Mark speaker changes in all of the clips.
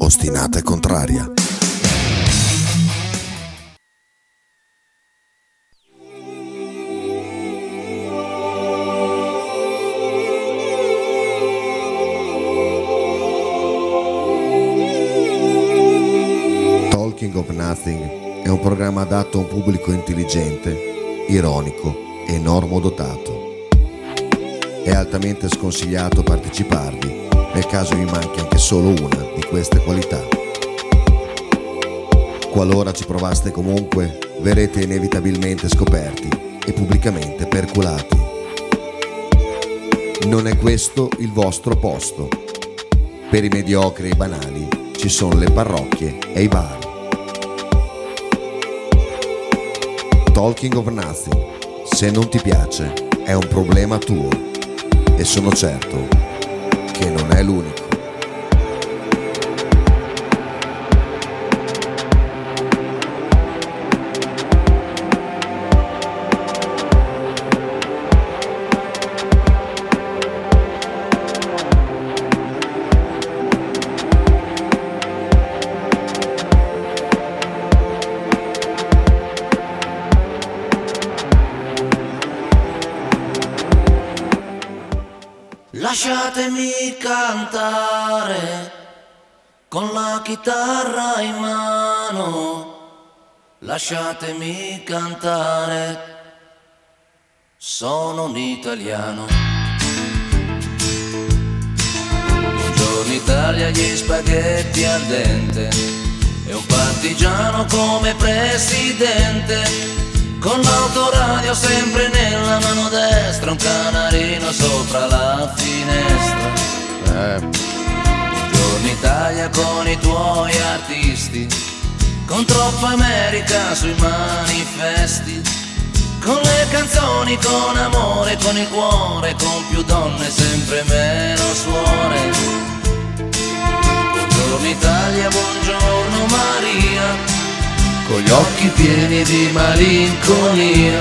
Speaker 1: ostinata e contraria.
Speaker 2: Talking of Nothing è un programma adatto a un pubblico intelligente, ironico e normodotato. È altamente sconsigliato parteciparvi nel caso vi manchi anche solo una di queste qualità. Qualora ci provaste comunque, verrete inevitabilmente scoperti e pubblicamente perculati. Non è questo il vostro posto. Per i mediocri e i banali ci sono le parrocchie e i bar. Talking of Nothing, se non ti piace, è un problema tuo e sono certo che non è l'unico.
Speaker 3: Lasciatemi cantare con la chitarra in mano. Lasciatemi cantare. Sono un italiano. Buongiorno Italia, gli spaghetti al dente. E un partigiano come presidente. Con l'autoradio sempre nella mano destra, un canarino sopra la finestra. Buongiorno Italia con i tuoi artisti, con troppa America sui manifesti. Con le canzoni, con amore, con il cuore, con più donne, sempre meno suore. Buongiorno Italia, buongiorno Maria con gli occhi pieni di malinconia.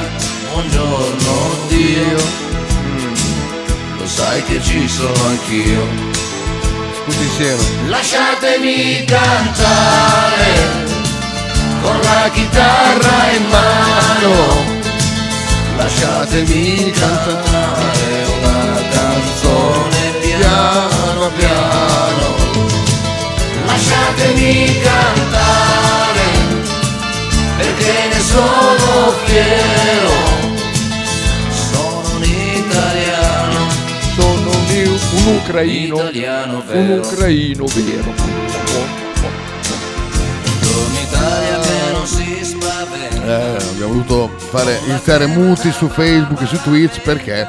Speaker 3: Buongiorno Dio, lo sai che ci sono anch'io.
Speaker 4: Tutti insieme.
Speaker 3: Lasciatemi cantare con la chitarra in mano. Lasciatemi cantare una canzone piano piano. Lasciatemi cantare perché ne sono fiero. Sono un italiano,
Speaker 4: Sono un, un ucraino.
Speaker 3: italiano
Speaker 4: Un
Speaker 3: vero.
Speaker 4: ucraino
Speaker 5: Eh,
Speaker 4: vero.
Speaker 3: Buongiorno Italia che non si spaventa.
Speaker 5: Eh, abbiamo voluto fare iniziare muti su Facebook e su Twitch perché?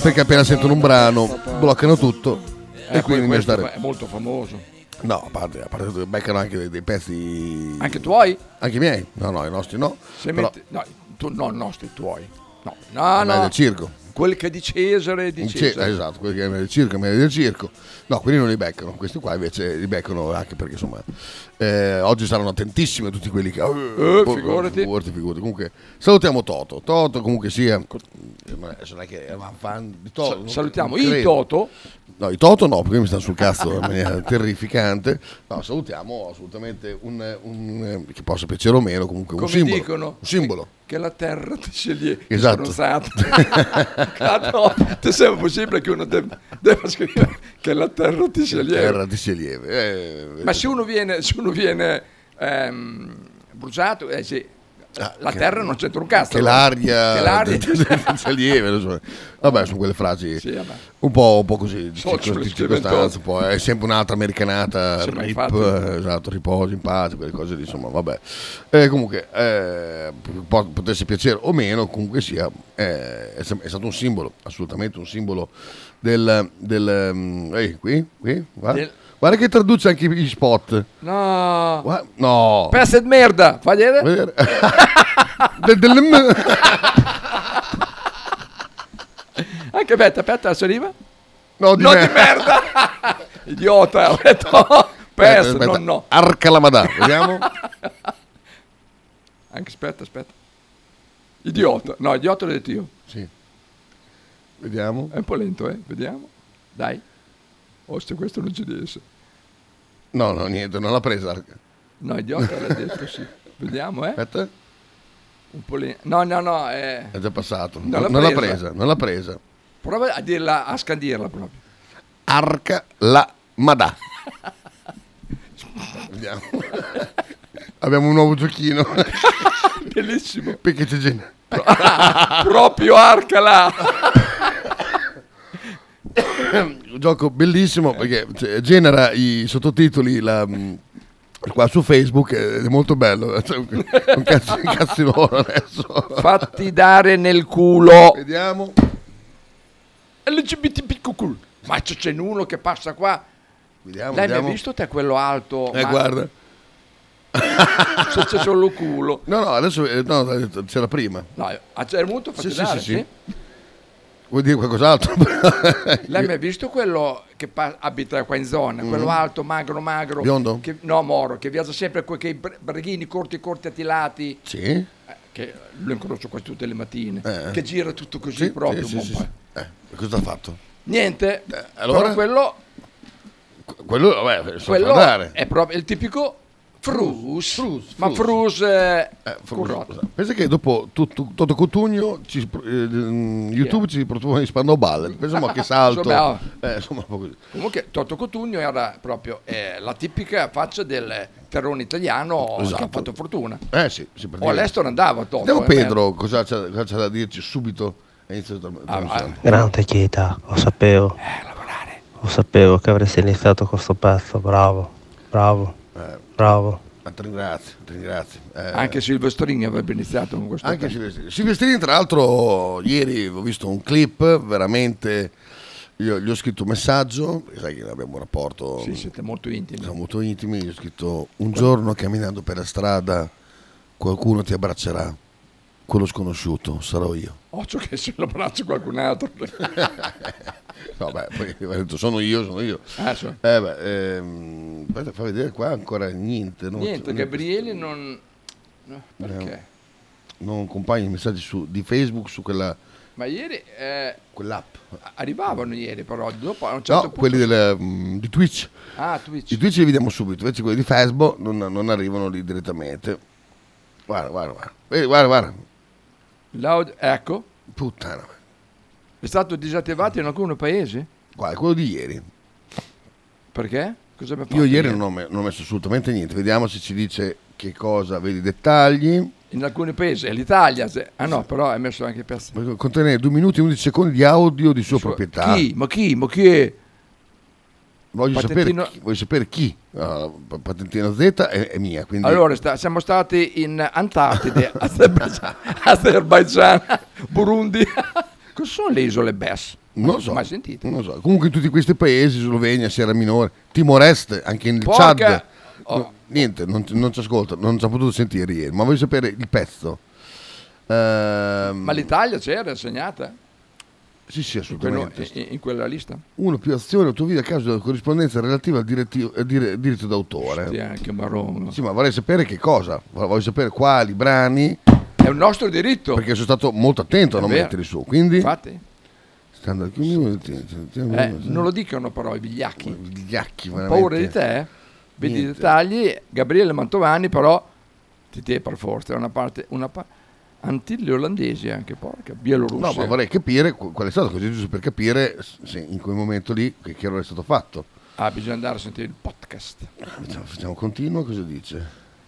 Speaker 5: Perché appena sentono un brano bloccano tutto e
Speaker 4: Eh, poi
Speaker 5: quindi
Speaker 4: questo
Speaker 5: invece
Speaker 4: è molto famoso.
Speaker 5: stare- No, a parte, a parte tutto, beccano anche dei, dei pezzi...
Speaker 4: Anche tuoi?
Speaker 5: Anche i miei? No, no, i nostri no.
Speaker 4: Se
Speaker 5: però
Speaker 4: metti- no, tu, no, nostri tuoi. No, no,
Speaker 5: a me
Speaker 4: no.
Speaker 5: del circo.
Speaker 4: Quel che è di Cesare è di diciamo.
Speaker 5: Un ce-
Speaker 4: Cesare.
Speaker 5: esatto, quelli che è del circo, me del circo. No, quindi non li beccano. Questi qua invece li beccano anche perché insomma eh, oggi saranno attentissimi tutti quelli che...
Speaker 4: Eh,
Speaker 5: porco,
Speaker 4: figurati.
Speaker 5: figurati, figurati. Comunque salutiamo Toto. Toto comunque sia... eh, ma adesso non è che era un fan di Toto. non-
Speaker 4: Salutiamo
Speaker 5: non
Speaker 4: il
Speaker 5: credo.
Speaker 4: Toto.
Speaker 5: No, i Toto no, perché mi stanno sul cazzo in maniera terrificante. No, salutiamo assolutamente un... un- eh, che possa piacere o meno, comunque
Speaker 4: Come
Speaker 5: un simbolo.
Speaker 4: dicono?
Speaker 5: Un simbolo.
Speaker 4: Che la terra ti sceglie
Speaker 5: Esatto.
Speaker 4: Ah, no, ti sembra possibile che uno deb- debba scrivere che la terra ti
Speaker 5: La
Speaker 4: sceglie
Speaker 5: terra di Selieve. Eh,
Speaker 4: Ma se uno viene, se uno viene ehm, bruciato, eh sì,
Speaker 5: Ah,
Speaker 4: la
Speaker 5: che-
Speaker 4: terra non c'entra un cazzo.
Speaker 5: che l'aria,
Speaker 4: Che l'aria-
Speaker 5: senza lieve non so. vabbè sono quelle frasi
Speaker 4: Sì, vabbè.
Speaker 5: un, po', un po' così di
Speaker 4: Socio
Speaker 5: circo- di
Speaker 4: sperimentose.
Speaker 5: circostanza un po', è sempre un'altra americanata
Speaker 4: Sì, ma
Speaker 5: rip,
Speaker 4: infatti.
Speaker 5: eh, esatto, riposo in pace quelle cose lì insomma vabbè Eh, comunque eh, po- potesse piacere o meno comunque sia eh, è, sem- è stato un simbolo assolutamente un simbolo del, del, mm, ehi, qui, qui, guarda.
Speaker 4: Del-
Speaker 5: Guarda che traduce anche gli spot
Speaker 4: No,
Speaker 5: Gua- no Eh,
Speaker 4: pezzo di merda, fai vedere?
Speaker 5: Oh. vedere. De- delle-
Speaker 4: Anche aspetta, aspetta, adesso arriva.
Speaker 5: no, di
Speaker 4: No,
Speaker 5: me.
Speaker 4: di merda! Idiota, ho detto,
Speaker 5: Aspetta,
Speaker 4: pezzo, no,
Speaker 5: aspetta.
Speaker 4: no.
Speaker 5: Arca la madà, vediamo.
Speaker 4: Anche aspetta, aspetta. Idiota, no, idiota l'ho detto io.
Speaker 5: sì. Vediamo.
Speaker 4: eh. È un po' lento, eh, vediamo. Dai. Oh, se questo non ci riesce.
Speaker 5: No, no, niente, non l'ha presa.
Speaker 4: No, idiota l'ha detto, sì. Vediamo, eh.
Speaker 5: Aspetta,
Speaker 4: Un po' lì. No, no, no, eh.
Speaker 5: è già passato.
Speaker 4: Non l'ha
Speaker 5: non l'ha
Speaker 4: presa.
Speaker 5: presa, non l'ha presa.
Speaker 4: Prova a dirla, a scandirla proprio.
Speaker 5: Arca la Madà. Vediamo. Abbiamo un nuovo giochino
Speaker 4: Bellissimo.
Speaker 5: perché c'è gente.
Speaker 4: proprio Arcala.
Speaker 5: un gioco bellissimo perché cioè, genera i sottotitoli la, mh, qua su Facebook ed è molto bello. Cioè, Un cazzo, un cazzo loro adesso.
Speaker 4: Fatti dare nel culo.
Speaker 5: Vediamo.
Speaker 4: LGBTQ. Ma c- ce n'è uno che passa qua.
Speaker 5: Vediamo,
Speaker 4: L'hai
Speaker 5: vediamo.
Speaker 4: mai visto te quello alto?
Speaker 5: Eh,
Speaker 4: Oh, Ma
Speaker 5: guarda.
Speaker 4: se c'è solo culo.
Speaker 5: No, no, adesso eh, no, no, c'era prima.
Speaker 4: No, ah, a Cermuto fatti
Speaker 5: Sì, sì,
Speaker 4: dare,
Speaker 5: sì, sì. Vuoi dire qualcos'altro?
Speaker 4: L'hai mai visto quello che pa- abita qua in zona? Quello alto, magro, magro.
Speaker 5: Mm-hmm. Biondo?
Speaker 4: Che, no, moro, che viaggia sempre con quei bre- breghini corti, corti, attilati.
Speaker 5: sì.
Speaker 4: eh, Che lo incrocio quasi tutte le mattine.
Speaker 5: Eh.
Speaker 4: Che gira tutto così
Speaker 5: Sì,
Speaker 4: proprio.
Speaker 5: sì, sì,
Speaker 4: bomba.
Speaker 5: sì. Eh, cosa ha fatto?
Speaker 4: Niente.
Speaker 5: allora?
Speaker 4: Però quello,
Speaker 5: Qu- Quello, vabbè, so
Speaker 4: quello
Speaker 5: guardare.
Speaker 4: è proprio il tipico frus.
Speaker 5: frus,
Speaker 4: Ma
Speaker 5: frus.
Speaker 4: frus... Eh,
Speaker 5: Eh, fa-
Speaker 4: con
Speaker 5: scusa,
Speaker 4: rotto.
Speaker 5: pensa che dopo tutto, Toto Cotugno ci pro- eh, mm, YouTube ci propone Spando Balle. Pensa ma che salto.
Speaker 4: Insomma,
Speaker 5: Eh, insomma, un po' così.
Speaker 4: Comunque Toto Cotugno era proprio eh, la tipica faccia del terrone italiano che ha
Speaker 5: Esatto.
Speaker 4: fatto fortuna.
Speaker 5: Eh sì, sì per
Speaker 4: O
Speaker 5: dire.
Speaker 4: all'estero andava Toto.
Speaker 5: Vediamo
Speaker 4: Oh, eh,
Speaker 5: Pedro cosa c'ha, cosa c'ha da dirci subito all'inizio della
Speaker 4: Ah,
Speaker 5: trasmissione.
Speaker 1: Grande Chieta, lo sapevo. Lo sapevo che avresti iniziato questo pezzo, bravo, bravo,
Speaker 5: Eh,
Speaker 1: bravo.
Speaker 5: ma ti ringrazio, ti ringrazio. Eh,
Speaker 4: Anche Silvestrini avrebbe iniziato con questo.
Speaker 5: Anche
Speaker 4: tempo.
Speaker 5: Silvestrini. Silvestrini, tra l'altro, ieri ho visto un clip veramente. Io gli ho scritto un messaggio, perché sai che abbiamo un rapporto
Speaker 4: Sì, siete molto intimi.
Speaker 5: siamo molto intimi. Gli ho scritto: Un giorno camminando per la strada, qualcuno ti abbraccerà. Quello sconosciuto sarò io.
Speaker 4: Occhio che se lo abbraccio qualcun altro.
Speaker 5: No, beh, poi ho detto, sono io, sono io.
Speaker 4: Ah, so.
Speaker 5: Eh, beh, ehm, aspetta, fa vedere qua ancora niente. Non,
Speaker 4: Niente,
Speaker 5: non-
Speaker 4: Gabriele non... no, perché?
Speaker 5: non compaiono i messaggi su- di Facebook su quella,
Speaker 4: Ma ieri eh,
Speaker 5: quell'app.
Speaker 4: arrivavano ieri però, dopo a un certo
Speaker 5: No,
Speaker 4: punto...
Speaker 5: quelli del, mm, di Twitch.
Speaker 4: Ah, Twitch.
Speaker 5: I Twitch li vediamo subito, invece quelli di Facebook non, non arrivano lì direttamente. Guarda, guarda, guarda. Vedi, guarda, guarda.
Speaker 4: Loud- ecco,
Speaker 5: Puttana.
Speaker 4: è stato disattivato in alcuni paesi?
Speaker 5: Guarda, quello di ieri.
Speaker 4: Perché? Cosa abbiamo fatto?
Speaker 5: Io ieri non ho, me- non ho messo assolutamente niente. Vediamo se ci dice che cosa, vedi i dettagli.
Speaker 4: In alcuni paesi, è l'Italia... se- Ah no, però è messo anche per...
Speaker 5: Contiene 2 minuti e 11 secondi di audio di sua proprietà.
Speaker 4: Chi? Ma chi? Ma chi è?
Speaker 5: Voglio,
Speaker 4: Patentino-
Speaker 5: sapere chi, voglio sapere chi. Ah, pa- patentina Z è, è mia, quindi
Speaker 4: Allora, sta- siamo stati in Antartide, Azerbaigian, Azerbaigian, Burundi. Cosa sono le isole Bess?
Speaker 5: non lo so.
Speaker 4: Mai sentite?
Speaker 5: Non lo so. Comunque in tutti questi paesi, Slovenia, Sierra Minore, Timor-Est, anche in
Speaker 4: Porca-
Speaker 5: Chad.
Speaker 4: Oh.
Speaker 5: No, niente, non, non ci ascolta, non ci ha potuto sentire ieri, ma voglio sapere il pezzo. Ehm,
Speaker 4: Ma l'Italia c'era segnata
Speaker 5: Sì, sì,
Speaker 4: Quello-
Speaker 5: assolutamente.
Speaker 4: in, in quella lista?
Speaker 5: Uno più azioni autovia a causa della corrispondenza relativa al diretti- eh, dire- diritto d'autore.
Speaker 4: Sì, anche Marron.
Speaker 5: Sì, ma vorrei sapere che cosa, Vor- voglio sapere quali brani,
Speaker 4: È un nostro diritto.
Speaker 5: perché sono stato molto attento a
Speaker 4: È
Speaker 5: non
Speaker 4: vero.
Speaker 5: metterli su, quindi...
Speaker 4: Infatti,
Speaker 5: Standard community,
Speaker 4: eh, non lo dicono però i vigliacchi.
Speaker 5: gli ghiacchi Mm. veramente.
Speaker 4: Paura di te? eh? Vedi i
Speaker 5: Niente.
Speaker 4: dettagli. Gabriele Mantovani però ti te per forza. È una parte... Una pa- Antille olandesi anche, porca. Bielorussia.
Speaker 5: No, ma vorrei capire qu- qual è stato, così giusto per capire se in quel momento lì che, che errore è stato fatto.
Speaker 4: Ah, bisogna andare a sentire il podcast.
Speaker 5: Facciamo, facciamo continuo, cosa dice?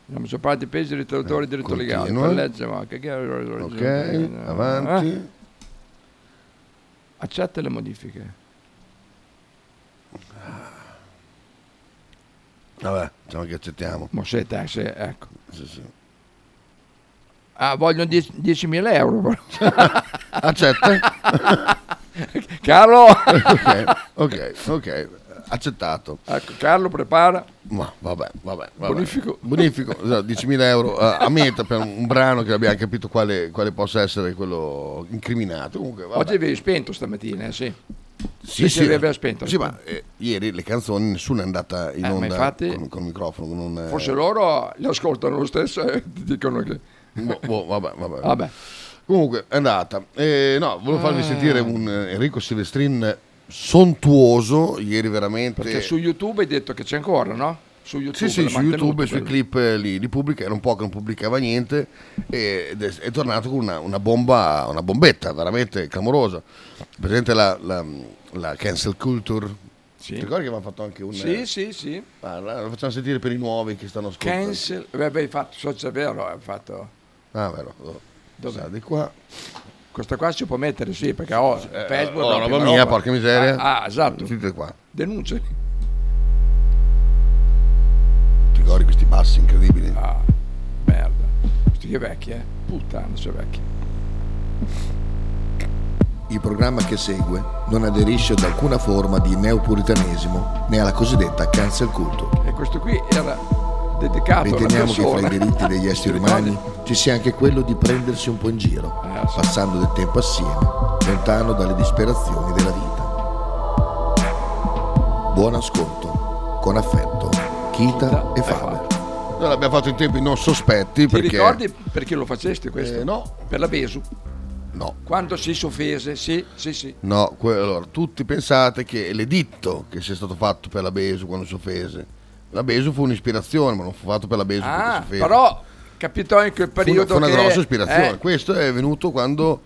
Speaker 4: Abbiamo parlato di pesi, ritrattore e diritto
Speaker 5: Eh, Continua.
Speaker 4: legale. Per leggere, ma che- che-
Speaker 5: Ok,
Speaker 4: eh,
Speaker 5: avanti.
Speaker 4: eh. Accetta le modifiche.
Speaker 5: Vabbè, diciamo che accettiamo.
Speaker 4: Ma se te, se, ecco.
Speaker 5: Sì, sì.
Speaker 4: Ah, vogliono die- 10.000 euro. però.
Speaker 5: Accetta?
Speaker 4: Carlo,
Speaker 5: ok, ok, ok, accettato.
Speaker 4: ecco, Carlo prepara.
Speaker 5: Ma vabbè, vabbè. vabbè.
Speaker 4: Bonifico.
Speaker 5: Bonifico, esatto, 10.000 euro a, a meta per un brano che abbiamo capito quale, quale possa essere quello incriminato. Comunque, vabbè.
Speaker 4: Oggi avevi spento stamattina, eh, sì.
Speaker 5: Sì,
Speaker 4: Perché aveva spento.
Speaker 5: Sì, ma eh, ieri le canzoni nessuna è andata in
Speaker 4: Eh, ma
Speaker 5: onda
Speaker 4: infatti-
Speaker 5: con, con il microfono. Non, eh,
Speaker 4: Forse loro le ascoltano lo stesso e ti dicono che...
Speaker 5: boh, boh, vabbè, vabbè.
Speaker 4: Vabbè,
Speaker 5: Comunque è andata. Eh, no, volevo farvi sentire un eh, Enrico Silvestrin sontuoso ieri veramente.
Speaker 4: perché su YouTube hai detto che c'è ancora, no? su YouTube.
Speaker 5: Sì, sì,
Speaker 4: l'ha
Speaker 5: su
Speaker 4: mantenuto
Speaker 5: YouTube e sui
Speaker 4: quello.
Speaker 5: clip eh, li, li pubblica, era un po' che non pubblicava niente e- ed è, è tornato con una, una bomba, una bombetta veramente clamorosa. Presente la, la- la cancel culture? Ti ricordi che avevamo fatto anche un...
Speaker 4: Sì, sì, sì.
Speaker 5: Ah, la la facciamo sentire per i nuovi che stanno ascoltando.
Speaker 4: Cancel, beh, beh, hai fatto, so se è vero, hai fatto.
Speaker 5: Ah, vero.
Speaker 4: Ecco.
Speaker 5: Oh,
Speaker 4: Dov'è?
Speaker 5: sa, Di qua.
Speaker 4: Questa qua si può mettere, sì, perché ho Facebook.
Speaker 5: oh,
Speaker 4: la
Speaker 5: roba
Speaker 4: prima
Speaker 5: mia, porca miseria.
Speaker 4: Ah, ah, esatto.
Speaker 5: Tutte qua.
Speaker 4: Denuncia.
Speaker 5: Ti ricordi questi bassi incredibili?
Speaker 4: Ah, merda. Questi che vecchi, eh. Puttana, sei vecchi.
Speaker 2: Il programma che segue non aderisce ad alcuna forma di neopuritanesimo né alla cosiddetta cancel culture.
Speaker 4: E questo qui era dedicato alla
Speaker 2: Riteniamo che fra
Speaker 4: persona.
Speaker 2: i diritti degli esseri umani ci sia anche quello di prendersi un po' in giro,
Speaker 4: Eh, sì.
Speaker 2: passando del tempo assieme, lontano dalle disperazioni della vita. Buon ascolto, con affetto, Kita e Faber.
Speaker 5: Noi l'abbiamo fatto in tempi non sospetti
Speaker 4: Ti
Speaker 5: perché...
Speaker 4: ricordi perché lo facesti questo?
Speaker 5: Eh, no,
Speaker 4: Per la Vesu.
Speaker 5: no.
Speaker 4: Quando si soffese, sì, sì, sì.
Speaker 5: No, que- allora, tutti pensate che l'editto che sia stato fatto per la Besu quando si offese, la Besu fu un'ispirazione, ma non fu fatto per la Besu perché si
Speaker 4: Ah,
Speaker 5: offese.
Speaker 4: però capitò in quel
Speaker 5: fu una,
Speaker 4: periodo
Speaker 5: fu una
Speaker 4: che-
Speaker 5: grossa ispirazione.
Speaker 4: eh,
Speaker 5: Questo è venuto quando...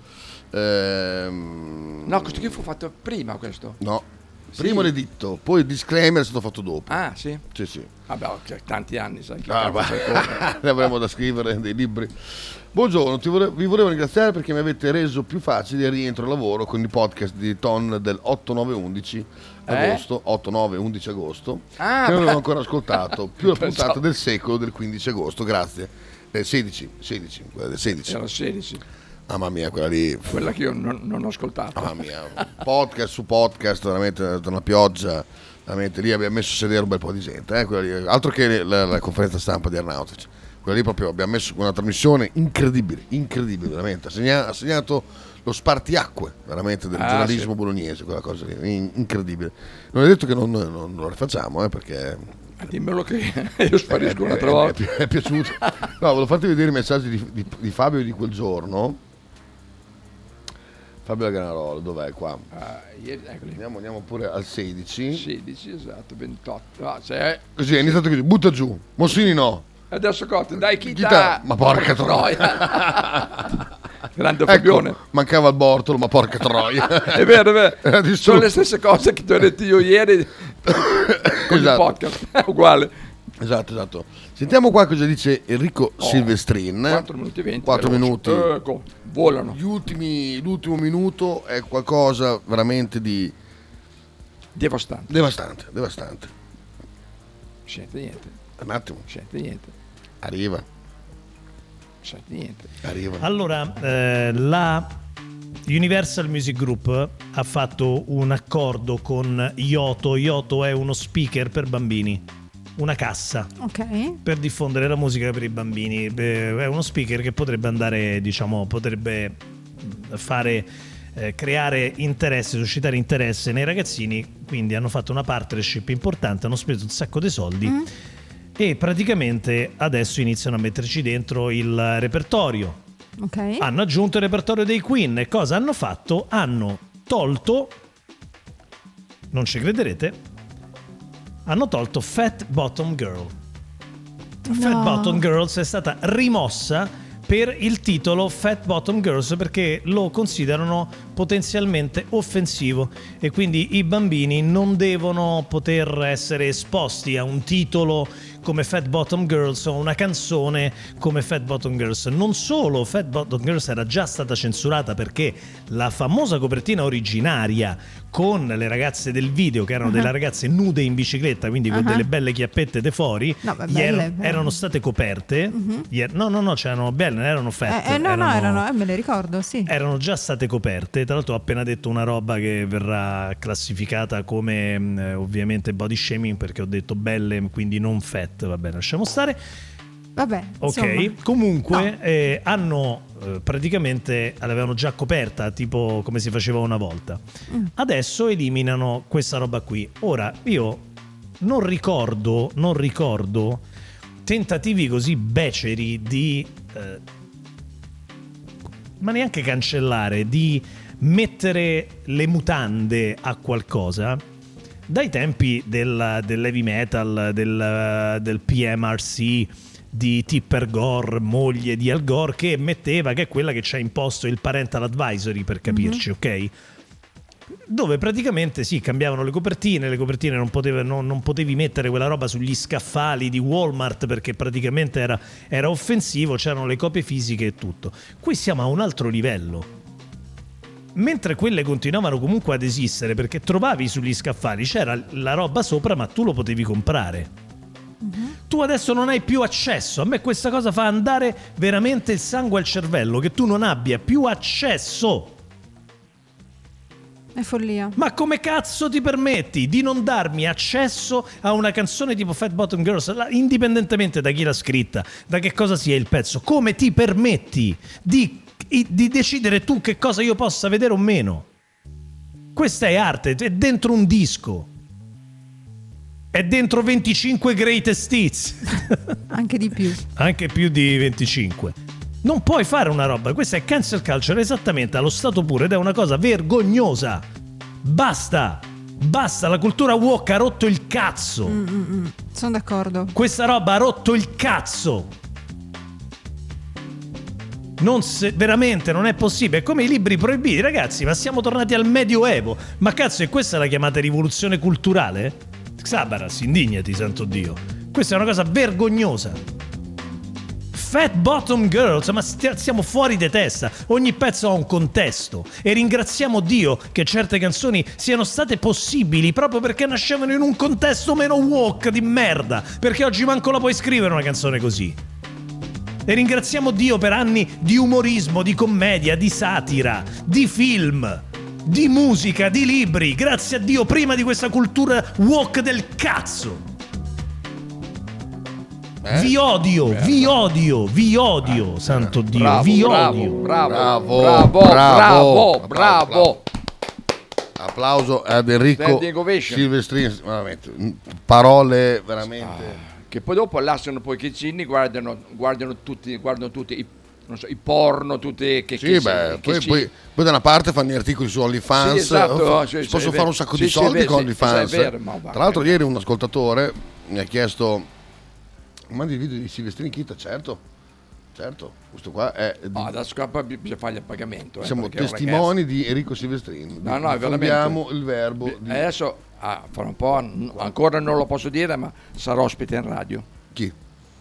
Speaker 5: ehm,
Speaker 4: no, questo qui fu fatto prima questo.
Speaker 5: no. prima l'editto, poi il disclaimer è stato fatto dopo.
Speaker 4: Ah, sì.
Speaker 5: Sì, sì.
Speaker 4: Vabbè, ho già tanti anni, sai che
Speaker 5: Ah,
Speaker 4: cazzo
Speaker 5: ma-
Speaker 4: sai come.
Speaker 5: ne avremo da scrivere dei libri. Buongiorno, ti vole- vi volevo ringraziare perché mi avete reso più facile il rientro al lavoro con i podcast di Ton del 8-9-11
Speaker 4: Eh?
Speaker 5: agosto, 8-9-11 agosto,
Speaker 4: Ah,
Speaker 5: che
Speaker 4: bra-
Speaker 5: non avevo ancora ascoltato, più la
Speaker 4: Pensavo-
Speaker 5: puntata del secolo del 15 agosto, grazie. Del 16, 16, quella del 16.
Speaker 4: Era 16,
Speaker 5: Ah, mamma mia, quella lì, f-
Speaker 4: quella che io non, non ho ascoltato.
Speaker 5: Ah, mamma mia, podcast su podcast, veramente è stata una pioggia, veramente lì abbiamo messo a sedere un bel po' di gente, eh, quella lì. altro che la, la conferenza stampa di Arnautic, quella lì proprio abbiamo messo una trasmissione incredibile, incredibile veramente, ha, segna- ha segnato lo spartiacque veramente del
Speaker 4: Ah,
Speaker 5: giornalismo
Speaker 4: sì.
Speaker 5: bolognese, quella cosa lì, in- incredibile. Non è detto che non, non- non la rifacciamo, eh, perché
Speaker 4: Ah, Dimmelo che io sparisco
Speaker 5: eh,
Speaker 4: un'altra
Speaker 5: eh,
Speaker 4: volta.
Speaker 5: mi È, piaciuto. No, volevo farti vedere i messaggi di, di- di Fabio di quel giorno. Fabio Laganarolo, dov'è qua?
Speaker 4: Ah, ieri, eccoli.
Speaker 5: eh, Andiamo, andiamo pure al 16.
Speaker 4: 16, esatto, 28. Ah, c'è-
Speaker 5: Così è iniziato così, butta giù. Mossini no.
Speaker 4: Adesso Cotte, dai, chi
Speaker 5: Chita-
Speaker 4: dà?
Speaker 5: ma porca troia.
Speaker 4: Grande Fabione.
Speaker 5: Ecco, mancava il bortolo, ma porca troia.
Speaker 4: È vero, è
Speaker 5: Era
Speaker 4: vero.
Speaker 5: distrutto.
Speaker 4: Sono le stesse cose che ti ho detto io ieri con il
Speaker 5: Esatto.
Speaker 4: podcast. È uguale.
Speaker 5: esatto, esatto. Sentiamo qua cosa dice Enrico Silvestrin.
Speaker 4: 4 Oh, minuti e 20.
Speaker 5: 4
Speaker 4: veloce.
Speaker 5: minuti.
Speaker 4: Ecco, volano.
Speaker 5: Gli ultimi- l'ultimo minuto è qualcosa veramente di
Speaker 4: Devastante.
Speaker 5: devastante, devastante.
Speaker 4: Sente niente.
Speaker 5: Un attimo,
Speaker 4: Sente niente.
Speaker 5: arriva,
Speaker 4: Sente niente.
Speaker 5: arriva.
Speaker 6: Allora, eh, la Universal Music Group ha fatto un accordo con Yoto. Yoto è uno speaker per bambini, una cassa
Speaker 7: Ok.
Speaker 6: per diffondere la musica per i bambini. Eh, È uno speaker che potrebbe andare, diciamo, potrebbe mm, fare eh, creare interesse, suscitare interesse nei ragazzini, quindi hanno fatto una partnership importante, hanno speso un sacco di soldi e praticamente adesso iniziano a metterci dentro il repertorio,
Speaker 7: Ok.
Speaker 6: hanno aggiunto il repertorio dei Queen e cosa hanno fatto? Hanno tolto, non ci crederete, hanno tolto Fat Bottom Girl. Fat
Speaker 7: No.
Speaker 6: Bottom Girls è stata rimossa per il titolo Fat Bottom Girls perché lo considerano potenzialmente offensivo e quindi i bambini non devono poter essere esposti a un titolo come Fat Bottom Girls o una canzone come Fat Bottom Girls. Non solo Fat Bottom Girls era già stata censurata perché la famosa copertina originaria con le ragazze del video che erano
Speaker 7: Uh-huh.
Speaker 6: delle ragazze nude in bicicletta, quindi con
Speaker 7: Ah.
Speaker 6: delle belle chiappette de fuori,
Speaker 7: No, beh,
Speaker 6: gli
Speaker 7: belle,
Speaker 6: ero-
Speaker 7: belle.
Speaker 6: erano state coperte. gli er- no, no, no, c'erano belle, non erano fat.
Speaker 7: Mhm. Eh, eh, no, no, erano, eh, me le ricordo, sì.
Speaker 6: erano già state coperte. Tra l'altro, ho appena detto una roba che verrà classificata come mh, eh, ovviamente body shaming perché ho detto belle, quindi non fat. Vabbè, lasciamo stare.
Speaker 7: Vabbè.
Speaker 6: Ok,
Speaker 7: insomma.
Speaker 6: comunque
Speaker 7: No.
Speaker 6: eh, hanno eh, praticamente l'avevano già coperta, tipo come si faceva una volta. Adesso eliminano questa roba qui. Ora, io non ricordo, non ricordo tentativi così beceri di eh, ma neanche cancellare, di mettere le mutande a qualcosa dai tempi del, dell'heavy metal, del, del PMRC, di Tipper Gore, moglie di Al Gore, che metteva, che è quella che ci ha imposto il parental advisory, per capirci, ok? dove praticamente sì, cambiavano le copertine, le copertine non, poteva- non- non potevi mettere quella roba sugli scaffali di Walmart perché praticamente era, era offensivo, c'erano le copie fisiche e tutto. Qui siamo a un altro livello. Mentre quelle continuavano comunque ad esistere perché trovavi sugli scaffali, c'era la roba sopra ma tu lo potevi comprare. Tu adesso non hai più accesso. A me questa cosa fa andare veramente il sangue al cervello, che tu non abbia più accesso.
Speaker 7: È follia.
Speaker 6: Ma come cazzo ti permetti di non darmi accesso a una canzone tipo Fat Bottom Girls, la- indipendentemente da chi l'ha scritta, da che cosa sia il pezzo? Come ti permetti di, di decidere tu che cosa io possa vedere o meno? Questa è arte, è dentro un disco. È dentro 25 greatest hits.
Speaker 7: Anche di più.
Speaker 6: anche più di 25. Non puoi fare una roba, questa è cancel culture esattamente allo stato puro ed è una cosa vergognosa. Basta! Basta, la cultura woke ha rotto il cazzo.
Speaker 7: Mm, Sono d'accordo.
Speaker 6: Questa roba ha rotto il cazzo. Non se- veramente non è possibile, è come i libri proibiti, ragazzi, ma siamo tornati al Medioevo. Ma cazzo, e questa la chiamate rivoluzione culturale? Xabaras, indignati, santo Dio. Questa è una cosa vergognosa. Fat Bottom Girls, ma stia- siamo fuori di testa. Ogni pezzo ha un contesto. E ringraziamo Dio che certe canzoni siano state possibili proprio perché nascevano in un contesto meno woke di merda. Perché oggi manco la puoi scrivere una canzone così. E ringraziamo Dio per anni di umorismo, di commedia, di satira, di film, di musica, di libri. Grazie a Dio prima di questa cultura woke del cazzo.
Speaker 5: Eh?
Speaker 6: Vi odio, vi odio, vi odio, santo Dio,
Speaker 4: Bravo,
Speaker 6: vi
Speaker 4: bravo,
Speaker 6: odio.
Speaker 4: bravo, bravo,
Speaker 5: Bravo,
Speaker 4: bravo,
Speaker 5: bravo.
Speaker 4: bravo.
Speaker 5: Applauso ad Enrico
Speaker 4: Standing ovation.
Speaker 5: Silvestrini, veramente, mm, parole Eh, veramente...
Speaker 4: Ah, Che poi dopo lasciano poi che Cinni guardano, guardano tutti, guardano tutti i, non so, i porno, tutti che,
Speaker 5: Sì,
Speaker 4: che si-
Speaker 5: beh,
Speaker 4: che
Speaker 5: poi,
Speaker 4: si-
Speaker 5: poi- poi da una parte fanno gli articoli su OnlyFans,
Speaker 4: Sì, esatto,
Speaker 5: eh, fa-
Speaker 4: sì,
Speaker 5: si
Speaker 4: sì, è
Speaker 5: possono
Speaker 4: vero.
Speaker 5: fare un sacco
Speaker 4: Sì,
Speaker 5: di
Speaker 4: sì, è
Speaker 5: soldi
Speaker 4: vero,
Speaker 5: con
Speaker 4: sì,
Speaker 5: OnlyFans.
Speaker 4: sì, è vero, ma guarda.
Speaker 5: Tra l'altro ieri un ascoltatore mi ha chiesto, mandi il video di Silvestrini Chita, certo, certo, questo qua è... di-
Speaker 4: Ah, adesso qua poi bisogna fargli il pagamento. eh,
Speaker 5: siamo
Speaker 4: perché è un
Speaker 5: testimoni di Enrico Silvestrini.
Speaker 4: No, no, è veramente-
Speaker 5: Abbiamo il verbo
Speaker 4: ragazzo.
Speaker 5: di
Speaker 4: Adesso, ah, fra un po', n- ancora non lo posso dire, ma sarò ospite in radio.
Speaker 5: chi?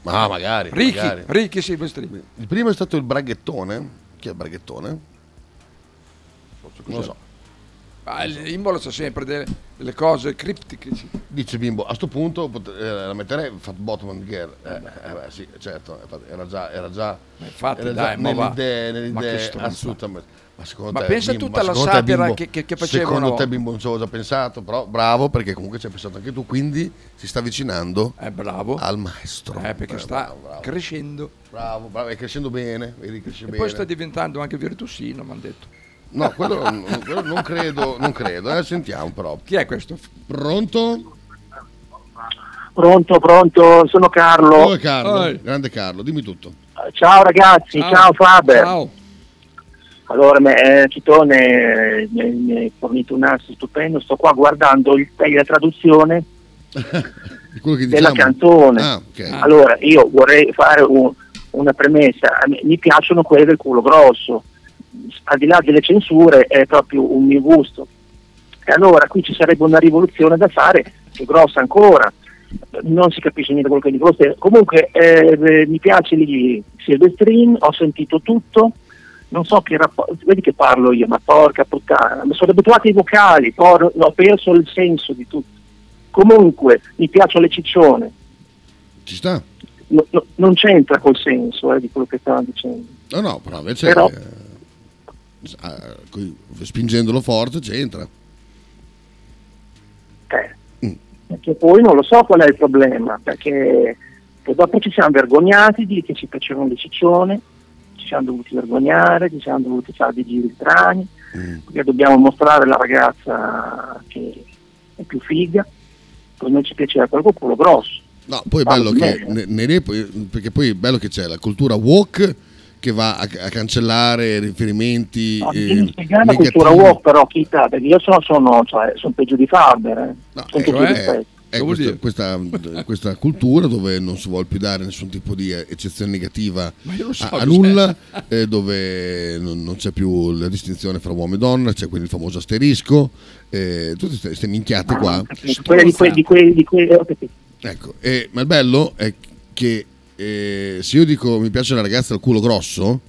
Speaker 5: Ah, magari.
Speaker 4: Ricchi,
Speaker 5: magari.
Speaker 4: Ricchi Silvestrini.
Speaker 5: Il primo è stato il braghettone. Chi è il braghettone? Non lo so.
Speaker 4: Ma l'Imbolo c'è sempre delle, delle cose criptiche. sì.
Speaker 5: Dice Bimbo, a sto punto pot- eh, la metterei Fat Bottom and Girl. Eh, eh, beh, sì, certo, infatti, era già, era già,
Speaker 4: Ma infatti,
Speaker 5: era
Speaker 4: dai, ma va.
Speaker 5: nell'idea, nell'idea,
Speaker 4: Ma che stronzata.
Speaker 5: assolutamente. Ma, secondo
Speaker 4: Ma
Speaker 5: te,
Speaker 4: pensa
Speaker 5: Bimbo,
Speaker 4: tutta
Speaker 5: ma
Speaker 4: alla
Speaker 5: secondo te,
Speaker 4: sapera
Speaker 5: Bimbo,
Speaker 4: che- che- che faceva una
Speaker 5: Secondo
Speaker 4: volta.
Speaker 5: te Bimbo non ci aveva già pensato, però bravo perché comunque ci ha pensato anche tu, quindi si sta avvicinando
Speaker 4: È Eh, bravo.
Speaker 5: al maestro.
Speaker 4: Eh, perché
Speaker 5: Eh,
Speaker 4: sta
Speaker 5: bravo, bravo,
Speaker 4: crescendo.
Speaker 5: bravo, bravo, è crescendo bene, vedi, cresce
Speaker 4: E
Speaker 5: bene.
Speaker 4: poi sta diventando anche virtuosino, mi hanno detto.
Speaker 5: No, quello, non- quello non credo, non credo, eh, sentiamo però.
Speaker 4: Chi è questo?
Speaker 5: Pronto?
Speaker 8: Pronto, pronto, sono Carlo. Eh,
Speaker 5: Oh, Carlo,
Speaker 4: Oi.
Speaker 5: grande Carlo, dimmi tutto.
Speaker 8: Ciao ragazzi, ciao, Faber.
Speaker 4: Ciao.
Speaker 8: Allora, me- eh, Chitone eh, mi mi hai fornito un asso stupendo, sto qua guardando il- la traduzione.
Speaker 5: Di quello che
Speaker 8: Della
Speaker 5: diciamo?
Speaker 8: canzone.
Speaker 5: Ah, ok.
Speaker 8: Allora, io vorrei fare un- una premessa, A me- mi piacciono quelle del culo grosso, al di là delle censure è proprio un mio gusto. E allora qui ci sarebbe una rivoluzione da fare più grossa ancora, non si capisce niente quello che dico. Ste- Comunque eh, eh, mi piace lì Silvestrin, ho sentito tutto, non so che rapporto, vedi che parlo io, ma porca puttana, mi sono abituato ai vocali, por- ho perso il senso di tutto. Comunque mi piacciono le ciccione,
Speaker 5: Ci sta?
Speaker 8: No- no- non c'entra col senso eh, di quello che stavano dicendo.
Speaker 5: No, no, però invece...
Speaker 8: Però-
Speaker 5: eh, sa- coi- spingendolo forte c'entra. Ah,
Speaker 8: Eh. Perché poi non lo so qual è il problema, perché poi dopo ci siamo vergognati di che ci piacevano le ciccione, ci siamo dovuti vergognare, ci siamo dovuti fare dei giri strani,
Speaker 5: Mm.
Speaker 8: perché dobbiamo mostrare la ragazza che è più figa, poi non ci piaceva proprio quello grosso.
Speaker 5: No, poi è
Speaker 8: Ah,
Speaker 5: bello che...
Speaker 8: beh.
Speaker 5: ne- ne- ne- perché poi è bello che c'è la cultura walk che va a, a cancellare riferimenti
Speaker 8: No,
Speaker 5: eh,
Speaker 8: devi spiegare la cultura
Speaker 5: negativi.
Speaker 8: woke però, Chita, perché io sono, sono, cioè, sono peggio di Faber, eh. sono
Speaker 5: Ecco,
Speaker 8: tutto
Speaker 5: è-
Speaker 8: rispetto.
Speaker 5: è
Speaker 4: Che vuol
Speaker 5: questa, questa- questa cultura dove non si vuole più dare nessun tipo di eccezione negativa
Speaker 4: Ma io lo so
Speaker 5: a, a
Speaker 4: cos'è.
Speaker 5: nulla, eh, dove non, non c'è più la distinzione fra uomo e donna, c'è quindi il famoso asterisco, eh, tutte queste minchiate qua.
Speaker 8: Quella Ah, di quei, di quei, di quei, ho capito.
Speaker 5: Ecco, eh, ma il bello è che eh, se io dico mi piace la ragazza al culo grosso,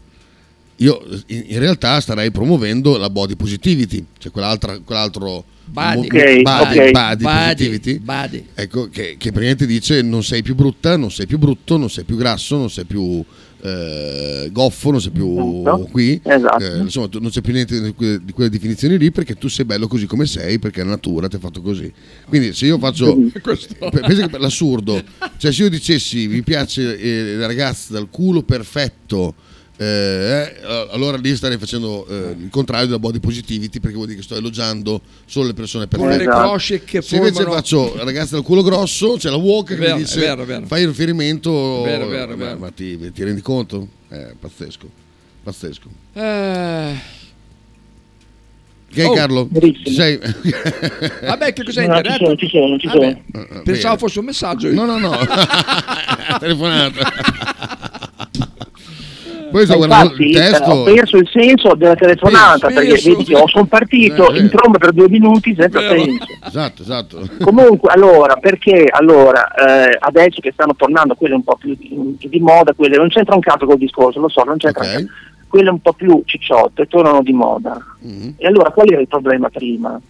Speaker 5: io in, in realtà starei promuovendo la body positivity, cioè quell'altra, quell'altro
Speaker 4: Body.
Speaker 8: Ok,
Speaker 5: body,
Speaker 8: ok.
Speaker 5: body
Speaker 4: Badi,
Speaker 5: positivity.
Speaker 4: badi.
Speaker 5: Ecco, che, che praticamente dice non sei più brutta, non sei più brutto, non sei più grasso, non sei più eh, goffo, non sei più
Speaker 8: Esatto.
Speaker 5: qui.
Speaker 8: Esatto.
Speaker 5: Eh, insomma, tu- non c'è più niente di que- di quelle definizioni lì perché tu sei bello così come sei, perché la natura ti ha fatto così. Quindi se io faccio... Pe- pensa che per l'assurdo, cioè se io dicessi mi piace eh, la ragazza dal culo perfetto, eh, eh, allora lì starei facendo eh, il contrario della body positivity perché vuol dire che sto elogiando solo le persone
Speaker 4: Con
Speaker 5: perfette.
Speaker 4: le cosce che
Speaker 5: esatto. Se invece
Speaker 4: formano-
Speaker 5: faccio ragazza dal culo grosso, c'è la Walker che
Speaker 4: È vero,
Speaker 5: mi
Speaker 4: è
Speaker 5: dice
Speaker 4: vero, è vero.
Speaker 5: fai riferimento,
Speaker 4: È vero, è vero, è
Speaker 5: ma,
Speaker 4: vero.
Speaker 5: ma ti, ti rendi conto? È pazzesco, pazzesco.
Speaker 4: Eh,
Speaker 5: Ok
Speaker 4: Oh,
Speaker 5: Carlo?
Speaker 8: verissimo.
Speaker 5: Ci sei?
Speaker 4: vabbè, che cos'è in
Speaker 8: No, no, ci
Speaker 4: diretta?
Speaker 8: sono, ci sono, ci
Speaker 4: Ah,
Speaker 8: sono.
Speaker 4: beh,
Speaker 5: Eh,
Speaker 4: Pensavo fosse un messaggio.
Speaker 5: No, no, no. Telefonata. Poi sto
Speaker 8: Ma
Speaker 5: guardando
Speaker 8: infatti,
Speaker 5: il
Speaker 8: eh, ho
Speaker 5: testo.
Speaker 8: perso il senso della telefonata
Speaker 4: Perso,
Speaker 8: perché
Speaker 4: perso.
Speaker 8: vedi, oh, sono partito
Speaker 5: Eh, sì.
Speaker 8: in tromba per due minuti senza
Speaker 4: Vero.
Speaker 8: senso.
Speaker 5: Esatto, esatto.
Speaker 8: Comunque, allora, perché allora eh, adesso che stanno tornando quelle un po' più di, di moda, quelle non c'entra un cazzo col discorso, lo so, non c'entra
Speaker 5: Ok.
Speaker 8: un cazzo. Quelle un po' più cicciotte tornano di moda.
Speaker 5: Mhm.
Speaker 8: E allora qual era il problema prima?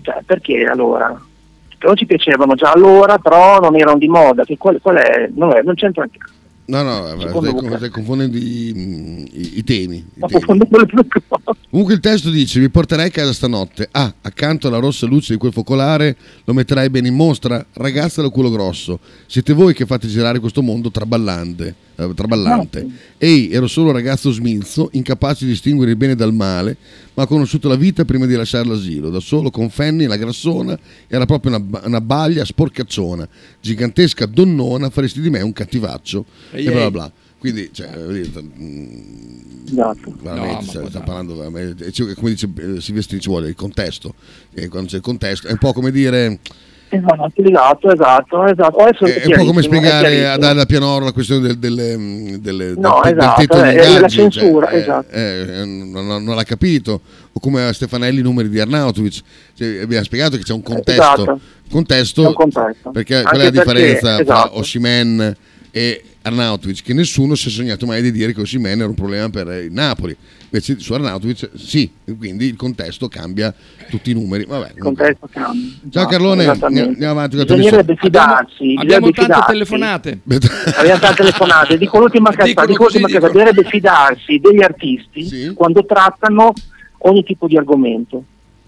Speaker 8: Cioè, perché allora? Che non ci piacevano già allora, però non erano di moda. Che qual, qual è? Non, è, non c'entra un cazzo.
Speaker 5: No, no, eh,
Speaker 8: Secondo
Speaker 5: stai,
Speaker 8: Luca.
Speaker 5: stai confondendo i, mm, i- i temi. i
Speaker 8: Ma
Speaker 5: temi.
Speaker 8: confondendo le due cose.
Speaker 5: Comunque il testo dice, mi porterai a casa stanotte. Ah, accanto alla rossa luce di quel focolare lo metterai bene in mostra? Ragazza dal culo grosso, siete voi che fate girare questo mondo traballante. eh, traballante. Ehi, ero solo un ragazzo smilzo, incapace di distinguere il bene dal male, ma ho conosciuto la vita prima di lasciare l'asilo. Da solo con Fanny, la grassona, era proprio una, ba- una baglia sporcacciona, gigantesca donnona, faresti di me un cattivaccio.
Speaker 4: Ehi,
Speaker 5: e bla bla
Speaker 4: ehi.
Speaker 5: bla. Quindi, cioè, voglio dire, mm,
Speaker 8: Esatto.
Speaker 5: veramente,
Speaker 4: Eh. No, ma
Speaker 5: cioè,
Speaker 4: può
Speaker 5: stiamo
Speaker 4: dare.
Speaker 5: parlando veramente- e ci- come dice eh, Silvestri ci vuole il contesto e quando c'è il contesto è un po' come dire
Speaker 8: Esatto, esatto, esatto. Adesso
Speaker 5: è, un po'
Speaker 8: chiarissimo,
Speaker 5: come
Speaker 8: è
Speaker 5: spiegare
Speaker 8: chiarissimo.
Speaker 5: a Daria Pianoro la questione del, delle, mm, delle-
Speaker 8: No,
Speaker 5: del,
Speaker 8: esatto,
Speaker 5: tetto
Speaker 8: eh,
Speaker 5: degli
Speaker 8: eh, la
Speaker 5: ingaggi, cioè,
Speaker 8: censura,
Speaker 5: eh,
Speaker 8: esatto.
Speaker 5: eh, non, non- non l'ha capito o come a Stefanelli i numeri di Arnautovic cioè, abbiamo spiegato che c'è un contesto
Speaker 8: Esatto.
Speaker 5: contesto,
Speaker 8: C'è un contesto.
Speaker 5: perché
Speaker 8: Anche
Speaker 5: qual è la
Speaker 8: perché,
Speaker 5: differenza tra
Speaker 8: esatto.
Speaker 5: Oshimen e Arnautovic che nessuno si è sognato mai di dire che Oshimen era un problema per eh, il Napoli invece su Arnautovic sì e quindi il contesto cambia tutti i numeri Vabbè,
Speaker 8: Il
Speaker 5: comunque.
Speaker 8: contesto cambia.
Speaker 5: Ciao,
Speaker 8: Esatto,
Speaker 5: Carlone,
Speaker 8: esattamente.
Speaker 5: andiamo avanti con la
Speaker 8: Bisognerebbe
Speaker 4: Abbiamo,
Speaker 8: fidarsi.
Speaker 4: abbiamo
Speaker 8: bisognerebbe
Speaker 4: tante
Speaker 8: fidarsi.
Speaker 4: telefonate.
Speaker 8: Abbiamo tante telefonate. Dico l'ultima
Speaker 4: Dicono
Speaker 8: cazzata. Dico
Speaker 4: così,
Speaker 8: l'ultima
Speaker 4: dicono.
Speaker 8: cazzata. Bisognerebbe fidarsi degli artisti
Speaker 5: Sì.
Speaker 8: quando trattano ogni tipo di argomento.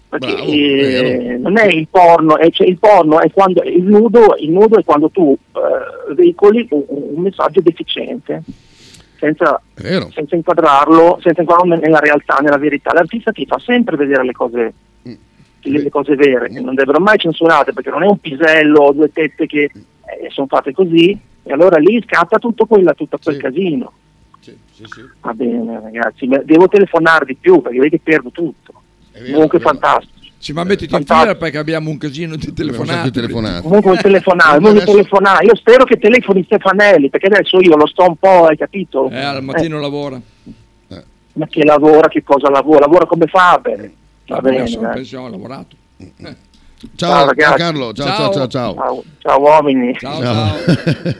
Speaker 8: Perché
Speaker 5: Bravo,
Speaker 8: eh,
Speaker 5: vero.
Speaker 8: non è il porno, è, cioè, il porno è quando il nudo, il nudo è quando tu eh, veicoli un, un messaggio deficiente. Senza,
Speaker 5: è vero
Speaker 8: senza inquadrarlo, senza inquadrarlo nella realtà, nella verità. L'artista ti fa sempre vedere le cose, le, le cose vere, che non devono mai censurate, perché non è un pisello o due tette che eh, sono fatte così, e allora lì scatta tutto, quella, tutto quel
Speaker 5: Sì.
Speaker 8: casino.
Speaker 5: Sì, sì, sì.
Speaker 8: Va bene ragazzi, ma devo telefonare di più perché vedi che perdo tutto.
Speaker 5: È vero,
Speaker 8: Comunque
Speaker 5: è vero.
Speaker 8: fantastico.
Speaker 4: Ci ma mettiti in
Speaker 8: Fantastico.
Speaker 4: fila perché abbiamo un casino di
Speaker 5: Abbiamo sempre
Speaker 4: telefonate.
Speaker 5: telefonato.
Speaker 8: Comunque vuoi telefonare, vuoi
Speaker 5: Adesso-
Speaker 8: telefonare. Io spero che telefoni Stefanelli, perché adesso io lo sto un po', hai capito?
Speaker 4: Eh, al mattino lavora.
Speaker 8: Eh, ma che lavora, che cosa lavora? Lavora come
Speaker 5: Eh,
Speaker 8: Faber. Va bene,
Speaker 4: Io sono in
Speaker 8: dai.
Speaker 4: pensione, ho lavorato.
Speaker 5: Ciao,
Speaker 8: Ciao, ragazzi.
Speaker 5: Carlo, ciao ciao
Speaker 4: Ciao.
Speaker 5: ciao ciao.
Speaker 8: Ciao, ciao uomini.
Speaker 4: Ciao,
Speaker 5: Ciao.
Speaker 4: ciao.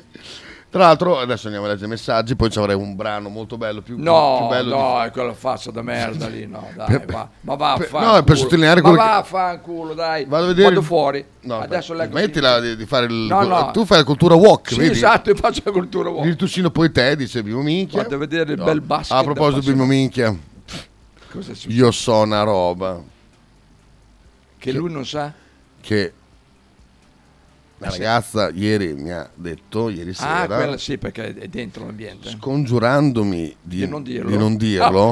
Speaker 5: Tra l'altro adesso andiamo a leggere i messaggi, poi ci avrei un brano molto bello, più, più
Speaker 4: No,
Speaker 5: bello
Speaker 4: no,
Speaker 5: di-
Speaker 4: è quella faccia da merda lì, no, dai, va, ma va a
Speaker 5: per-
Speaker 4: fa'
Speaker 5: no, è per
Speaker 4: culo.
Speaker 5: sottolineare
Speaker 4: ma
Speaker 5: quello
Speaker 4: va
Speaker 5: che-
Speaker 4: a fa' culo, dai.
Speaker 5: Vado a vedere
Speaker 4: Vado
Speaker 5: il-
Speaker 4: fuori.
Speaker 5: No,
Speaker 4: Adesso
Speaker 5: aspetta,
Speaker 4: leggo.
Speaker 5: smettila di, di fare il
Speaker 4: No, no.
Speaker 5: tu fai la cultura walk,
Speaker 4: Sì,
Speaker 5: vedi?
Speaker 4: esatto, io faccio la cultura uomo.
Speaker 5: Il tussino poi te dice Bimo Minchia. Ah,
Speaker 4: Vado a vedere il bel basket
Speaker 5: A proposito di
Speaker 4: da
Speaker 5: Bimo Minchia,
Speaker 4: Cosa è successo?
Speaker 5: io so una roba
Speaker 4: Che lui non sa?
Speaker 5: che la ragazza ieri mi ha detto ieri
Speaker 4: Ah,
Speaker 5: sera
Speaker 4: quella sì, perché è dentro l'ambiente.
Speaker 5: scongiurandomi di,
Speaker 4: Di non dirlo.
Speaker 5: di non dirlo,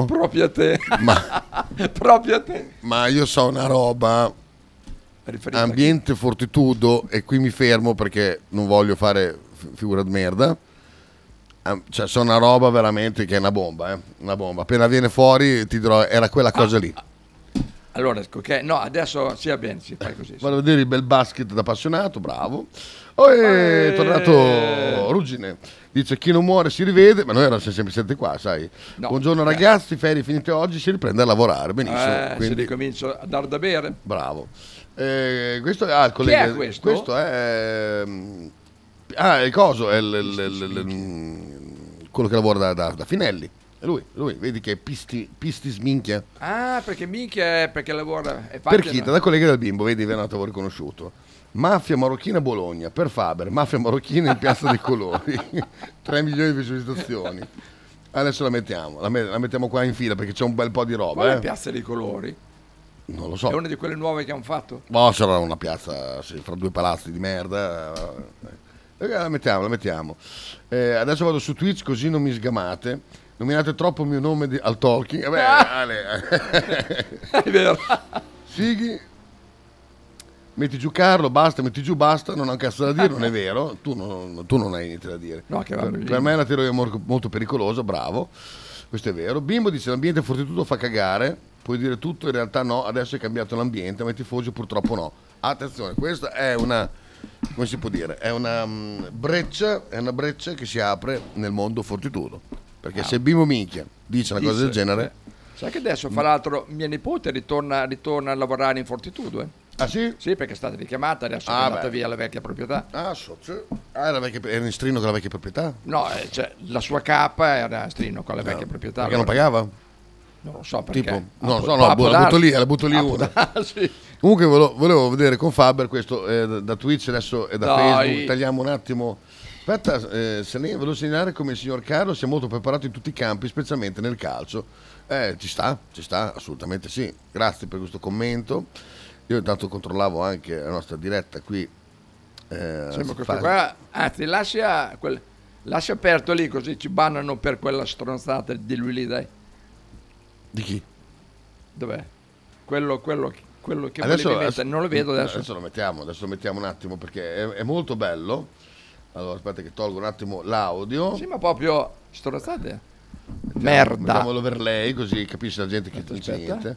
Speaker 4: Ah, proprio a te.
Speaker 5: ma,
Speaker 4: proprio a te.
Speaker 5: ma io so una roba
Speaker 4: Riferito a chi?
Speaker 5: ambiente fortitudo e qui mi fermo perché non voglio fare f- figura di merda Ehm, Cioè, sono una roba veramente che è una bomba, eh? una bomba. Appena viene fuori ti dirò, era quella cosa lì.
Speaker 4: Allora, ecco, che no, adesso sia bene, si fai così.
Speaker 5: Vado a vedere il bel basket da appassionato, bravo. Oh, è tornato Ruggine. Dice chi non muore si rivede, ma noi eravamo sempre sempre qua, sai.
Speaker 4: No.
Speaker 5: Buongiorno ragazzi, ferie finite oggi, si riprende a lavorare, benissimo.
Speaker 4: Eh, Se
Speaker 5: quindi-
Speaker 4: ricomincio a dar da bere.
Speaker 5: Bravo. Eh, questo è ah, il collega.
Speaker 4: Chi è questo?
Speaker 5: è. mm, Ah, è il coso, è il- il- il- il- mm, quello che lavora da, da- da Finelli. È lui, lui, vedi che è pisti, pisti sminchia.
Speaker 4: Ah, perché minchia è perché lavora. È facile,
Speaker 5: Per chi?
Speaker 4: no?
Speaker 5: Da collega del bimbo, vedi, è nato riconosciuto. Mafia marocchina a Bologna, per Faber, mafia marocchina in Piazza dei Colori. 3 milioni di visualizzazioni. Adesso la mettiamo, la, me- la mettiamo qua in fila perché c'è un bel po' di
Speaker 4: Qual è
Speaker 5: roba.
Speaker 4: la
Speaker 5: eh.
Speaker 4: piazza dei colori?
Speaker 5: Non lo
Speaker 4: È
Speaker 5: so.
Speaker 4: una di quelle nuove che hanno fatto?
Speaker 5: No, sarà una piazza sì, fra due palazzi di merda. Eh, La mettiamo, la mettiamo. Eh, adesso vado su Twitch così non mi sgamate. Nominate troppo il mio nome di- al talking. Eh Vabbè, Ale.
Speaker 4: È vero.
Speaker 5: Sighi. Metti giù Carlo, basta, metti giù, basta, non ho un cazzo da dire, non è vero, tu non, tu non hai niente da dire.
Speaker 4: No, che va
Speaker 5: per,
Speaker 4: bene.
Speaker 5: per me è una teoria mor- molto pericolosa, bravo, questo è vero. Bimbo dice l'ambiente fortitudo fa cagare, puoi dire tutto, in realtà no, adesso è cambiato l'ambiente, ma i tifosi purtroppo no. Attenzione, questa è una, come si può dire, è una, mm, breccia, è una breccia che si apre nel mondo fortitudo, perché se Bimbo minchia dice una cosa del
Speaker 4: Ah. Dice,
Speaker 5: genere...
Speaker 4: Sai che adesso,
Speaker 5: Mm.
Speaker 4: fra l'altro, mia nipote ritorna, ritorna a lavorare in Fortitudo, eh?
Speaker 5: Ah sì?
Speaker 4: Sì, perché è stata richiamata, adesso
Speaker 5: Ah,
Speaker 4: è andata
Speaker 5: beh.
Speaker 4: via la vecchia proprietà.
Speaker 5: Ah, so, sì. Ah, era, vecchia- era in strino con la vecchia proprietà?
Speaker 4: No, eh, cioè, la sua capa era a Strino con la vecchia proprietà.
Speaker 5: Eh, Perché non
Speaker 4: allora-
Speaker 5: pagava?
Speaker 4: Non lo so perché.
Speaker 5: Tipo,
Speaker 4: Ah,
Speaker 5: no,
Speaker 4: può-
Speaker 5: no, no,
Speaker 4: ah,
Speaker 5: boh,
Speaker 4: può
Speaker 5: la butto
Speaker 4: darsi.
Speaker 5: lì, la butto lì
Speaker 4: Ah, può
Speaker 5: una.
Speaker 4: darsi.
Speaker 5: Comunque volevo, volevo vedere con Faber questo eh, da- da Twitch adesso e da
Speaker 4: Dai.
Speaker 5: Facebook. Tagliamo un attimo. Aspetta, eh, se ne- volevo segnalare come il signor Carlo sia molto preparato in tutti i campi, specialmente nel calcio. Eh, ci sta, ci sta, assolutamente sì. Grazie per questo commento. Io intanto controllavo anche la nostra diretta qui. eh,
Speaker 4: Sembra questo
Speaker 5: fa-
Speaker 4: qua. Anzi, lascia, quel- lascia aperto lì così ci bannano per quella stronzata di lui lì, dai.
Speaker 5: Di chi?
Speaker 4: Dov'è? Quello, quello, quello che
Speaker 5: Adesso-
Speaker 4: volevi
Speaker 5: adesso-
Speaker 4: mettere, non lo vedo adesso.
Speaker 5: lo mettiamo, adesso lo mettiamo un attimo perché è, è molto bello. Allora aspetta che tolgo un attimo l'audio.
Speaker 4: Sì, ma proprio stronzate.
Speaker 5: Mettiamo
Speaker 4: Merda.
Speaker 5: l'overlay così capisce la gente che dice
Speaker 4: aspetta.
Speaker 5: niente.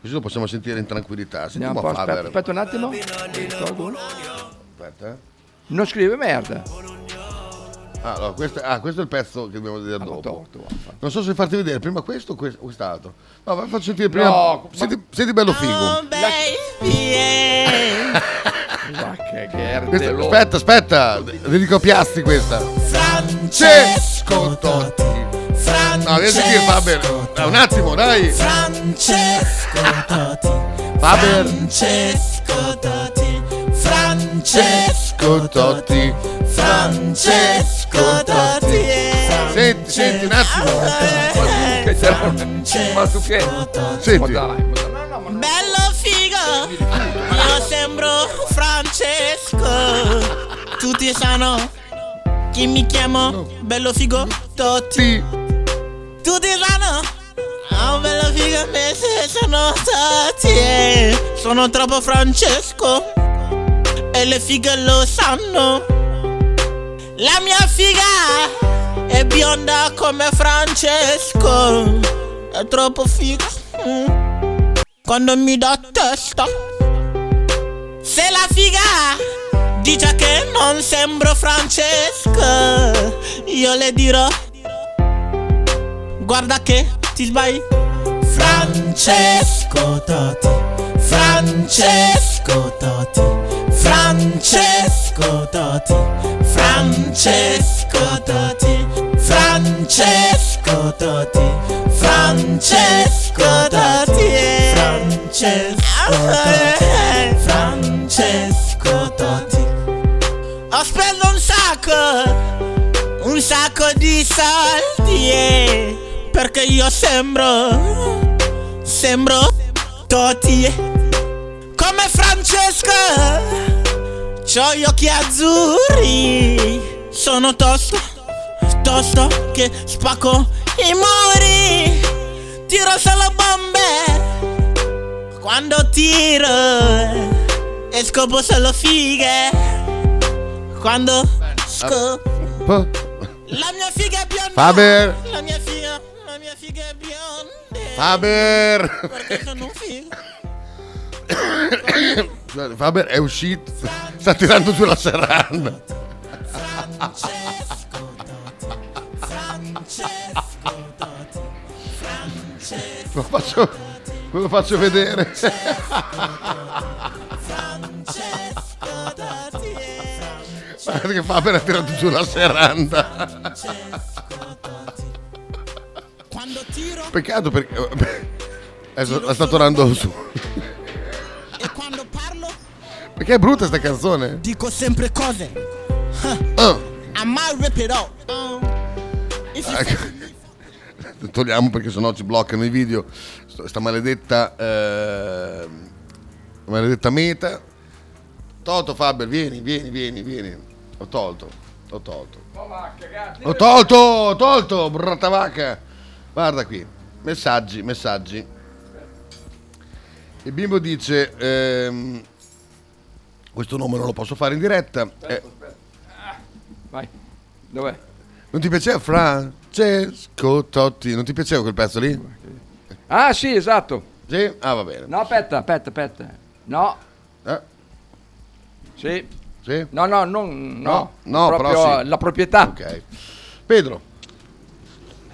Speaker 5: Così lo possiamo sentire in tranquillità.
Speaker 4: Andiamo
Speaker 5: Sentiamo
Speaker 4: un po',
Speaker 5: a
Speaker 4: aspetta,
Speaker 5: Faber.
Speaker 4: aspetta un attimo. Tolgo.
Speaker 5: Aspetta, eh.
Speaker 4: Non scrive merda.
Speaker 5: Ah, allora, questo, ah, questo è il pezzo che dobbiamo vedere
Speaker 4: ma
Speaker 5: dopo.
Speaker 4: tolto, vaffa-
Speaker 5: Non so se farti vedere prima questo o questo- o quest'altro. No, vai, faccio sentire prima.
Speaker 4: No, ma-
Speaker 5: senti, senti bello figo.
Speaker 4: Ma che gherdello.
Speaker 5: Questa- aspetta, aspetta, dedico a Piasti questa. Francesco Totti. No, devi sentire Faber. Dai, un attimo, dai.
Speaker 9: Francesco Totti,
Speaker 5: Faber.
Speaker 9: Francesco Totti, Francesco
Speaker 5: Totti.
Speaker 9: Francesco Totti, eh.
Speaker 5: Senti, senti un attimo.
Speaker 4: Che c'era- Ma tu che? Ma
Speaker 5: Senti.
Speaker 4: dai, ma dai. No, no, ma
Speaker 9: Bello figo, io sembro Francesco, tutti sanno chi mi chiamo, bello figo Totti.
Speaker 5: Sì.
Speaker 9: Tutti sanno Ah, bello figo invece sono stati eh. Sono troppo Francesco E le fighe lo sanno La mia figa È bionda come Francesco È troppo figa mm. Quando mi dà testa Se la figa Dice che non sembro Francesco Io le dirò guarda che ti sbagli. Francesco Totti, Francesco Totti, Francesco Totti, Francesco Totti, Francesco Totti, Francesco Totti, Ah, eh, Francesco Totti, Francesco Totti. Ho speso un sacco un sacco di soldi eh, perché io sembro sembro Totti eh. come Francesco c'ho gli occhi azzurri sono tosto tosto che spacco i muri tiro solo bombe quando tiro eh, e scopo solo fighe quando scopo
Speaker 5: P-
Speaker 9: La mia figa è bionda.
Speaker 5: Faber.
Speaker 9: La mia figa, la mia figa è bionda.
Speaker 5: Faber!
Speaker 9: Perché sono un figo.
Speaker 5: Scusate, Faber è uscito, sta tirando giù la serrana.
Speaker 9: Francesco Totti. Francesco Totti.
Speaker 5: Ve Lo faccio, ve lo faccio vedere.
Speaker 9: Francesco Totti.
Speaker 5: Guarda che Faber ha tirato giù la serranda.
Speaker 9: Francesco Totti. Quando tiro
Speaker 5: Peccato perché... Adesso la sta tornando su.
Speaker 9: e quando parlo
Speaker 5: Perché è brutta sta canzone?
Speaker 9: dico sempre cose.
Speaker 5: Ah,
Speaker 9: I might rip it out. Um, if you
Speaker 5: ecco. Togliamo perché sennò ci bloccano i video. Sto- Sta maledetta... eh, maledetta meta. Tolto Faber, vieni, vieni, vieni, vieni. Ho tolto, ho tolto. Ho tolto, ho tolto, brutta vacca. Guarda qui, messaggi, messaggi. Il bimbo dice, ehm, questo nome non lo posso fare in diretta. Eh,
Speaker 4: Ah, Vai. Dov'è?
Speaker 5: non ti piaceva Francesco Totti? Non ti piaceva quel pezzo lì?
Speaker 4: Ah, sì, esatto.
Speaker 5: Sì? Ah, va bene.
Speaker 4: No, aspetta, aspetta, aspetta. No.
Speaker 5: Eh,
Speaker 4: Sì.
Speaker 5: sì?
Speaker 4: No, no, non, no.
Speaker 5: No, no, però
Speaker 4: Proprio
Speaker 5: sì.
Speaker 4: la proprietà.
Speaker 5: Ok. Pedro,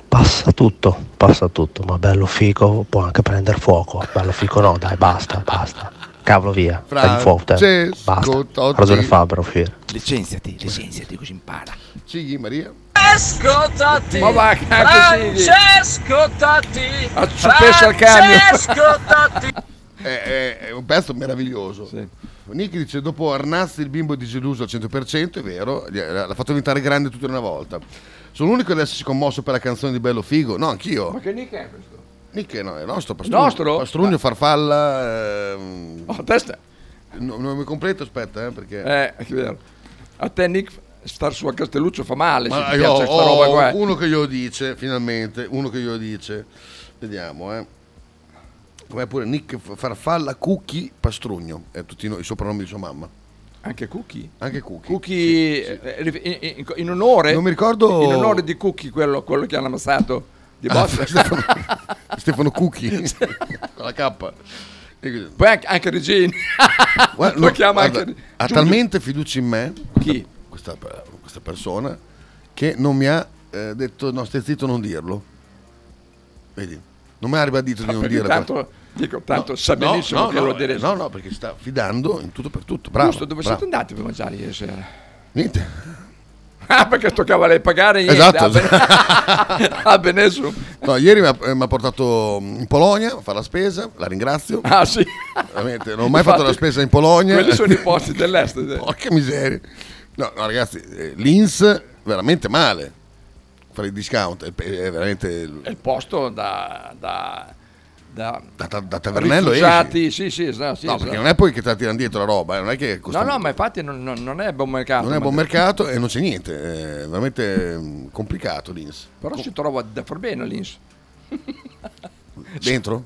Speaker 1: Passa tutto, passa tutto, ma bello fico può anche prendere fuoco. Bello fico no, dai, basta, basta. Cavolo via, dai fuoco, te.
Speaker 5: Francesco
Speaker 1: basta. Ha
Speaker 5: Totti.
Speaker 1: Ragione Fabro, fiero.
Speaker 4: Licenziati, licenziati così impara.
Speaker 5: Cighi, Maria.
Speaker 10: Francesco Totti
Speaker 4: Ma va, cacchio, sì.
Speaker 7: Eh,
Speaker 10: Francesco Totti
Speaker 4: Ah, ci pesce al camion.
Speaker 10: Francesco Totti
Speaker 5: È, Eh, è- è un pezzo meraviglioso.
Speaker 4: Sì.
Speaker 5: Nick dice: Dopo Arnazzi, il bimbo è disilluso al 100%, è vero, gli- l'ha fatto diventare grande tutto in una volta. Sono l'unico ad essersi commosso per la canzone di Bello Figo. No,
Speaker 4: Ma
Speaker 5: anch'io.
Speaker 4: che nick è questo?
Speaker 5: Nick no, è nostro. Pastrugno,
Speaker 4: Nostro? Ah.
Speaker 5: Pastrugno, farfalla. ehm,
Speaker 4: Oh, testa.
Speaker 5: no- nome completo, aspetta, eh, perché.
Speaker 4: Eh, è vero. A te, Nick, star su a Castelluccio fa male.
Speaker 5: Ma
Speaker 4: se ti
Speaker 5: io
Speaker 4: piace sta
Speaker 5: ho
Speaker 4: roba qua. eh.
Speaker 5: uno che glielo dice, finalmente, uno che glielo dice. Vediamo, eh. Com'è pure Nick Farfalla Cucchi Pastrugno, è tutti i soprannomi di sua mamma.
Speaker 4: Anche Cookie.
Speaker 5: Anche Cucchi.
Speaker 4: Cookie, eh, rif- in, in- in onore.
Speaker 5: Non mi ricordo- Ah,
Speaker 4: In onore di Cookie, quello, quello che hanno ammassato di botte.
Speaker 5: Stefano, Stefano Cucchi con la K. E così.
Speaker 4: Poi anche, anche Regini.
Speaker 5: Guarda,
Speaker 4: Lo chiama
Speaker 5: guarda,
Speaker 4: anche-
Speaker 5: ha
Speaker 4: Giulio.
Speaker 5: talmente fiducia in me
Speaker 4: Chi?
Speaker 5: questa, questa persona che non mi ha eh, detto no stai zitto non dirlo vedi non mi ha ribadito di non
Speaker 4: Ah, Perché
Speaker 5: dirlo
Speaker 4: tanto, dico, tanto sa benissimo
Speaker 5: no,
Speaker 4: che
Speaker 5: no,
Speaker 4: lo
Speaker 5: eh,
Speaker 4: dire.
Speaker 5: no no perché si sta fidando in tutto per tutto bravo,
Speaker 4: Giusto, dove
Speaker 5: bravo.
Speaker 4: siete andati per mangiare ieri sera?
Speaker 5: niente
Speaker 4: Ah, perché toccava lei pagare niente.
Speaker 5: Esatto,
Speaker 4: Ah, bene- ah, benissimo.
Speaker 5: No, ieri mi ha, eh, mi ha portato in Polonia a fare la spesa la ringrazio
Speaker 4: Ah, sì.
Speaker 5: veramente non ho mai fatto
Speaker 4: Infatti,
Speaker 5: la spesa in Polonia
Speaker 4: Quelli sono i posti dell'est.
Speaker 5: Porca miseria. No, no, ragazzi, eh, l'Inps veramente male. Fare il discount è, è veramente
Speaker 4: È il posto da... da, da
Speaker 5: da, da- da tavernello esci.
Speaker 4: rifugiati. Sì, sì, esatto. sì,
Speaker 5: No,
Speaker 4: esatto.
Speaker 5: perché non è poi che ti tirano dietro la roba, eh, non è che costa
Speaker 4: No, no,
Speaker 5: molto.
Speaker 4: ma infatti non, non- non è buon mercato.
Speaker 5: non è
Speaker 4: Ah, ma-
Speaker 5: buon mercato e non c'è niente, è veramente mm, complicato l'Inps.
Speaker 4: Però si trova da far bene l'Inps.
Speaker 5: Dentro?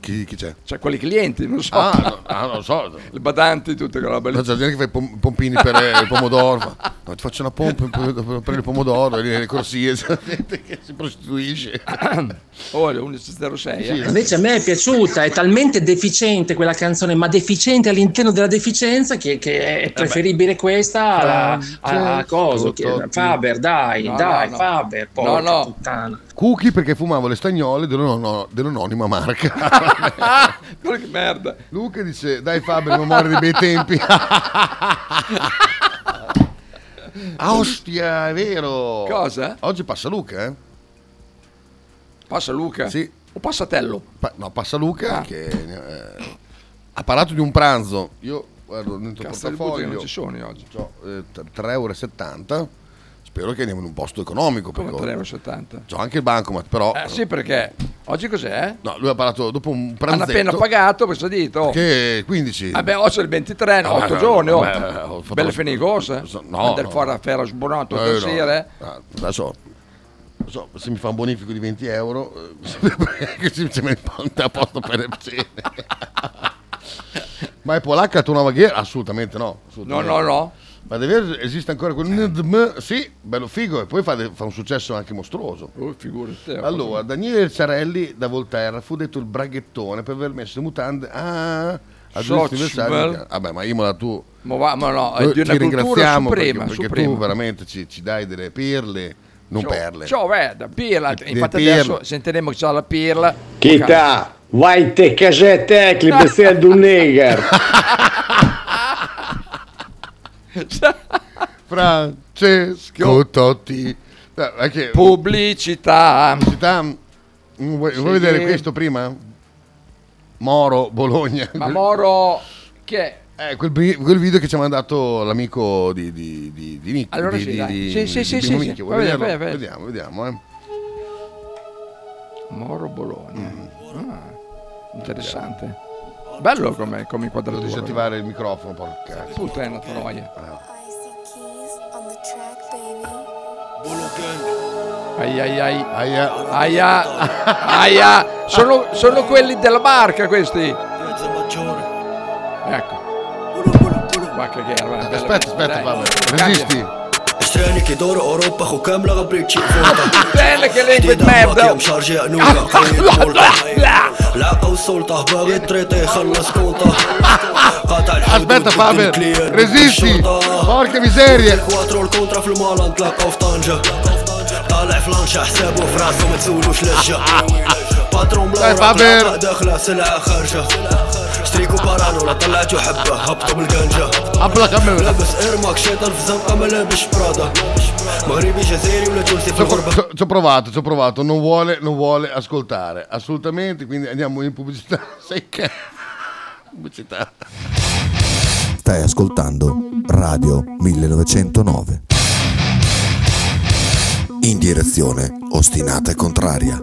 Speaker 5: Chi, chi c'è?
Speaker 4: Cioè, quelli clienti, non so.
Speaker 5: Ah, no, ah, non lo so. No,
Speaker 4: Le badanti, tutte quelle robe lì.
Speaker 5: No, c'è gente che fa i pom- pompini per eh, il pomodoro. Ma, No, ti faccio una pompa per, per- per il pomodoro, le le corsie, c'è gente che si prostituisce.
Speaker 4: Oh, le 11.06. eh.
Speaker 11: Invece a me è piaciuta, è talmente deficiente quella canzone, ma deficiente all'interno della deficienza che, che
Speaker 4: Eh
Speaker 11: è preferibile questa alla- a, a
Speaker 5: Francesco
Speaker 11: coso. che-
Speaker 5: Totti.
Speaker 11: Faber, dai,
Speaker 4: Ah, certo, No,
Speaker 11: dai,
Speaker 4: no, no.
Speaker 11: Faber,
Speaker 4: No,
Speaker 11: porca
Speaker 4: no.
Speaker 11: puttana.
Speaker 5: Cookie perché fumavo le stagnole dello- no- dell'anonima marca.
Speaker 4: Ah, quello che merda.
Speaker 5: Luca dice: Dai, Fabio, non muore dei bei tempi. Ah, ostia, è vero.
Speaker 4: Cosa?
Speaker 5: Oggi passa Luca, eh?
Speaker 4: Passa Luca.
Speaker 5: Sì.
Speaker 4: O Passatello.
Speaker 5: Pa- no, passa Luca
Speaker 4: Ah.
Speaker 5: che eh, ha parlato di un pranzo. Io guardo dentro il
Speaker 4: Cazzo, le butte che non
Speaker 5: portafoglio.
Speaker 4: ci sono oggi.
Speaker 5: C'ho, eh, t- 3,70 euro. Spero che andiamo in un posto economico.
Speaker 4: Come
Speaker 5: perché
Speaker 4: 3,70
Speaker 5: C'ho anche il bancomat, però.
Speaker 4: Eh sì, perché oggi cos'è?
Speaker 5: No, lui ha parlato dopo un
Speaker 4: Hanno
Speaker 5: pranzetto
Speaker 4: appena pagato questo dito.
Speaker 5: Che 15.
Speaker 4: Vabbè, oggi è il 23, no,
Speaker 5: Ah,
Speaker 4: 8
Speaker 5: eh,
Speaker 4: giorni. oh.
Speaker 5: vabbè, ho fatto
Speaker 4: Belle
Speaker 5: lo-
Speaker 4: fenicosse.
Speaker 5: so- no,
Speaker 4: No. Del
Speaker 5: no.
Speaker 4: fuori a ferro sbonato
Speaker 5: Eh,
Speaker 4: per
Speaker 5: no.
Speaker 4: sera.
Speaker 5: Ah, adesso, adesso se mi fa un bonifico di 20 euro, eh, che ci ci mette a posto per le cene. Ma è polacca la tua nuova ghiera? Assolutamente no.
Speaker 4: No,
Speaker 5: assolutamente.
Speaker 4: no, no.
Speaker 12: Ma davvero esiste ancora quel NDM? Sì, bello figo, e poi fa, de- fa un successo anche mostruoso.
Speaker 4: Oh, eh,
Speaker 12: Allora, Daniele Ciarelli da Volterra fu detto il braghettone per aver messo le mutande ah, a giusto
Speaker 4: Soci,
Speaker 12: anniversario.
Speaker 4: bel.
Speaker 12: Vabbè, ah, ma Imola tu.
Speaker 4: Ma va- ma no, è
Speaker 12: Noi
Speaker 4: di una
Speaker 12: ti
Speaker 4: cultura
Speaker 12: ringraziamo
Speaker 4: suprema,
Speaker 12: perché, perché tu
Speaker 4: suprema.
Speaker 12: veramente ci, ci dai delle perle, non
Speaker 4: Ciao-
Speaker 12: perle.
Speaker 4: Ciao, guarda, pirla. Infatti
Speaker 12: Eh, pirla.
Speaker 4: adesso sentiremo che c'ha la pirla.
Speaker 13: Chita, vai Ah, te casette, Eh, clip sei un neger.
Speaker 12: Francesco Totti. Dai, è che-
Speaker 4: Pubblicità.
Speaker 12: Pubblicità. Mm, Vuoi,
Speaker 4: Sì.
Speaker 12: vuoi vedere questo prima? Moro, Bologna.
Speaker 4: Ma Moro, che è?
Speaker 12: Eh, quel, bri- quel video che ci ha mandato l'amico di, di, di, di Nick.
Speaker 4: Allora
Speaker 12: di,
Speaker 4: sì,
Speaker 12: di-
Speaker 4: dai.
Speaker 12: di-
Speaker 4: Sì,
Speaker 12: di
Speaker 4: sì, sì,
Speaker 12: Bimbo
Speaker 4: sì,
Speaker 12: Minchia.
Speaker 4: sì.
Speaker 12: Vuoi
Speaker 4: Vai, vai,
Speaker 12: vederlo?
Speaker 4: vai, vai.
Speaker 12: Vediamo, vediamo. eh.
Speaker 4: Moro Bologna.
Speaker 12: Mm.
Speaker 4: Ah, interessante. Bello come,
Speaker 12: Devo
Speaker 4: come inquadratura.
Speaker 12: disattivare il microfono, porca
Speaker 4: Puttana troia. Ai ai ai.
Speaker 12: Aia.
Speaker 4: Aia. Aia. Sono, sono quelli della barca questi. Ecco. Ma che guerra. bella-
Speaker 12: Aspetta, aspetta,
Speaker 4: dai.
Speaker 12: Paolo.
Speaker 4: Cambia.
Speaker 12: Resisti.
Speaker 14: استرانك دور اوروبا خو كامله غبريتشي
Speaker 4: Ah, بالك
Speaker 14: اللي مابدا مشارجي
Speaker 4: Ah,
Speaker 14: عنوكا العاقه والسلطه باغي تريطي يخلص كونطه قاطع
Speaker 12: Aspetta, Faber. Resisti. Porca
Speaker 14: الحريه
Speaker 12: miseria.
Speaker 14: كواترو الكونترا في المالا نتلاقاو في طنجه طالع في لانشا حسابو في راسو ما تسولوش لجا
Speaker 5: Eh,
Speaker 14: باترون بلا
Speaker 12: طيب، عبير.
Speaker 14: طلاقة داخله سلعه خارجه شتريكو بارانولا طلعتو حبه هبطو بالقنجه لابس ايرماك شيطان في زنقه ما لابش برادا مغربي جزائري ولا تونسي في
Speaker 12: Ci ho
Speaker 14: الغربه
Speaker 12: pro- ci ho- ci ho provato, ci ho provato, non vuole, non vuole ascoltare, assolutamente, quindi andiamo in pubblicità secca. Pubblicità.
Speaker 5: Stai ascoltando Radio 1909. In direzione ostinata e contraria.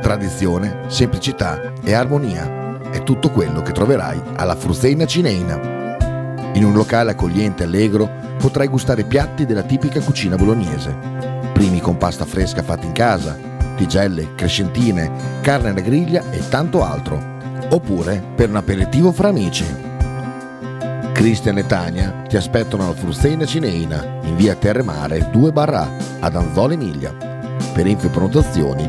Speaker 5: Tradizione, semplicità e armonia è tutto quello che troverai alla Fruzeina Cineina. In un locale accogliente e allegro potrai gustare piatti della tipica cucina bolognese. Primi con pasta fresca fatta in casa, tigelle, crescentine, carne alla griglia e tanto altro. Oppure per un aperitivo fra amici. Cristian e Tania ti aspettano alla Fruzeina Cineina in via Terremare 2 barra ad Anzola Emilia. Per info e prenotazioni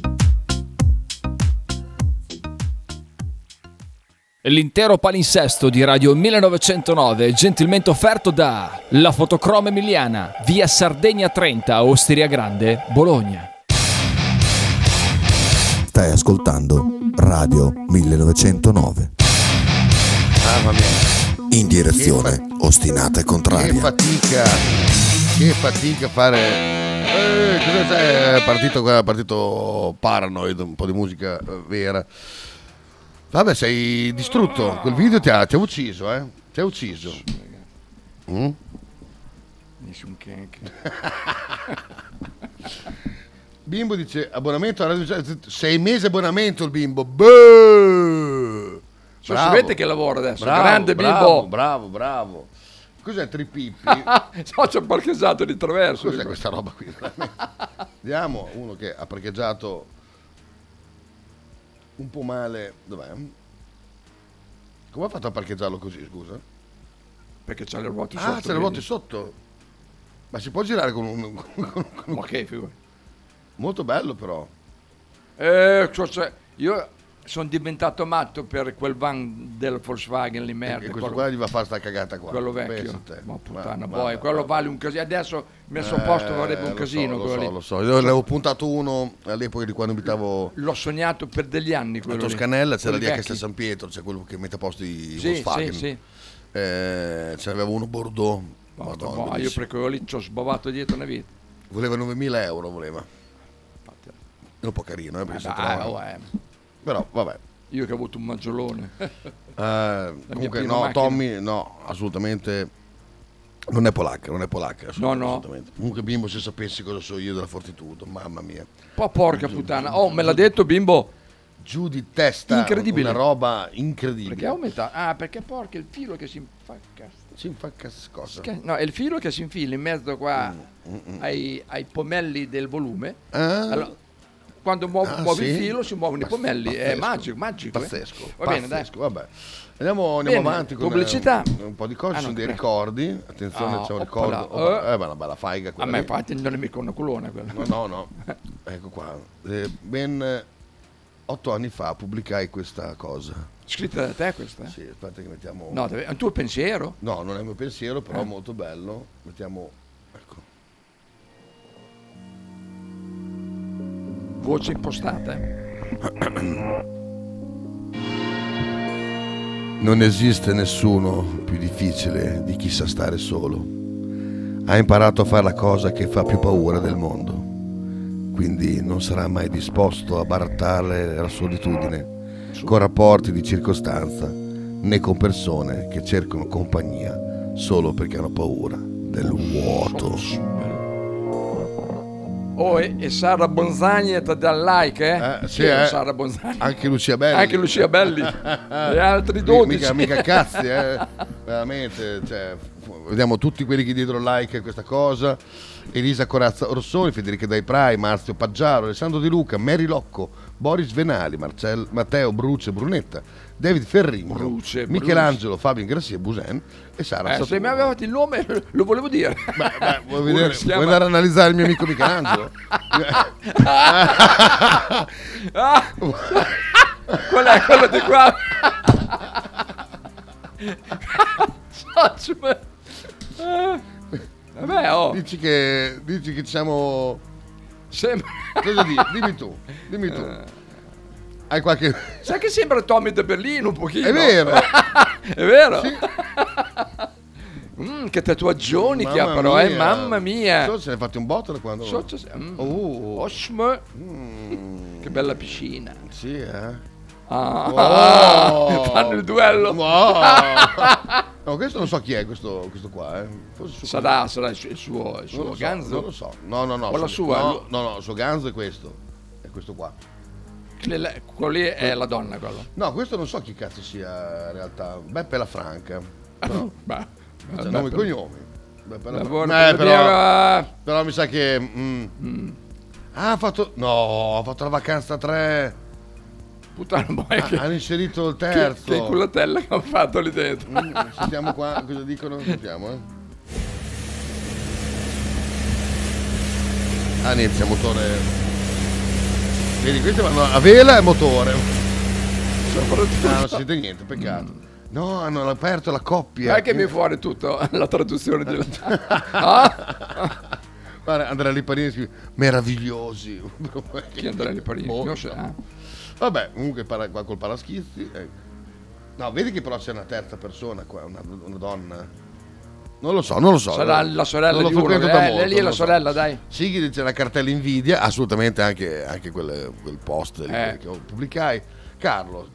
Speaker 15: L'intero palinsesto di Radio 1909 è gentilmente offerto da La Fotocroma Emiliana, via Sardegna 30, Osteria Grande, Bologna.
Speaker 7: Stai ascoltando Radio 1909. In direzione ostinata e
Speaker 12: Che
Speaker 7: contraria.
Speaker 12: fatica, che fatica fare. Eh, cosa c'è? È partito, qua, è partito Paranoid, un po' di musica eh, vera. Vabbè, sei distrutto. Quel video ti ha, ti ha ucciso, eh? Ti ha ucciso. Mm?
Speaker 4: Nessun che- che-
Speaker 5: Bimbo dice abbonamento alla radio Sociale. Sei mesi abbonamento il bimbo. Beh!
Speaker 4: Cioè, sapete che lavora adesso? Grande
Speaker 5: bravo,
Speaker 4: bimbo.
Speaker 5: Bravo, bravo. Cos'è Tripippi?
Speaker 4: no, c'è un parcheggiato di traverso.
Speaker 5: Cos'è questa roba qui? Vediamo uno che ha parcheggiato un po' male. Dov'è? Come ha fatto a parcheggiarlo così, scusa?
Speaker 4: Perché c'ha le ruote
Speaker 5: ah,
Speaker 4: sotto.
Speaker 5: Ah, c'ha le
Speaker 4: vedi?
Speaker 5: ruote sotto. Ma si può girare con un... Con, con,
Speaker 4: Ma che figura.
Speaker 5: Molto bello però.
Speaker 4: Eh, cioè, cioè, io sono diventato matto per quel van del Volkswagen lì merda.
Speaker 5: E Eh, questo qua gli va a fare sta cagata qua.
Speaker 4: Quello vecchio.
Speaker 5: Pensa te.
Speaker 4: Ma puttana,
Speaker 5: Ma-
Speaker 4: poi
Speaker 5: vabbè,
Speaker 4: quello
Speaker 5: vabbè.
Speaker 4: vale un casino. Adesso messo a
Speaker 5: Eh,
Speaker 4: posto vorrebbe un
Speaker 5: lo
Speaker 4: casino
Speaker 5: so,
Speaker 4: quello
Speaker 5: lo so,
Speaker 4: lì.
Speaker 5: lo so. Io ne avevo puntato uno all'epoca di quando abitavo
Speaker 4: L'ho sognato per degli anni quello
Speaker 5: a
Speaker 4: lì.
Speaker 5: Toscanella, c'era
Speaker 4: Quelli
Speaker 5: lì a Castel
Speaker 4: vecchi.
Speaker 5: San Pietro, c'è quello che mette a posto i
Speaker 4: Sì,
Speaker 5: Volkswagen.
Speaker 4: sì, sì.
Speaker 5: Eh, ce n'aveva uno Bordeaux. Madonna,
Speaker 4: Ma io
Speaker 5: bellissimo.
Speaker 4: per quello lì ci ho sbavato dietro una vita.
Speaker 5: Voleva 9.000 euro, voleva. Un po' carino, eh, perché si
Speaker 4: Vabbè,
Speaker 5: trovava-
Speaker 4: oh, eh.
Speaker 5: Però, vabbè.
Speaker 4: Io che ho avuto un maggiolone.
Speaker 5: Eh, comunque
Speaker 4: prima
Speaker 5: no,
Speaker 4: macchina.
Speaker 5: Tommy no, assolutamente non è polacca, non è polacca. assolut-
Speaker 4: No, no.
Speaker 5: assolutamente. Comunque bimbo se sapessi cosa so io della fortitudo, mamma mia.
Speaker 4: Po' porca puttana. Oh, me l'ha detto bimbo.
Speaker 5: Giù di testa.
Speaker 4: Incredibile.
Speaker 5: Una roba incredibile.
Speaker 4: Perché aumenta? Ah, perché porca il filo che si infacca.
Speaker 5: Si infacca cosa?
Speaker 4: Che- No, è il filo che si infila in mezzo qua ai, ai pomelli del volume.
Speaker 5: Mm, Ah.
Speaker 4: Allora, quando muo-
Speaker 5: Ah,
Speaker 4: muovi il
Speaker 5: sì?
Speaker 4: filo si muovono
Speaker 5: Pazz-
Speaker 4: i pomelli. È
Speaker 5: pazzesco.
Speaker 4: magico, magico. eh.
Speaker 5: Pazzesco.
Speaker 4: Va bene, dai.
Speaker 5: pazzesco, Vabbè. Andiamo, andiamo
Speaker 4: Bene,
Speaker 5: avanti con
Speaker 4: pubblicità.
Speaker 5: eh, un, un po' di cose,
Speaker 4: Ah,
Speaker 5: ci sono
Speaker 4: no,
Speaker 5: dei
Speaker 4: prego.
Speaker 5: ricordi. Attenzione,
Speaker 4: Ah,
Speaker 5: c'è un
Speaker 4: oppala,
Speaker 5: ricordo. Oh,
Speaker 4: eh.
Speaker 5: eh, ma una bella faiga
Speaker 4: A
Speaker 5: quella.
Speaker 4: me
Speaker 5: lì.
Speaker 4: infatti non è mica una culona quella.
Speaker 5: No, no, no. Ecco qua. Eh, ben eh, otto anni fa pubblicai questa cosa.
Speaker 4: Scritta da te questa? eh.
Speaker 5: Sì, aspetta che mettiamo...
Speaker 4: No, deve- è un tuo pensiero?
Speaker 5: No, non è il mio pensiero, però
Speaker 4: Ah.
Speaker 5: molto bello. Mettiamo... Ecco.
Speaker 4: Voce impostata. eh.
Speaker 5: Non esiste nessuno più difficile di chi sa stare solo. Ha imparato a fare la cosa che fa più paura del mondo, quindi non sarà mai disposto a barattare la solitudine con rapporti di circostanza né con persone che cercano compagnia solo perché hanno paura del vuoto.
Speaker 4: Oh, e, e Sara Bonzani è dal like, eh?
Speaker 5: sì,
Speaker 4: Chi era
Speaker 5: eh.
Speaker 4: Sara Bonzani.
Speaker 5: Anche Lucia Belli.
Speaker 4: Anche Lucia Belli. e altri
Speaker 5: Mi-
Speaker 4: 12.
Speaker 5: Mica, mica cazzi, eh. Veramente, cioè, fu- vediamo tutti quelli che diedero like a questa cosa. Elisa Corazza Orsoni, Federica Dai Prai, Marzio Paggiaro, Alessandro Di Luca, Mary Locco, Boris Venali, Marcel- Matteo Bruce Brunetta, David Ferrigno,
Speaker 4: Bruce,
Speaker 5: Michelangelo, Fabio Ingrassia Busen e Sara
Speaker 4: Eh, se
Speaker 5: Saturno.
Speaker 4: mi avevate il nome lo volevo dire.
Speaker 5: Vuoi,
Speaker 4: Uno
Speaker 5: vedere-
Speaker 4: si chiama-
Speaker 5: vuoi andare a analizzare il mio amico Michelangelo?
Speaker 4: Ah, quello è quello di qua. Cazzo, ma- Ah, Vabbè, oh.
Speaker 5: Dici che, dici che siamo...
Speaker 4: Sembra...
Speaker 5: Cosa di- Dimmi tu, dimmi tu. Hai qualche...
Speaker 4: Eh. Sai che sembra Tommy da Berlino un pochino?
Speaker 5: È vero.
Speaker 4: è vero? Mm, che tatuaggioni che ha
Speaker 5: Mamma
Speaker 4: però, eh,
Speaker 5: mia.
Speaker 4: mamma mia.
Speaker 5: So, se ne è fatti un botto da quando...
Speaker 4: So- so- mm.
Speaker 5: Oh. Mm.
Speaker 4: Osmo. Che bella piscina.
Speaker 5: Sì, eh.
Speaker 4: Ah,
Speaker 5: Oh.
Speaker 4: fanno il duello.
Speaker 5: Oh. No, questo non so chi è questo, questo qua, eh. Forse il suo-
Speaker 4: Sarà, sarà il suo, il suo, il suo
Speaker 5: non lo so,
Speaker 4: ganzo?
Speaker 5: non lo so. No, no, no.
Speaker 4: O la
Speaker 5: so-
Speaker 4: sua?
Speaker 5: No, no, no, il suo ganzo è questo. È questo qua.
Speaker 4: Quello lì- quello lì è la donna, quello.
Speaker 5: No, questo non so chi cazzo sia in realtà. Beppe la Franca.
Speaker 4: Ah, Beh,
Speaker 5: C'ha
Speaker 4: Beppe-
Speaker 5: nome e cognomi. Beppe
Speaker 4: Lavoro
Speaker 5: Lafranca. Eh,
Speaker 4: per
Speaker 5: però,
Speaker 4: dire-
Speaker 5: però mi sa che... mm. Ah, ha fatto... No, ha fatto la vacanza 3.
Speaker 4: Puttana boia che-
Speaker 5: Hanno inserito il
Speaker 4: Che-
Speaker 5: terzo.
Speaker 4: Che, cullatella che hanno fatto lì dentro.
Speaker 5: Mm, sentiamo qua cosa dicono. Sentiamo, eh. Ah, inizia motore. Vedi, questi vanno a vela e motore. Ah, non si sente niente, peccato. No, hanno aperto la coppia.
Speaker 4: È che mi fuori tutto la traduzione di
Speaker 5: Ah! Guarda, Andrea Liparini scrive, meravigliosi.
Speaker 4: Chi è Andrea Liparini?
Speaker 5: Boh,
Speaker 4: Non so.
Speaker 5: no. Vabbè, comunque parla qua col paraschizzi. eh. No, vedi che però c'è una terza persona qua, una, una donna. Non lo so, non lo so. eh.
Speaker 4: Sarà la sorella
Speaker 5: Non lo
Speaker 4: di uno.
Speaker 5: frequento da
Speaker 4: Eh,
Speaker 5: molto,
Speaker 4: lei lì è
Speaker 5: non
Speaker 4: la
Speaker 5: lo so.
Speaker 4: sorella, dai.
Speaker 5: Sighi dice la cartella invidia, assolutamente anche, anche quel, quel post lì
Speaker 11: Eh.
Speaker 5: che pubblicai. Carlo,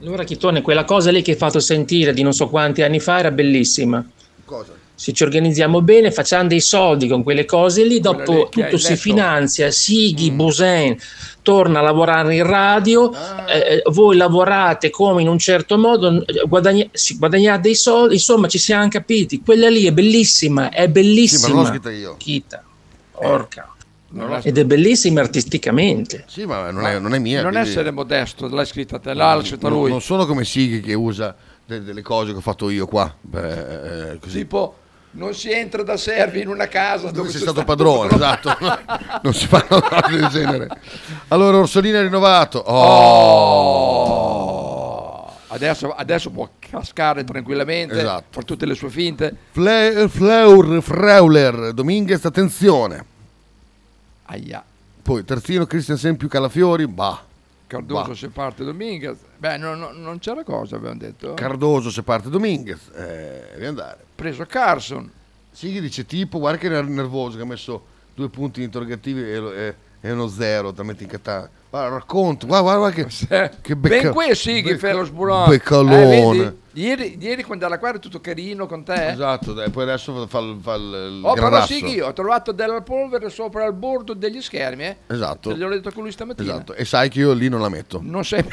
Speaker 11: Allora, Chitone, quella cosa lì che hai fatto sentire di non so quanti anni fa era bellissima.
Speaker 5: cosa?
Speaker 11: se ci organizziamo bene, facciamo dei soldi con quelle cose lì, dopo
Speaker 16: lì che hai
Speaker 11: tutto si
Speaker 16: letto.
Speaker 11: finanzia, Sighi,
Speaker 5: Mm.
Speaker 11: Bosen torna a lavorare in radio,
Speaker 5: Ah.
Speaker 11: eh, voi lavorate come in un certo modo, eh, guadagna- si- guadagnate dei soldi, insomma ci siamo capiti, quella lì è bellissima, è
Speaker 5: Sì, ma non l'ho
Speaker 11: bellissima.
Speaker 5: scritta io. Eh,
Speaker 11: Chita, orca.
Speaker 4: Non l'ho
Speaker 11: Ed è bellissima artisticamente.
Speaker 5: Sì, ma non è, non è mia.
Speaker 4: Non
Speaker 5: quindi-
Speaker 4: essere modesto, l'hai scritta te, l'ha scritta
Speaker 5: Non-
Speaker 4: lui.
Speaker 5: Non sono come Sighi che usa de- delle cose che ho fatto io qua. Beh, eh, così.
Speaker 4: Tipo, non si entra da servi in una casa dove
Speaker 5: sei stato padrone, esatto. Non si fanno cose del genere. Allora, Orsolini è rinnovato. Oh.
Speaker 4: Adesso, adesso può cascare tranquillamente
Speaker 5: Esatto.
Speaker 4: per tutte le sue finte.
Speaker 5: Fle- Fleur, Freuler, Dominguez, attenzione.
Speaker 4: Aia.
Speaker 5: Poi terzino, Christiansen più Calafiori, bah.
Speaker 4: Cardoso
Speaker 5: Bah.
Speaker 4: se parte Dominguez. Beh, no, no, non c'era cosa, abbiamo detto.
Speaker 5: Cardoso se parte Dominguez, eh, devi andare.
Speaker 4: Preso Carson.
Speaker 5: Sì, gli dice tipo, guarda che era nervoso che ha messo due punti interrogativi e, lo- e- e uno zero, talmente incatato. Guarda, racconto, guarda, guarda, guarda che, che
Speaker 4: ben qui sì che
Speaker 5: becca-
Speaker 4: fa lo sburone.
Speaker 5: Beccalone.
Speaker 4: Eh, vedi? ieri, ieri quando era qua era tutto carino con te.
Speaker 5: Esatto, dai, poi adesso fa, il- fa il
Speaker 4: Oh, però
Speaker 5: granasso.
Speaker 4: sì che io ho trovato della polvere sopra il bordo degli schermi, eh.
Speaker 5: Esatto.
Speaker 4: Te gliel'ho detto con lui stamattina.
Speaker 5: Esatto, e sai che io lì non la metto.
Speaker 4: Non sei...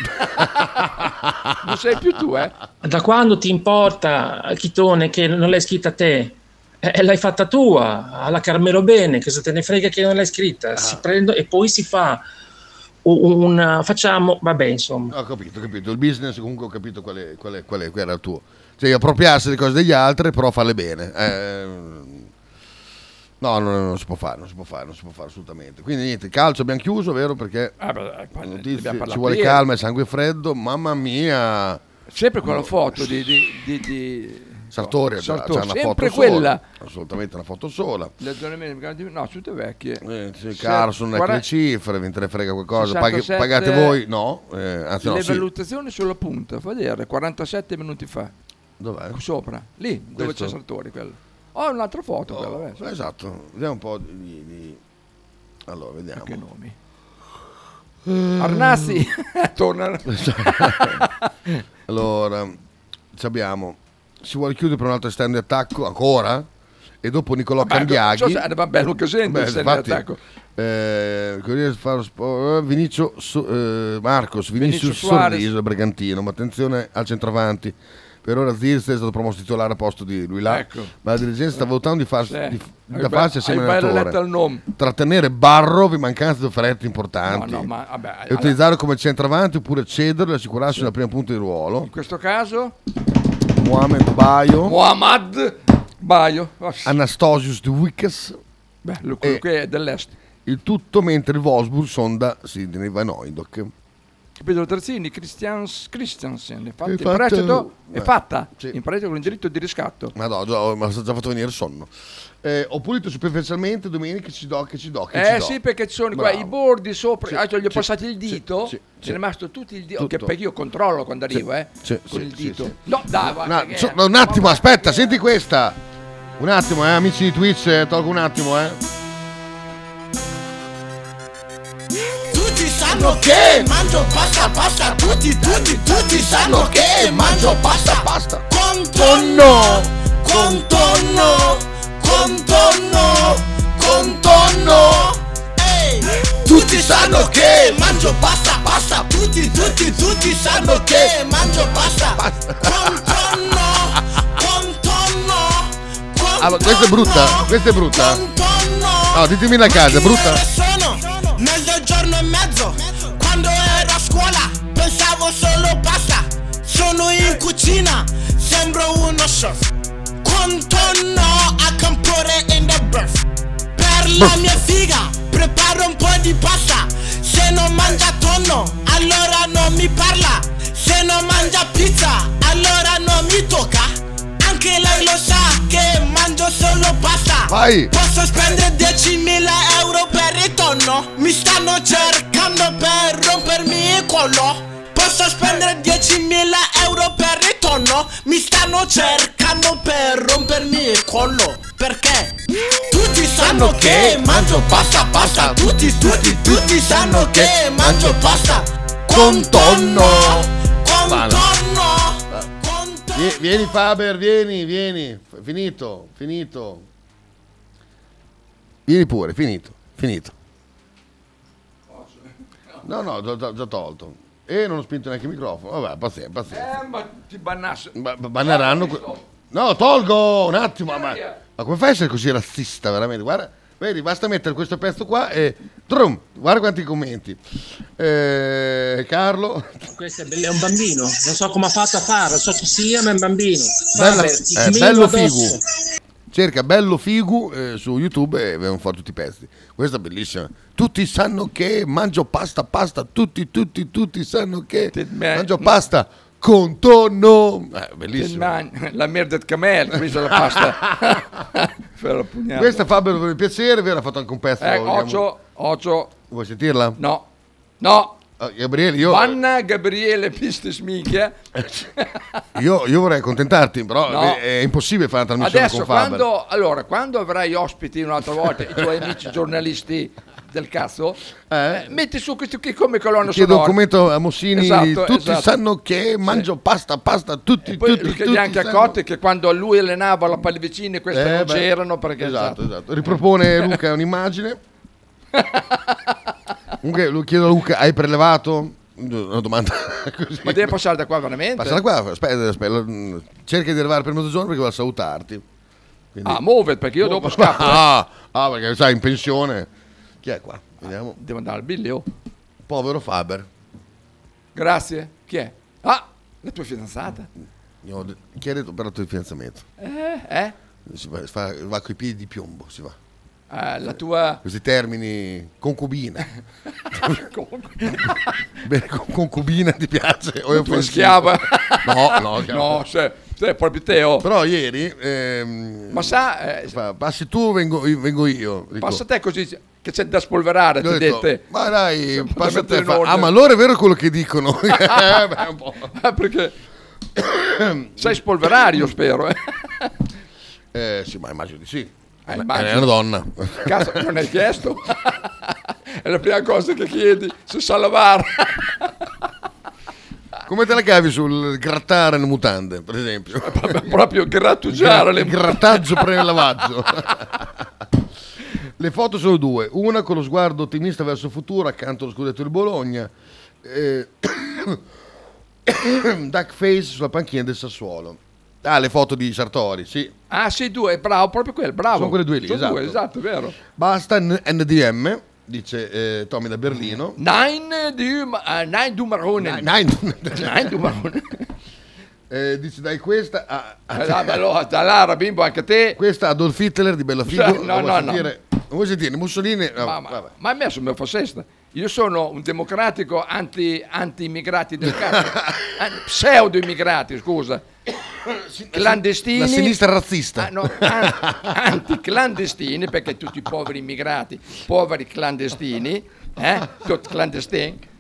Speaker 4: non sei più tu, eh?
Speaker 11: Da quando ti importa, Chitone, che non l'hai scritta te? Eh, eh, l'hai fatta tua, alla Carmelo Bene, cosa te ne frega che non l'hai scritta?
Speaker 5: Ah.
Speaker 11: Si prende e poi si fa u- un... facciamo, vabbè, insomma.
Speaker 5: Ho capito, ho capito. Il business comunque ho capito qual, è, qual, è- qual è- qual era il tuo. Cioè appropriarsi delle cose degli altri, però farle bene. Eh, no, non, non si può fare, non si può fare, non si può fare assolutamente. Quindi niente, calcio abbiamo chiuso, vero? Perché
Speaker 4: Ah, beh, poi ne
Speaker 5: notizie,
Speaker 4: abbiamo parlato
Speaker 5: ci vuole
Speaker 4: ieri.
Speaker 5: calma e sangue freddo, mamma mia.
Speaker 4: Sempre quella foto di... di, di, di...
Speaker 5: Sartoria, c'è-
Speaker 4: Sartori,
Speaker 5: c'è una
Speaker 4: sempre
Speaker 5: foto sola.
Speaker 4: quella.
Speaker 5: Assolutamente una foto sola. Eh,
Speaker 4: Le zone mediche, no, tutte vecchie.
Speaker 5: Sì,
Speaker 4: Cioè,
Speaker 5: Carson, ecco le cifre, ve ne frega qualcosa. Paghi-
Speaker 4: 67
Speaker 5: pagate voi? No, eh, anzi no,
Speaker 4: le
Speaker 5: sì.
Speaker 4: valutazioni sulla punta, fa vedere, 47 minuti fa.
Speaker 5: Dov'è?
Speaker 4: Sopra, lì, dove
Speaker 5: Questo?
Speaker 4: c'è Sartori, quello. Oh, un'altra foto, quella, adesso.
Speaker 5: Esatto, vediamo un po' di... di- Allora, vediamo. Che
Speaker 4: nomi? Arnassi, Mm.
Speaker 5: Eh.
Speaker 4: torna.
Speaker 5: allora, ci abbiamo. Si vuole chiudere per un altro stand di attacco ancora? E dopo Nicolò
Speaker 4: Vabbè,
Speaker 5: Cambiaghi.
Speaker 4: non so se- eh, vabbè, Luca Senti,
Speaker 5: Beh,
Speaker 4: stand di
Speaker 5: infatti,
Speaker 4: attacco.
Speaker 5: eh, Corriere dello Faro Spo- eh, Vinicio Su- eh, Marcos, Vinicius
Speaker 4: Vinicius Suarez.
Speaker 5: Sorriso, Bragantino. Ma attenzione al centravanti. Per ora Zirze è stato promosso titolare a posto di lui là.
Speaker 4: Ecco.
Speaker 5: Ma la dirigenza sta valutando di, farsi,
Speaker 4: Sì.
Speaker 5: di-
Speaker 4: Hai
Speaker 5: da
Speaker 4: be-
Speaker 5: farsi assieme
Speaker 4: hai bello
Speaker 5: all'allenatore.
Speaker 4: letto il nome.
Speaker 5: Trattenere Barrov in mancanza di offerte importanti.
Speaker 4: No, no, ma vabbè,
Speaker 5: e
Speaker 4: allora-
Speaker 5: utilizzarlo come centravanti oppure cederlo e assicurarsi una prima punta di ruolo.
Speaker 4: In questo caso,
Speaker 5: Mohamed Bayo.
Speaker 4: Muhammad Baio. Oh, sì.
Speaker 5: Anastasius De Wickes.
Speaker 4: Beh, lui- quello qui è dell'est.
Speaker 5: Il tutto mentre il Wolfsburg sonda Sidney Van Hooydonk.
Speaker 4: Capitolo Terzini, Christians, Christiansen, infatti il
Speaker 5: Infatti-
Speaker 4: prestito è
Speaker 5: eh,
Speaker 4: fatta, in prestito con il diritto di riscatto.
Speaker 5: Ma no, già, mi ha già fatto venire il sonno. Eh, ho pulito superficialmente domenica ci do, che ci do, che ci
Speaker 4: Eh
Speaker 5: do.
Speaker 4: sì, perché ci sono qua
Speaker 5: Bravo.
Speaker 4: i bordi sopra,
Speaker 5: Sì,
Speaker 4: ah, cioè, gli ho
Speaker 5: sì,
Speaker 4: passato il dito,
Speaker 5: sì,
Speaker 4: è
Speaker 5: sì.
Speaker 4: rimasto tutto il dito,
Speaker 5: Tutto.
Speaker 4: che perché io controllo quando arrivo,
Speaker 5: Sì,
Speaker 4: eh,
Speaker 5: sì,
Speaker 4: con
Speaker 5: sì,
Speaker 4: il
Speaker 5: sì,
Speaker 4: dito.
Speaker 5: sì.
Speaker 4: No, dai, va,
Speaker 5: Na-
Speaker 4: che-
Speaker 5: so- un attimo, aspetta, senti questa. Un attimo, eh, amici di Twitch, eh, tolgo un attimo, eh.
Speaker 16: Tutti sanno che mangio pasta pasta Tutti tutti tutti sanno che mangio pasta pasta Contorno Contorno Contorno Contorno Ehi Tutti sanno che mangio pasta pasta Tutti tutti tutti sanno che mangio pasta Contorno Contorno
Speaker 5: Allora, questa è brutta, questa è brutta. No, ditemi la casa, è brutta.
Speaker 16: sono mezzogiorno e mezzo quando ero a scuola pensavo solo pasta sono in cucina sembro uno chef contorno a campore in the birth per la mia figa preparo un po' di pasta se non mangia tonno allora non mi parla se non mangia pizza allora non mi tocca anche lei lo sa che mangio solo pasta
Speaker 5: Vai.
Speaker 16: Posso spendere 10.000 euro per ritorno Mi stanno cercando per rompermi il collo Posso spendere 10.000 euro per ritorno Mi stanno cercando per rompermi il collo Perché? Tutti sanno che mangio pasta pasta Tutti, tutti, tutti sanno che mangio pasta Con tonno Con
Speaker 5: Vale.
Speaker 16: tonno
Speaker 5: Vie- Vieni Faber, vieni, vieni. F- Finito, finito. Vieni pure, finito, finito. No, no, già- già, già tolto. E non ho spinto neanche il microfono. Vabbè, pazienza, pazienza.
Speaker 4: Eh, ma ti bannasse.
Speaker 5: Ba- ba- banneranno que- no tolgo un attimo ma, ma come fai a essere così razzista veramente guarda vedi basta mettere questo pezzo qua e trum, guarda quanti commenti Eh, Carlo
Speaker 11: Questo è, bell- è un bambino, non so come ha fatto a farlo, so chi sia, ma è un bambino.
Speaker 5: bella-
Speaker 11: Faber, ti
Speaker 5: eh,
Speaker 11: smigo
Speaker 5: bello
Speaker 11: addosso.
Speaker 5: figu cerca bello figu eh, su youtube e vengono fuori tutti i pezzi questa è bellissima tutti sanno che mangio pasta pasta tutti tutti tutti sanno che mangio pasta con tonno eh, bellissimo
Speaker 4: Ah, La merda di camel, questa è la pasta. Per la pugnata.
Speaker 5: Questa Fabio dovrebbe piacere, vero? Ha fatto anche un pezzo.
Speaker 4: Eh,
Speaker 5: vogliamo-
Speaker 4: Ocio, Ocio.
Speaker 5: Vuoi sentirla? Ah,
Speaker 4: No. No.
Speaker 5: Gabriele, io, Eh,
Speaker 4: Vanna Gabriele Pistis Micchia.
Speaker 5: io, io vorrei accontentarti, però
Speaker 4: No.
Speaker 5: è, è impossibile fare una trasmissione
Speaker 4: Adesso,
Speaker 5: con Faber.
Speaker 4: quando, allora, quando avrai ospiti un'altra volta, i tuoi amici giornalisti del cazzo, eh, metti su questo qui come colonna
Speaker 5: Chiedo un
Speaker 4: sonora.
Speaker 5: commento a Mossini,
Speaker 4: Esatto,
Speaker 5: tutti
Speaker 4: esatto.
Speaker 5: sanno che mangio pasta, pasta, tutti,
Speaker 4: Poi
Speaker 5: tutti,
Speaker 4: vi
Speaker 5: tutti
Speaker 4: chiedi anche a
Speaker 5: sanno.
Speaker 4: Cotti che quando lui allenava la pallavicina queste
Speaker 5: Eh,
Speaker 4: non
Speaker 5: beh,
Speaker 4: c'erano perché Eh,
Speaker 5: esatto, esatto. Ripropone Luca un'immagine. Comunque, lo chiedo a Luca, hai prelevato? Una domanda così.
Speaker 4: Ma deve passare da qua veramente?
Speaker 5: Passa da qua, aspetta, aspetta, mm, cerca di arrivare per mezzogiorno perché vado a salutarti. Quindi-
Speaker 4: Ah, muovet perché io dopo
Speaker 5: Oh,
Speaker 4: scappo.
Speaker 5: Ah, ah, perché sai, in pensione. Chi è qua? Vediamo.
Speaker 4: Devo andare al Billio.
Speaker 5: Povero Faber.
Speaker 4: Grazie. Chi è? Ah, la tua fidanzata.
Speaker 5: Io ho de- Chi ha detto per il tuo fidanzamento?
Speaker 4: Eh, eh.
Speaker 5: Si va, fa- va coi piedi di piombo, si va.
Speaker 4: Eh, la tua...
Speaker 5: Questi termini concubina. Beh, con- concubina ti piace? O è
Speaker 4: La tua
Speaker 5: offensivo?
Speaker 4: schiava.
Speaker 5: No, no, chiaro.
Speaker 4: No, se, se, proprio Teo.
Speaker 5: Però ieri... ehm,
Speaker 4: Ma sa, eh,
Speaker 5: fa, passi tu, vengo, vengo io. Dico,
Speaker 4: passa te così che c'è da spolverare,
Speaker 5: Gli ho
Speaker 4: ti
Speaker 5: detto,
Speaker 4: dette.
Speaker 5: Ma dai,
Speaker 4: Sempre
Speaker 5: passa
Speaker 4: da mettere
Speaker 5: te,
Speaker 4: in
Speaker 5: fa,
Speaker 4: ordine.
Speaker 5: ah, ma allora è vero quello che dicono. Eh, beh, un po'.
Speaker 4: Ah, perché sai spolverare, io spero. Eh.
Speaker 5: Eh, sì, ma immagino di sì.
Speaker 4: Eh,
Speaker 5: Beh,
Speaker 4: immagino.
Speaker 5: È una donna.
Speaker 4: Cazzo, non hai chiesto? È la prima cosa che chiedi, se sa lavare.
Speaker 5: Come te la cavi sul grattare le mutande, per esempio?
Speaker 4: Proprio grattugiare le
Speaker 5: Il grattaggio prelavaggio. le foto sono due, una con lo sguardo ottimista verso il futuro accanto allo scudetto di Bologna, eh, duck face sulla panchina del Sassuolo. Ah, le foto di Sartori, sì.
Speaker 4: Ah, sei due, bravo, proprio quel, bravo.
Speaker 5: Sono quelle due lì,
Speaker 4: Sono
Speaker 5: esatto.
Speaker 4: due, esatto, è vero.
Speaker 5: Basta N- NDM, dice eh, Tommy da Berlino.
Speaker 4: Nine di ah, Nine du Marone.
Speaker 5: Nine,
Speaker 4: nine du Marone.
Speaker 5: Eh, dice dai questa a,
Speaker 4: Eh, dai, ma allora, da Lara, bimbo, anche te.
Speaker 5: Questa Adolf Hitler di Bellafico.
Speaker 4: Cioè, no,
Speaker 5: la vuoi
Speaker 4: no,
Speaker 5: sentire? Non vuoi sentire? Mussolini... no,
Speaker 4: Ma, ma,
Speaker 5: vabbè.
Speaker 4: ma a me sono mio fascista. Io sono un democratico anti, anti-immigrati del cazzo. An- pseudo-immigrati, scusa. Eh, Clandestini.
Speaker 5: La sinistra razzista.
Speaker 4: Ah, no, an- anticlandestini, perché tutti i poveri immigrati, poveri clandestini, eh? Tutti clandestini.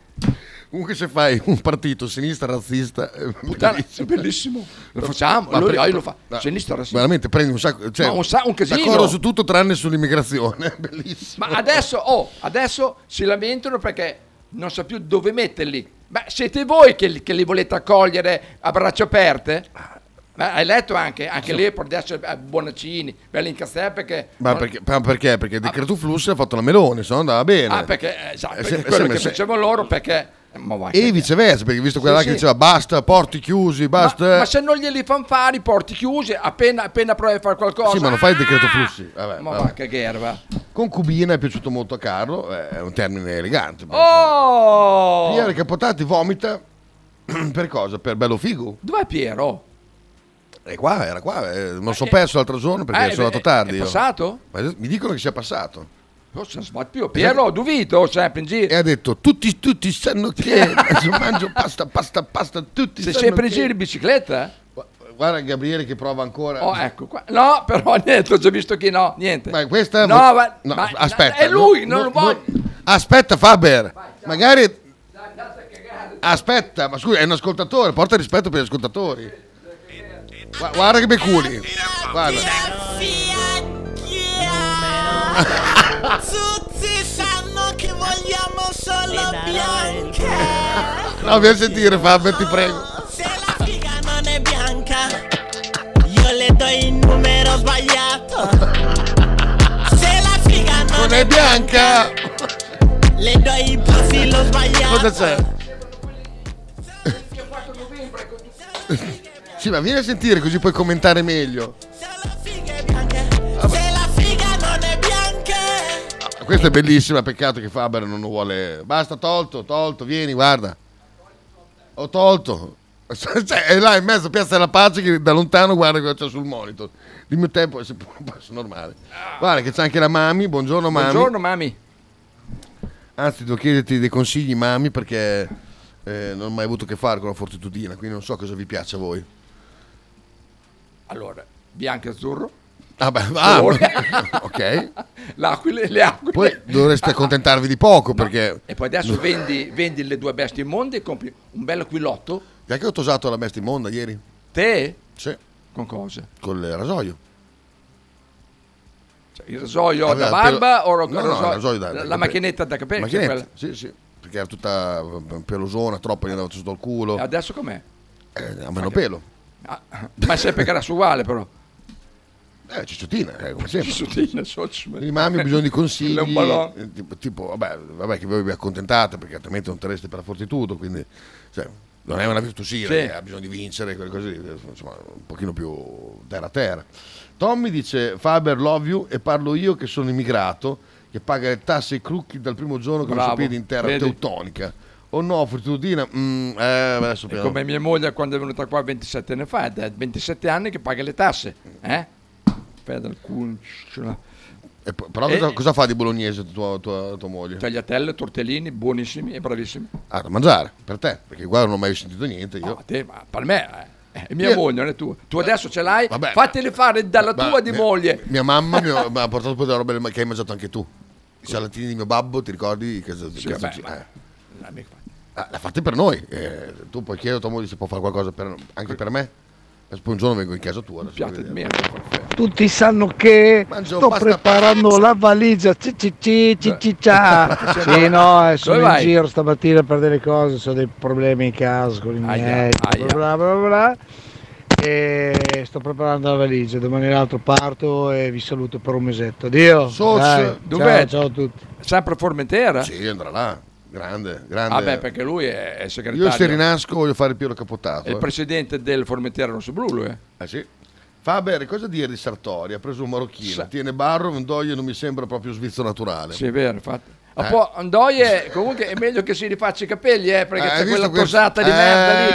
Speaker 5: Comunque se fai un partito sinistra razzista... è
Speaker 4: Puttana, è bellissimo. Lo facciamo, allora
Speaker 5: pre-
Speaker 4: io lo fa.
Speaker 5: ma-
Speaker 4: Sinistra razzista.
Speaker 5: Veramente prendi un sacco... Cioè,
Speaker 4: Ma un sa- un casino.
Speaker 5: D'accordo su tutto tranne sull'immigrazione. Bellissimo.
Speaker 4: Ma adesso, oh, adesso si lamentano perché non sa più dove metterli. Ma siete voi che, li- che li volete accogliere a braccia aperte?
Speaker 5: Ah.
Speaker 4: Ma hai letto anche, anche lì per adesso eh, Bonaccini, Bellincastè perché...
Speaker 5: Ma
Speaker 4: non-
Speaker 5: perché? ma perché? Perché il decreto flusso l'ha fatto la Meloni, se no andava bene.
Speaker 4: Ah, perché, eh, esatto,
Speaker 5: Eh,
Speaker 4: perché
Speaker 5: se-
Speaker 4: quello
Speaker 5: se-
Speaker 4: che
Speaker 5: se-
Speaker 4: facevano loro perché... eh, Ma vai,
Speaker 5: E viceversa, perché visto quella
Speaker 4: Sì,
Speaker 5: là che
Speaker 4: sì.
Speaker 5: diceva basta, porti chiusi, basta...
Speaker 4: ma se non glieli fanno fare i porti chiusi, appena, appena provi a fare qualcosa... ah,
Speaker 5: Sì, ma non fai il decreto flussi. Vabbè,
Speaker 4: Ma
Speaker 5: vabbè.
Speaker 4: va che gherba.
Speaker 5: Concubina è piaciuto molto a Carlo, eh, è un termine elegante.
Speaker 4: Oh!
Speaker 5: Ieri Capotati vomita per cosa? Per bello figo.
Speaker 4: Dov'è Piero?
Speaker 5: È qua, era qua, eh, me lo sono perso l'altro giorno perché
Speaker 4: eh,
Speaker 5: sono
Speaker 4: beh,
Speaker 5: andato tardi.
Speaker 4: è
Speaker 5: io.
Speaker 4: passato?
Speaker 5: Ma mi dicono che sia passato.
Speaker 4: Non se ne sbatte più.
Speaker 5: Esatto.
Speaker 4: Piero, ho dubito sempre in giro.
Speaker 5: E ha detto, tutti, tutti sanno che mangio, mangio pasta, pasta, pasta, tutti
Speaker 4: Sei
Speaker 5: sanno
Speaker 4: sempre in
Speaker 5: che-
Speaker 4: giro in bicicletta?
Speaker 5: Guarda Gabriele che prova ancora.
Speaker 4: Oh, ecco qua. No, però niente, ho già visto che no, niente. Ma
Speaker 5: questa...
Speaker 4: No,
Speaker 5: vo-
Speaker 4: ma-
Speaker 5: no,
Speaker 4: ma-
Speaker 5: aspetta.
Speaker 4: è lui, non
Speaker 5: no,
Speaker 4: lo
Speaker 5: no,
Speaker 4: voglio.
Speaker 5: Aspetta Faber, magari... Aspetta, ma scusa, è un ascoltatore, porta rispetto per gli ascoltatori. Gua- Guarda che beculi. Guarda.
Speaker 16: Tutti sanno che vogliamo solo bianche.
Speaker 5: No, vieni a sentire Faber, ti prego.
Speaker 16: Se la figa non è bianca,
Speaker 5: non è bianca.
Speaker 16: Le do i passi, lo sbagliato.
Speaker 5: Cosa c'è? Sì, ma vieni a sentire così puoi commentare meglio.
Speaker 16: Se la figa non è bianca.
Speaker 5: Ah, Questa è bellissima, peccato che Faber non lo vuole. Basta, tolto, tolto, vieni, guarda. Ho tolto. Cioè, è là in mezzo a Piazza della Pace che da lontano guarda cosa c'è sul monitor. Dimmi il tempo, se può, posso normale. Guarda che c'è anche la Mami, buongiorno Mami.
Speaker 4: Buongiorno mami.
Speaker 5: Anzi, devo chiederti dei consigli, Mami, perché eh, non ho mai avuto a che fare con la fortitudina, quindi non so cosa vi piace a voi.
Speaker 4: Allora, bianco e azzurro.
Speaker 5: Ah, beh, ah, ok.
Speaker 4: L'aquile, le aquile.
Speaker 5: Poi dovreste accontentarvi di poco perché...
Speaker 4: E poi adesso vendi, vendi le due bestie immonde e compri un bel aquilotto.
Speaker 5: Perché ho tosato la bestia immonda ieri?
Speaker 4: Te?
Speaker 5: Sì.
Speaker 4: Con cosa?
Speaker 5: Con il rasoio.
Speaker 4: Cioè, il rasoio
Speaker 5: Aveva
Speaker 4: da
Speaker 5: il pelo-
Speaker 4: barba o ro-
Speaker 5: No, no,
Speaker 4: rasoio-
Speaker 5: il rasoio da-
Speaker 4: la,
Speaker 5: da
Speaker 4: la
Speaker 5: capelli.
Speaker 4: macchinetta da capelli? cioè
Speaker 5: Macchinetta, sì, sì. Perché era tutta eh, pelosona, troppo gli andava tutto al culo.
Speaker 4: quella- E adesso com'è?
Speaker 5: Eh, a meno pelo.
Speaker 4: Ah, ma è sempre era uguale però.
Speaker 5: Eh, cicciotina, eh, come sempre.
Speaker 4: Cicciotina, socio.
Speaker 5: Quindi, Mami, ho bisogno di consigli.
Speaker 4: Il lambalò.
Speaker 5: eh, Tipo, tipo, vabbè, vabbè, che voi vi accontentate perché altrimenti non terreste per la fortitudo. Quindi, cioè, non è una virtù sì,
Speaker 4: Sì.
Speaker 5: eh, ha bisogno di vincere, quelle cose lì, eh, insomma, un pochino più terra a terra. Tommy dice: Faber, love you, e parlo io che sono immigrato, che paga le tasse e i crucchi dal primo giorno che ho messo
Speaker 4: Bravo,
Speaker 5: piedi in terra
Speaker 4: vedi?
Speaker 5: teutonica. Oh no, fortitudina, mm, eh, adesso
Speaker 4: È
Speaker 5: piano.
Speaker 4: come mia moglie quando è venuta qua 27 anni fa, è da 27 ananni che paga le tasse. Eh? Fede al culo. cioè,
Speaker 5: E po-
Speaker 4: Eh.
Speaker 5: Però cosa, cosa fa di bolognese tua, tua- tua moglie?
Speaker 4: Cioè Tagliatelle, tortellini, buonissimi e bravissimi.
Speaker 5: Ah, da mangiare, per te, perché qua non ho mai sentito niente io.
Speaker 4: A te, ma per me eh, è mia
Speaker 5: Io-
Speaker 4: moglie, non è tua. Tu adesso ce l'hai,
Speaker 5: Vabbè,
Speaker 4: fateli fare dalla
Speaker 5: Ma
Speaker 4: tua di
Speaker 5: mia-
Speaker 4: moglie.
Speaker 5: Mia mamma mi ha mi ha portato poi della roba che hai mangiato anche tu. I salatini di mio babbo, ti ricordi? Che,
Speaker 4: Sì,
Speaker 5: che-
Speaker 4: vabbè,
Speaker 5: eh.
Speaker 4: ma- dai, mica-
Speaker 5: Ah, l'ha fatta per noi. eh, tu puoi chiedere a tua moglie se può fare qualcosa per- anche per me. Adesso poi un giorno vengo in casa tua. adesso
Speaker 4: Piatto di
Speaker 5: vedere.
Speaker 13: Tutti sanno che
Speaker 5: Mangio
Speaker 13: sto
Speaker 5: pasta-
Speaker 13: preparando la valigia. Ci, ci, ci, ci, ci, cia.
Speaker 4: Cioè,
Speaker 13: Sì, no, eh, sono
Speaker 4: dove
Speaker 13: in
Speaker 4: vai?
Speaker 13: giro stamattina per delle cose, sono dei problemi in casa con i
Speaker 4: Aia,
Speaker 13: miei.
Speaker 4: aia.
Speaker 13: Bla bla bla bla. E sto preparando la valigia. Domani l'altro parto e vi saluto per un mesetto. Addio. Dai,
Speaker 4: dov'è?
Speaker 13: ciao, ciao a tutti.
Speaker 4: Sempre a Formentera?
Speaker 5: Sì, andrà là. Grande, grande.
Speaker 4: Vabbè, perché lui è, è segretario.
Speaker 5: Io se rinasco voglio fare il Piero Capotato.
Speaker 4: È il
Speaker 5: eh.
Speaker 4: presidente del Formentera Rosso Blu, lui. eh.
Speaker 5: Ah, sì. Faber, cosa dire di Sartori? Ha preso un marocchino, tiene barro, Vendoglio non mi sembra proprio svizzero naturale.
Speaker 4: Sì, è vero, infatti. Ma
Speaker 5: Eh.
Speaker 4: poi Andoie, comunque è meglio che si rifaccia i capelli, eh, perché
Speaker 5: Eh, hai
Speaker 4: c'è quella
Speaker 5: visto questo?
Speaker 4: cosata di
Speaker 5: Eh.
Speaker 4: merda lì.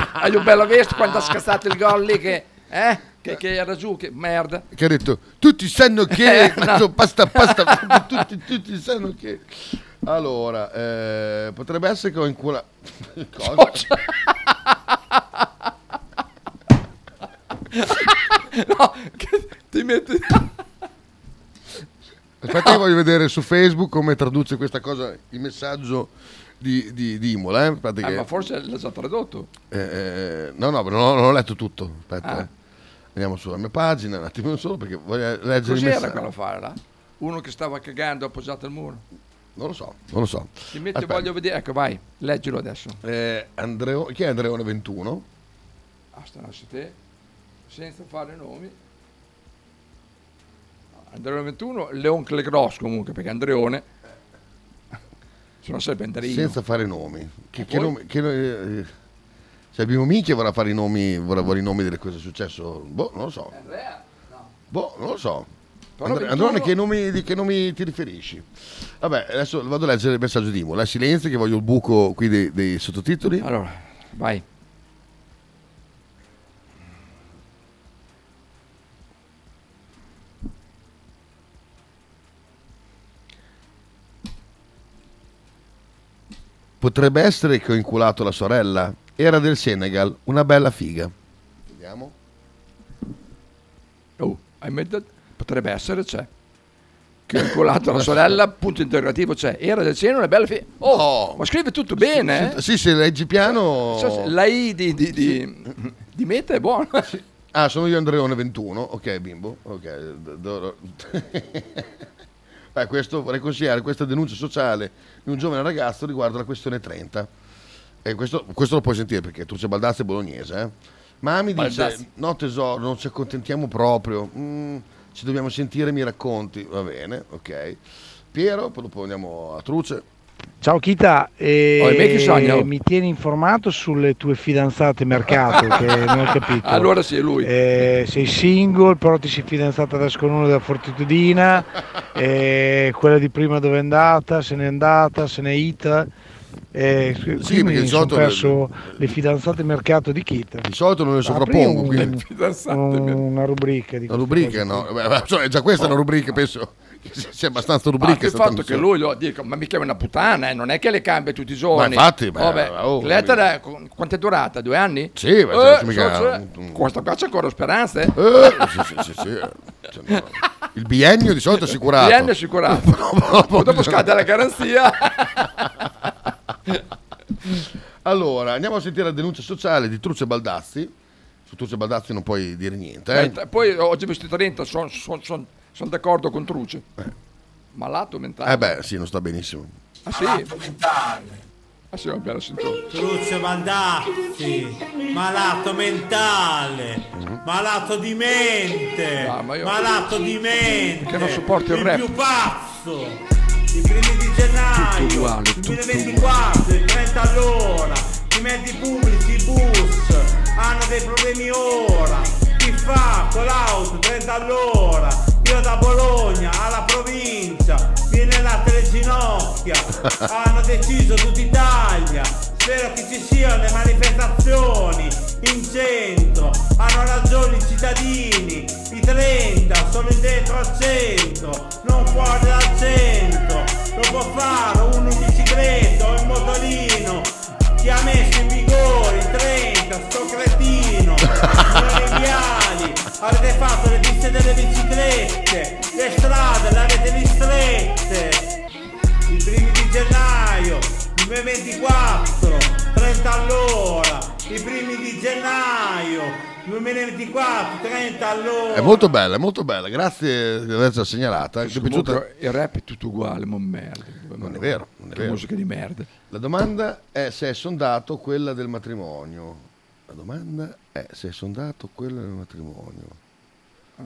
Speaker 4: Eh? Hai un bello visto quando ha scassato il gol lì che, eh? che, che era giù, che merda.
Speaker 5: Che ha detto, tutti sanno che...
Speaker 4: Eh, no.
Speaker 5: mangio pasta, pasta, tutti, tutti sanno che... Allora, eh, potrebbe essere che ho inculato... Cosa?
Speaker 4: No, che ti metti...
Speaker 5: Aspetta, che voglio vedere su Facebook come traduce questa cosa, il messaggio di, di, di Imola. eh. Aspetta
Speaker 4: Eh,
Speaker 5: che-
Speaker 4: ma forse l'ha già tradotto.
Speaker 5: Eh, eh, no, no, non ho, non ho letto tutto. Aspetta,
Speaker 4: Ah.
Speaker 5: eh. andiamo sulla mia pagina un attimo solo perché voglio leggere il
Speaker 4: Cos'era
Speaker 5: messaggio.
Speaker 4: quello fare là? Uno che stava cagando appoggiato al muro.
Speaker 5: Non lo so. Non lo so.
Speaker 4: Ti metti,
Speaker 5: Aspetta.
Speaker 4: voglio vedere. Ecco, vai, leggilo adesso.
Speaker 5: Eh, Andreo- chi è Andreone 21?
Speaker 4: Astanassi te, senza fare nomi. Andreone 21, Leoncle Gross comunque, perché Andreone, sono sempre Andreino.
Speaker 5: Senza fare nomi. Che,
Speaker 4: E
Speaker 5: che
Speaker 4: poi?
Speaker 5: nomi- che no- eh, cioè, Bimo Minchia vorrà fare i nomi, vorrà fare i nomi delle cose successo. Boh, non lo so. Boh, non lo so.
Speaker 4: Eh. Però
Speaker 5: Andre-
Speaker 4: 21
Speaker 5: Androne, che nomi, di che nomi ti riferisci? Vabbè, adesso vado a leggere il messaggio di Imola. Silenzio, che voglio il buco qui dei, dei sottotitoli.
Speaker 4: Allora, vai.
Speaker 5: Potrebbe essere che ho inculato la sorella. Era del Senegal, una bella figa. Vediamo.
Speaker 4: Oh, hai messo- potrebbe essere, c'è. Che ho incolato la sorella, punto interrogativo, c'è. Era del cielo, una bella fi- Oh, ma scrive tutto bene, eh?
Speaker 5: Sì, se leggi piano.
Speaker 4: Cioè, se- la I di, di, di, di meta è buona.
Speaker 5: Ah, sono io Andreone 21. Ok, bimbo. Ok. d- d- Beh, questo vorrei consigliare questa denuncia sociale di un giovane ragazzo riguardo alla questione 30. E questo, questo lo puoi sentire perché Truce Baldazzi è bolognese. Eh? Ma mi dice:
Speaker 2: Baldazzi.
Speaker 5: No, tesoro, non ci accontentiamo proprio. Mm, Ci dobbiamo sentire, mi racconti. Va bene, ok. Piero, poi dopo andiamo a Truce.
Speaker 13: Ciao Kita, e
Speaker 5: Oh, e me che sogno?
Speaker 13: mi tieni informato sulle tue fidanzate mercato che non ho capito.
Speaker 4: Allora sì, è lui.
Speaker 13: Eh, sei single, però ti sei fidanzata adesso con uno della Fortitudina, eh, quella di prima dove è andata, se n'è andata, se n'è ita. Eh,
Speaker 5: perché
Speaker 13: sì, mi
Speaker 5: di
Speaker 13: sono
Speaker 5: solito
Speaker 13: perso le fidanzate mercato di Kita. Di
Speaker 5: solito non le sovrappongo, quindi.
Speaker 13: una rubrica di
Speaker 5: La
Speaker 13: queste cose.
Speaker 5: rubrica, no? Eh, beh, cioè, già questa è una rubrica, penso che sia- sia abbastanza rubrica.
Speaker 4: Anche il
Speaker 5: sta
Speaker 4: fatto Ah, che lui
Speaker 5: trasmissione.
Speaker 4: lo dico, ma mica è una puttana, eh, non è che le cambia tutti i giorni.
Speaker 5: Ma infatti, ma-
Speaker 4: Oh, beh,
Speaker 5: oh,
Speaker 4: l'Ether, eh, qu- quanto è durata? Due anni?
Speaker 5: Sì, ma
Speaker 4: Eh,
Speaker 5: senza mica-
Speaker 4: so- so-
Speaker 5: un- un-
Speaker 4: questa qua c'è ancora speranze.
Speaker 5: Eh, sì, sì, sì, sì. Cioè, no. Il biennio di solito è assicurato.
Speaker 4: Biennio è assicurato. Poi dopo scatta la garanzia.
Speaker 5: allora, andiamo a sentire la denuncia sociale di Truce Baldazzi. Su Truce Baldazzi non puoi dire niente.
Speaker 4: Beh,
Speaker 5: Eh?
Speaker 4: t- poi oggi visto Trenta, sono d'accordo con Truce. Malato mentale.
Speaker 5: Eh beh, sì, non sta benissimo.
Speaker 4: Ah sì? Ah sì, vabbè, lo sento.
Speaker 17: Truccio Bandazzi, malato mentale,
Speaker 4: Mm-hmm.
Speaker 17: malato di mente, malato di mente,
Speaker 4: Ah, Che non sopporto il rap.
Speaker 17: più pazzo, i primi di gennaio,
Speaker 4: Tutto uguale,
Speaker 17: il
Speaker 4: tutto
Speaker 17: 2024, il 30 all'ora, i mezzi pubblici, i bus, hanno dei problemi ora, chi fa con l'auto 30 all'ora, io da Bologna alla provincia, viene la teleginocchia, hanno deciso tutta Italia, spero che ci siano le manifestazioni in centro, hanno ragione i cittadini, i 30 sono in dentro al centro, non fuori dal centro, lo può fare uno in bicicletta o in motorino, chi ha messo in vigore i 30, sto cretino, signori viali, avete fatto le piste delle biciclette, le strade le avete ristrette, i primi di gennaio, il 2024, 30 all'ora, i primi di gennaio, 2024, 30 all'ora.
Speaker 5: È molto bella, è molto bella. Grazie di avercela segnalata. Ti è piaciuta?
Speaker 4: Comunque, Il rap è tutto uguale, ma merda.
Speaker 5: Non è vero, non è
Speaker 4: Che
Speaker 5: vero.
Speaker 4: musica di merda.
Speaker 5: La domanda è se è sondato quella del matrimonio. La domanda è se è sondato quella del matrimonio.
Speaker 4: Ah,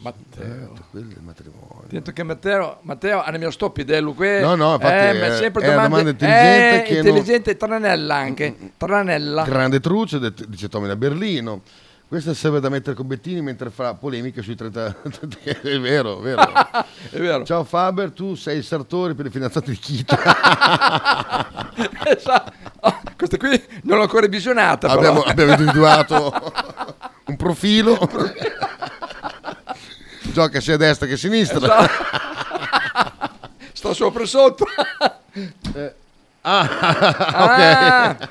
Speaker 4: Matteo.
Speaker 5: Sondato quella del matrimonio.
Speaker 4: Detto che Matteo, Matteo è mio stop dello qui.
Speaker 5: No, no, infatti,
Speaker 4: eh, ma è
Speaker 5: eh,
Speaker 4: sempre
Speaker 5: è una
Speaker 4: domande,
Speaker 5: domanda intelligente
Speaker 4: eh,
Speaker 5: che non- Mm,
Speaker 4: intelligente, tranella anche, tranella.
Speaker 5: Grande truce, det- dice Tommy da Berlino. Questa serve da mettere con Bettini mentre fa polemiche sui 30... è vero, è vero.
Speaker 4: È vero.
Speaker 5: Ciao Faber, tu sei il sartore per le fidanzate di Kita.
Speaker 4: Sa- ah, questa qui non l'ho ancora visionata. però.
Speaker 5: abbiamo, abbiamo individuato un profilo. Gioca sia a destra che a sinistra.
Speaker 4: Sto sopra e sotto.
Speaker 5: Eh, Ah, ok.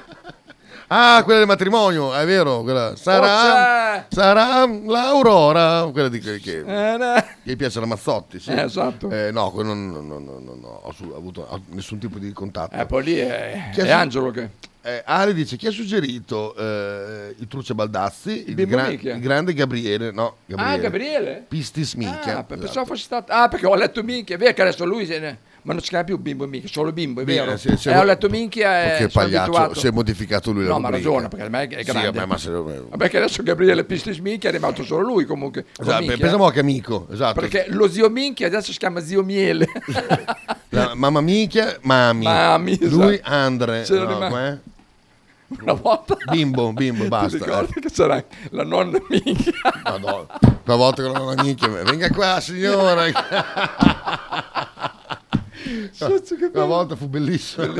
Speaker 5: Ah, quella del matrimonio, è vero. quella. Sarà,
Speaker 4: Forse-
Speaker 5: sarà l'Aurora, quella di che, che,
Speaker 4: Oh, Eh, no.
Speaker 5: che piace la Mazzotti. Sì.
Speaker 4: Eh, esatto.
Speaker 5: Eh, no, quello non, non- non- non- non ho assu- avuto nessun tipo di contatto.
Speaker 4: Eh, poi lì è-
Speaker 5: Chi ha
Speaker 4: è
Speaker 5: su-
Speaker 4: Angelo che-
Speaker 5: Eh, Ale dice: Chi ha suggerito eh, il Truce Baldazzi? Il,
Speaker 4: bimbo
Speaker 5: gran-
Speaker 4: Michia.
Speaker 5: il grande Gabriele, no? Gabriele.
Speaker 4: Ah, Gabriele?
Speaker 5: Pistis Esatto. Mica.
Speaker 4: Ah, pe- pensavo fosse stato. Ah, perché ho letto minchia, è vero che adesso lui se ne- Ma non si chiama più bimbo e minchia, solo bimbo, è
Speaker 5: Beh,
Speaker 4: vero.
Speaker 5: se- se
Speaker 4: Eh,
Speaker 5: vo-
Speaker 4: ho letto minchia e
Speaker 5: che
Speaker 4: sono
Speaker 5: pagliaccio,
Speaker 4: abituato.
Speaker 5: si è modificato lui la
Speaker 4: No, ma ha
Speaker 5: rubrica.
Speaker 4: ragione, perché ormai è
Speaker 5: Sì,
Speaker 4: grande.
Speaker 5: vabbè, ma se-
Speaker 4: Vabbè, che adesso Gabriele Pistis Minchia è rimasto solo lui comunque. con
Speaker 5: Esatto,
Speaker 4: Minchia.
Speaker 5: pensiamo che amico, esatto.
Speaker 4: eh? Perché lo zio Minchia adesso si chiama zio Miele.
Speaker 5: La mamma minchia, mami.
Speaker 4: Mami,
Speaker 5: Lui
Speaker 4: esatto.
Speaker 5: Andre.
Speaker 4: C'era
Speaker 5: no,
Speaker 4: rimasto-
Speaker 5: com'è?
Speaker 4: Una volta.
Speaker 5: Bimbo, bimbo,
Speaker 4: Ti
Speaker 5: basta.
Speaker 4: ricordi
Speaker 5: eh.
Speaker 4: che c'era la nonna Minchia?
Speaker 5: Madonna. Una volta con la mamma minchia, venga qua signora. Una volta fu bellissimo.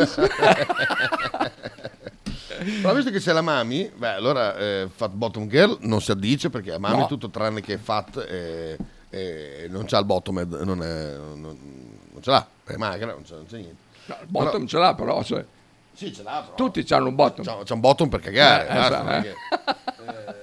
Speaker 5: Però visto che c'è la mami, beh, allora eh, Fat Bottom Girl non si addice perché la mami
Speaker 4: No.
Speaker 5: è tutto tranne che fat e, e non c'ha il bottom, head, non, è- non- non ce l'ha, è magra, non c'è, non c'è niente.
Speaker 4: No, il bottom ce l'ha però. Cioè,
Speaker 5: Sì, ce l'ha, però.
Speaker 4: Tutti hanno un bottom.
Speaker 5: C'ha, c'ha un bottom per cagare.
Speaker 4: Eh,
Speaker 5: basta,
Speaker 4: esatto, eh.
Speaker 5: perché- Eh,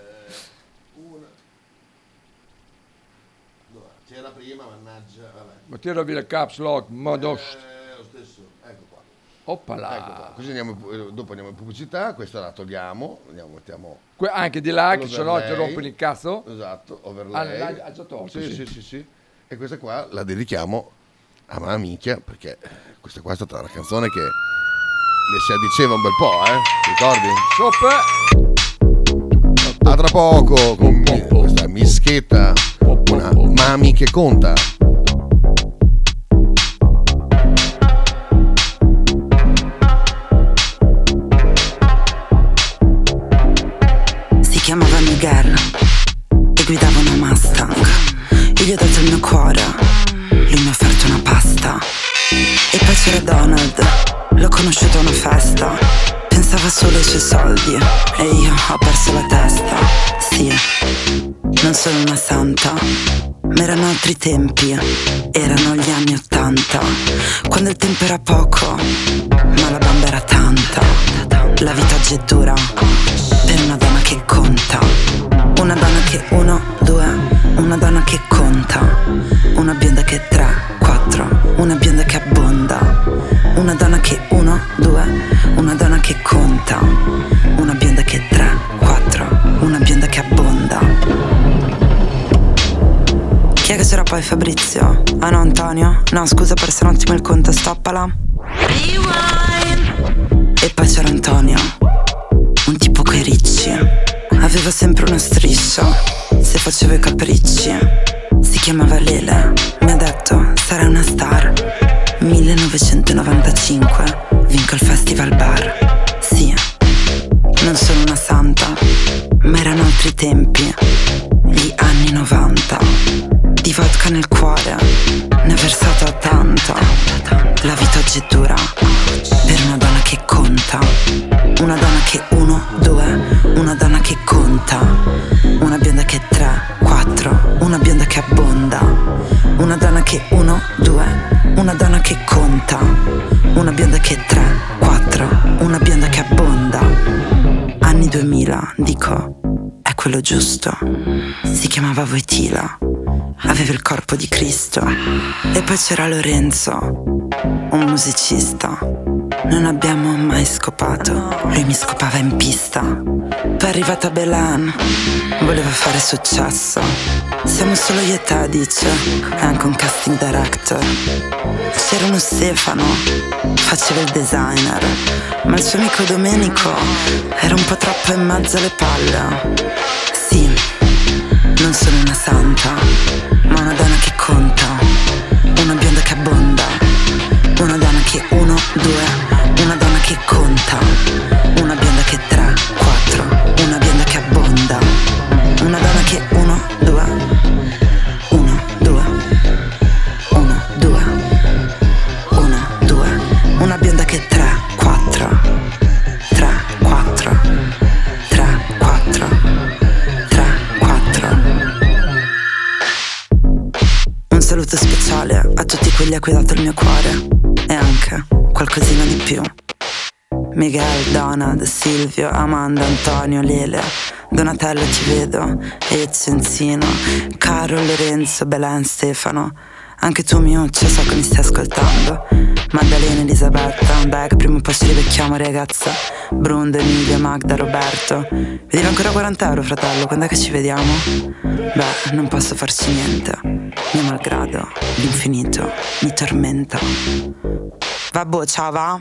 Speaker 5: Dov'è? C'era prima, mannaggia, vabbè.
Speaker 4: Ma tirami la caps lock, modos.
Speaker 5: Eh, lo stesso, ecco qua.
Speaker 4: Oppala.
Speaker 5: Ecco qua. Così andiamo, in- eh, dopo andiamo in pubblicità, questa la togliamo, andiamo, mettiamo...
Speaker 4: Que- anche di là, che
Speaker 5: l'overlay.
Speaker 4: sennò ti rompono il cazzo.
Speaker 5: Esatto,
Speaker 4: Ah,
Speaker 5: overlay.
Speaker 4: l'ha- ha già tolto,
Speaker 5: Sì,
Speaker 4: sì.
Speaker 5: sì, sì, sì. E questa qua la dedichiamo a mamma minchia, perché questa qua è stata una canzone che le si addiceva un bel po', eh? Ti ricordi? A tra poco con mi- questa mischetta, una Mami che conta.
Speaker 18: Si chiamava Miguel e guidava una Mustang. Io gli ho dato il mio cuore, lui mi ha offerto una pasta. E poi c'era Donald, l'ho conosciuto a una festa. Pensava solo ai suoi soldi e io ho perso la testa. Sì, non sono una santa, ma erano altri tempi, erano gli anni Ottanta, quando il tempo era poco, ma la bamba era tanta. La vita oggi è dura per una donna che conta. Una donna che uno, due, una donna che conta. Una bionda che tre, quattro, una bionda che abbonda. Una donna che uno, due, una donna che conta. Una bionda che tre, quattro, una bionda che abbonda. Chi è che c'era poi Fabrizio? Ah no Antonio? No scusa ho perso un attimo il conto, stoppala. E poi c'era Antonio, un tipo coi ricci. Aveva sempre uno striscio, se faceva i capricci. Si chiamava Lele, mi ha detto sarai una star. 1995, vinco il festival bar. Sì, non sono una santa, ma erano altri tempi, gli anni 90. Di vodka nel cuore, ne ho versata tanta. La vita oggi è dura, per una donna che conta. Una donna che uno, due, una donna che conta. Una bionda che tre, quattro, una bionda che abbonda. Una donna che uno, due, una donna che conta. Una bionda che tre, quattro, una bionda che abbonda. Anni 2000, dico, è quello giusto. Si chiamava Voitila, aveva il corpo di Cristo. E poi c'era Lorenzo, un musicista. Non abbiamo mai scopato, lui mi scopava in pista. Poi è arrivata Belan, voleva fare successo. Siamo solo io e te, dice, è anche un casting director. C'era uno Stefano, faceva il designer, ma il suo amico Domenico era un po' troppo in mezzo alle palle. Sì, non sono una santa, ma una donna che conta, una bionda che abbonda, una donna che uno, due, una donna che conta, una bionda che tre, quattro, una bionda che abbonda, una donna che uno, due, uno, due, uno, due, uno, due, una bionda che tre, quattro, tre, quattro, tre, quattro, tre, quattro. Un saluto speciale a tutti quelli a cui ho dato il mio cuore e anche qualcosina di più. Miguel, Donald, Silvio, Amanda, Antonio, Lele, Donatello ci vedo, Ezio, Enzino, Caro, Lorenzo, Belen, Stefano. Anche tu Miuccia so che mi stai ascoltando Maddalena, Elisabetta, Beck, prima o poi ci rivecchiamo ragazza Brundo, Emilia, Magda, Roberto Mi devi ancora 40 euro fratello, quando è che ci vediamo? Beh, non posso farci niente Mio malgrado, l'infinito, mi tormenta Vabbò, ciao va?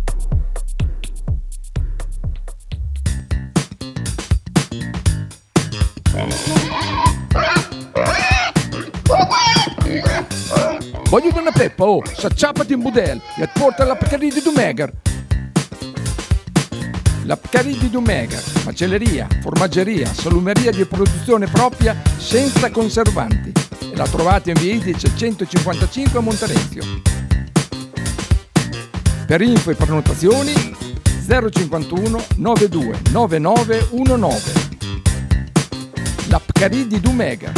Speaker 4: Voglio una peppa, oh, s'acciappati in budel e porta la Pcaridi di Dumegar. La Pcaridi di Dumegar, macelleria, formaggeria, salumeria di produzione propria senza conservanti. E la trovate in via Idice 155 a Monterezio. Per info e prenotazioni 051 92 9919. La Pcaridi di Dumegar.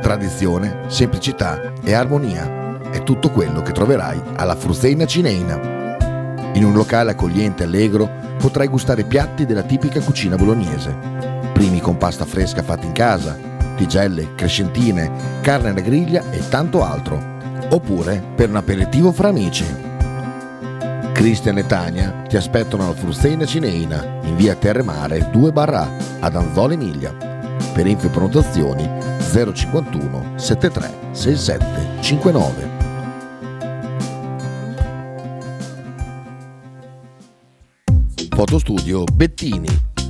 Speaker 2: Tradizione, semplicità e armonia è tutto quello che troverai alla Fruzeina Cineina. In un locale accogliente e allegro potrai gustare piatti della tipica cucina bolognese. Primi con pasta fresca fatta in casa, tigelle, crescentine, carne alla griglia e tanto altro. Oppure per un aperitivo fra amici. Cristian e Tania ti aspettano alla Frusteina Cineina in via Terremare 2 barra ad Anzola Emilia. Per info e prenotazioni 051 73 67 59. Fotostudio Bettini,